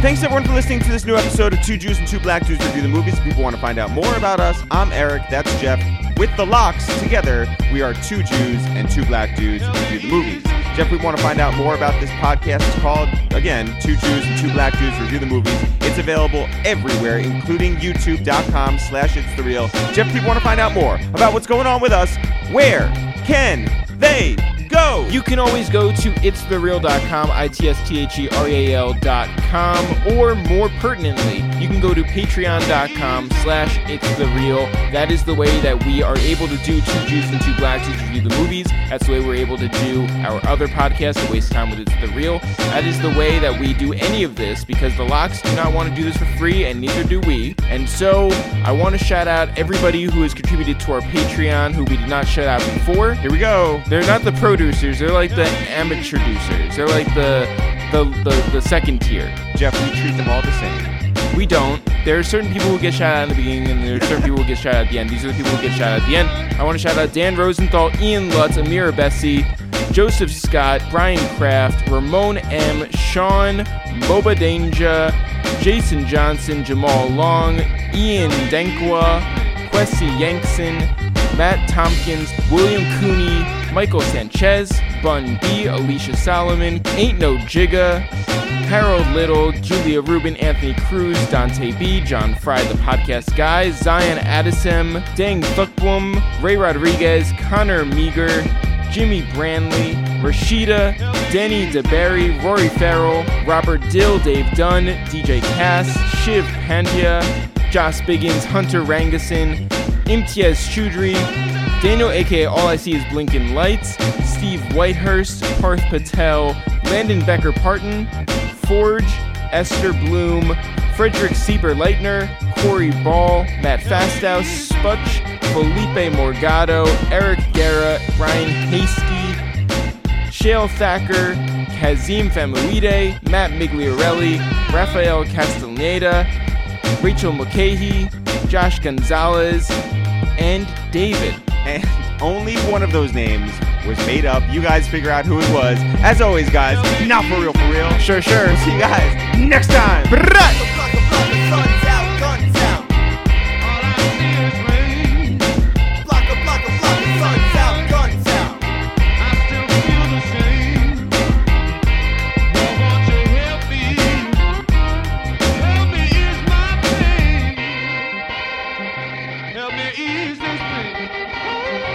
Speaker 1: Thanks everyone for listening to this new episode of Two Jews and Two Black Dudes Review the Movies. If people want to find out more about us, I'm Eric, that's Jeff. With the locks, together, we are two Jews and two black dudes review the movies. Jeff, we want to find out more about this podcast. It's called, again, Two Jews and Two Black Dudes Review the Movies. It's available everywhere, including youtube.com slash it's the real. Jeff, if people want to find out more about what's going on with us, where can they go.
Speaker 2: You can always go to itsthereal.com, E I-T-S-T-H-E-R-E-A-L dot com, or more pertinently, you can go to patreon.com slash itsthereal. That is the way that we are able to do Two Jews and Two Blacks is review the movies. That's the way we're able to do our other podcast, The Waste Time with It's The Real. That is the way that we do any of this because the locks do not want to do this for free, and neither do we. And so I want to shout out everybody who has contributed to our Patreon who we did not shout out before.
Speaker 1: Here we go.
Speaker 2: They're not the producers. They're like the amateur producers. They're like the the, the the second tier.
Speaker 1: Jeff, we treat them all the same.
Speaker 2: We don't. There are certain people who get shout out in the beginning, and there are certain people who get shout out at the end. These are the people who get shout out at the end. I want to shout out Dan Rosenthal, Ian Lutz, Amira Bessie, Joseph Scott, Brian Kraft, Ramon M, Sean, Boba Danger, Jason Johnson, Jamal Long, Ian Denkwa, Quessy Yankson, Matt Tompkins, William Cooney, Michael Sanchez, Bun B, Alicia Solomon, Ain't No Jigga, Harold Little, Julia Rubin, Anthony Cruz, Dante B, John Fry, the podcast guy, Zion Addison, Dang Thukbum, Ray Rodriguez, Connor Meager, Jimmy Branley, Rashida, Denny DeBerry, Rory Farrell, Robert Dill, Dave Dunn, DJ Cass, Shiv Pandya, Josh Biggins, Hunter Rangason, Imtiaz Chudri, Daniel aka All I See Is Blinking Lights, Steve Whitehurst, Parth Patel, Landon Becker Parton, Forge, Esther Bloom, Frederick Sieber Leitner, Corey Ball, Matt Fastow, Sputch, Felipe Morgado, Eric Guerra, Brian Hasty, Shale Thacker, Kazim Famuide, Matt Migliorelli, Rafael Castaneda, Rachel Mulcahy, Josh Gonzalez, and David.
Speaker 1: And only one of those names was made up. You guys figure out who it was. As always, guys, not for real, for real.
Speaker 2: Sure, sure.
Speaker 1: See you guys next time.
Speaker 11: Help me ease this pain.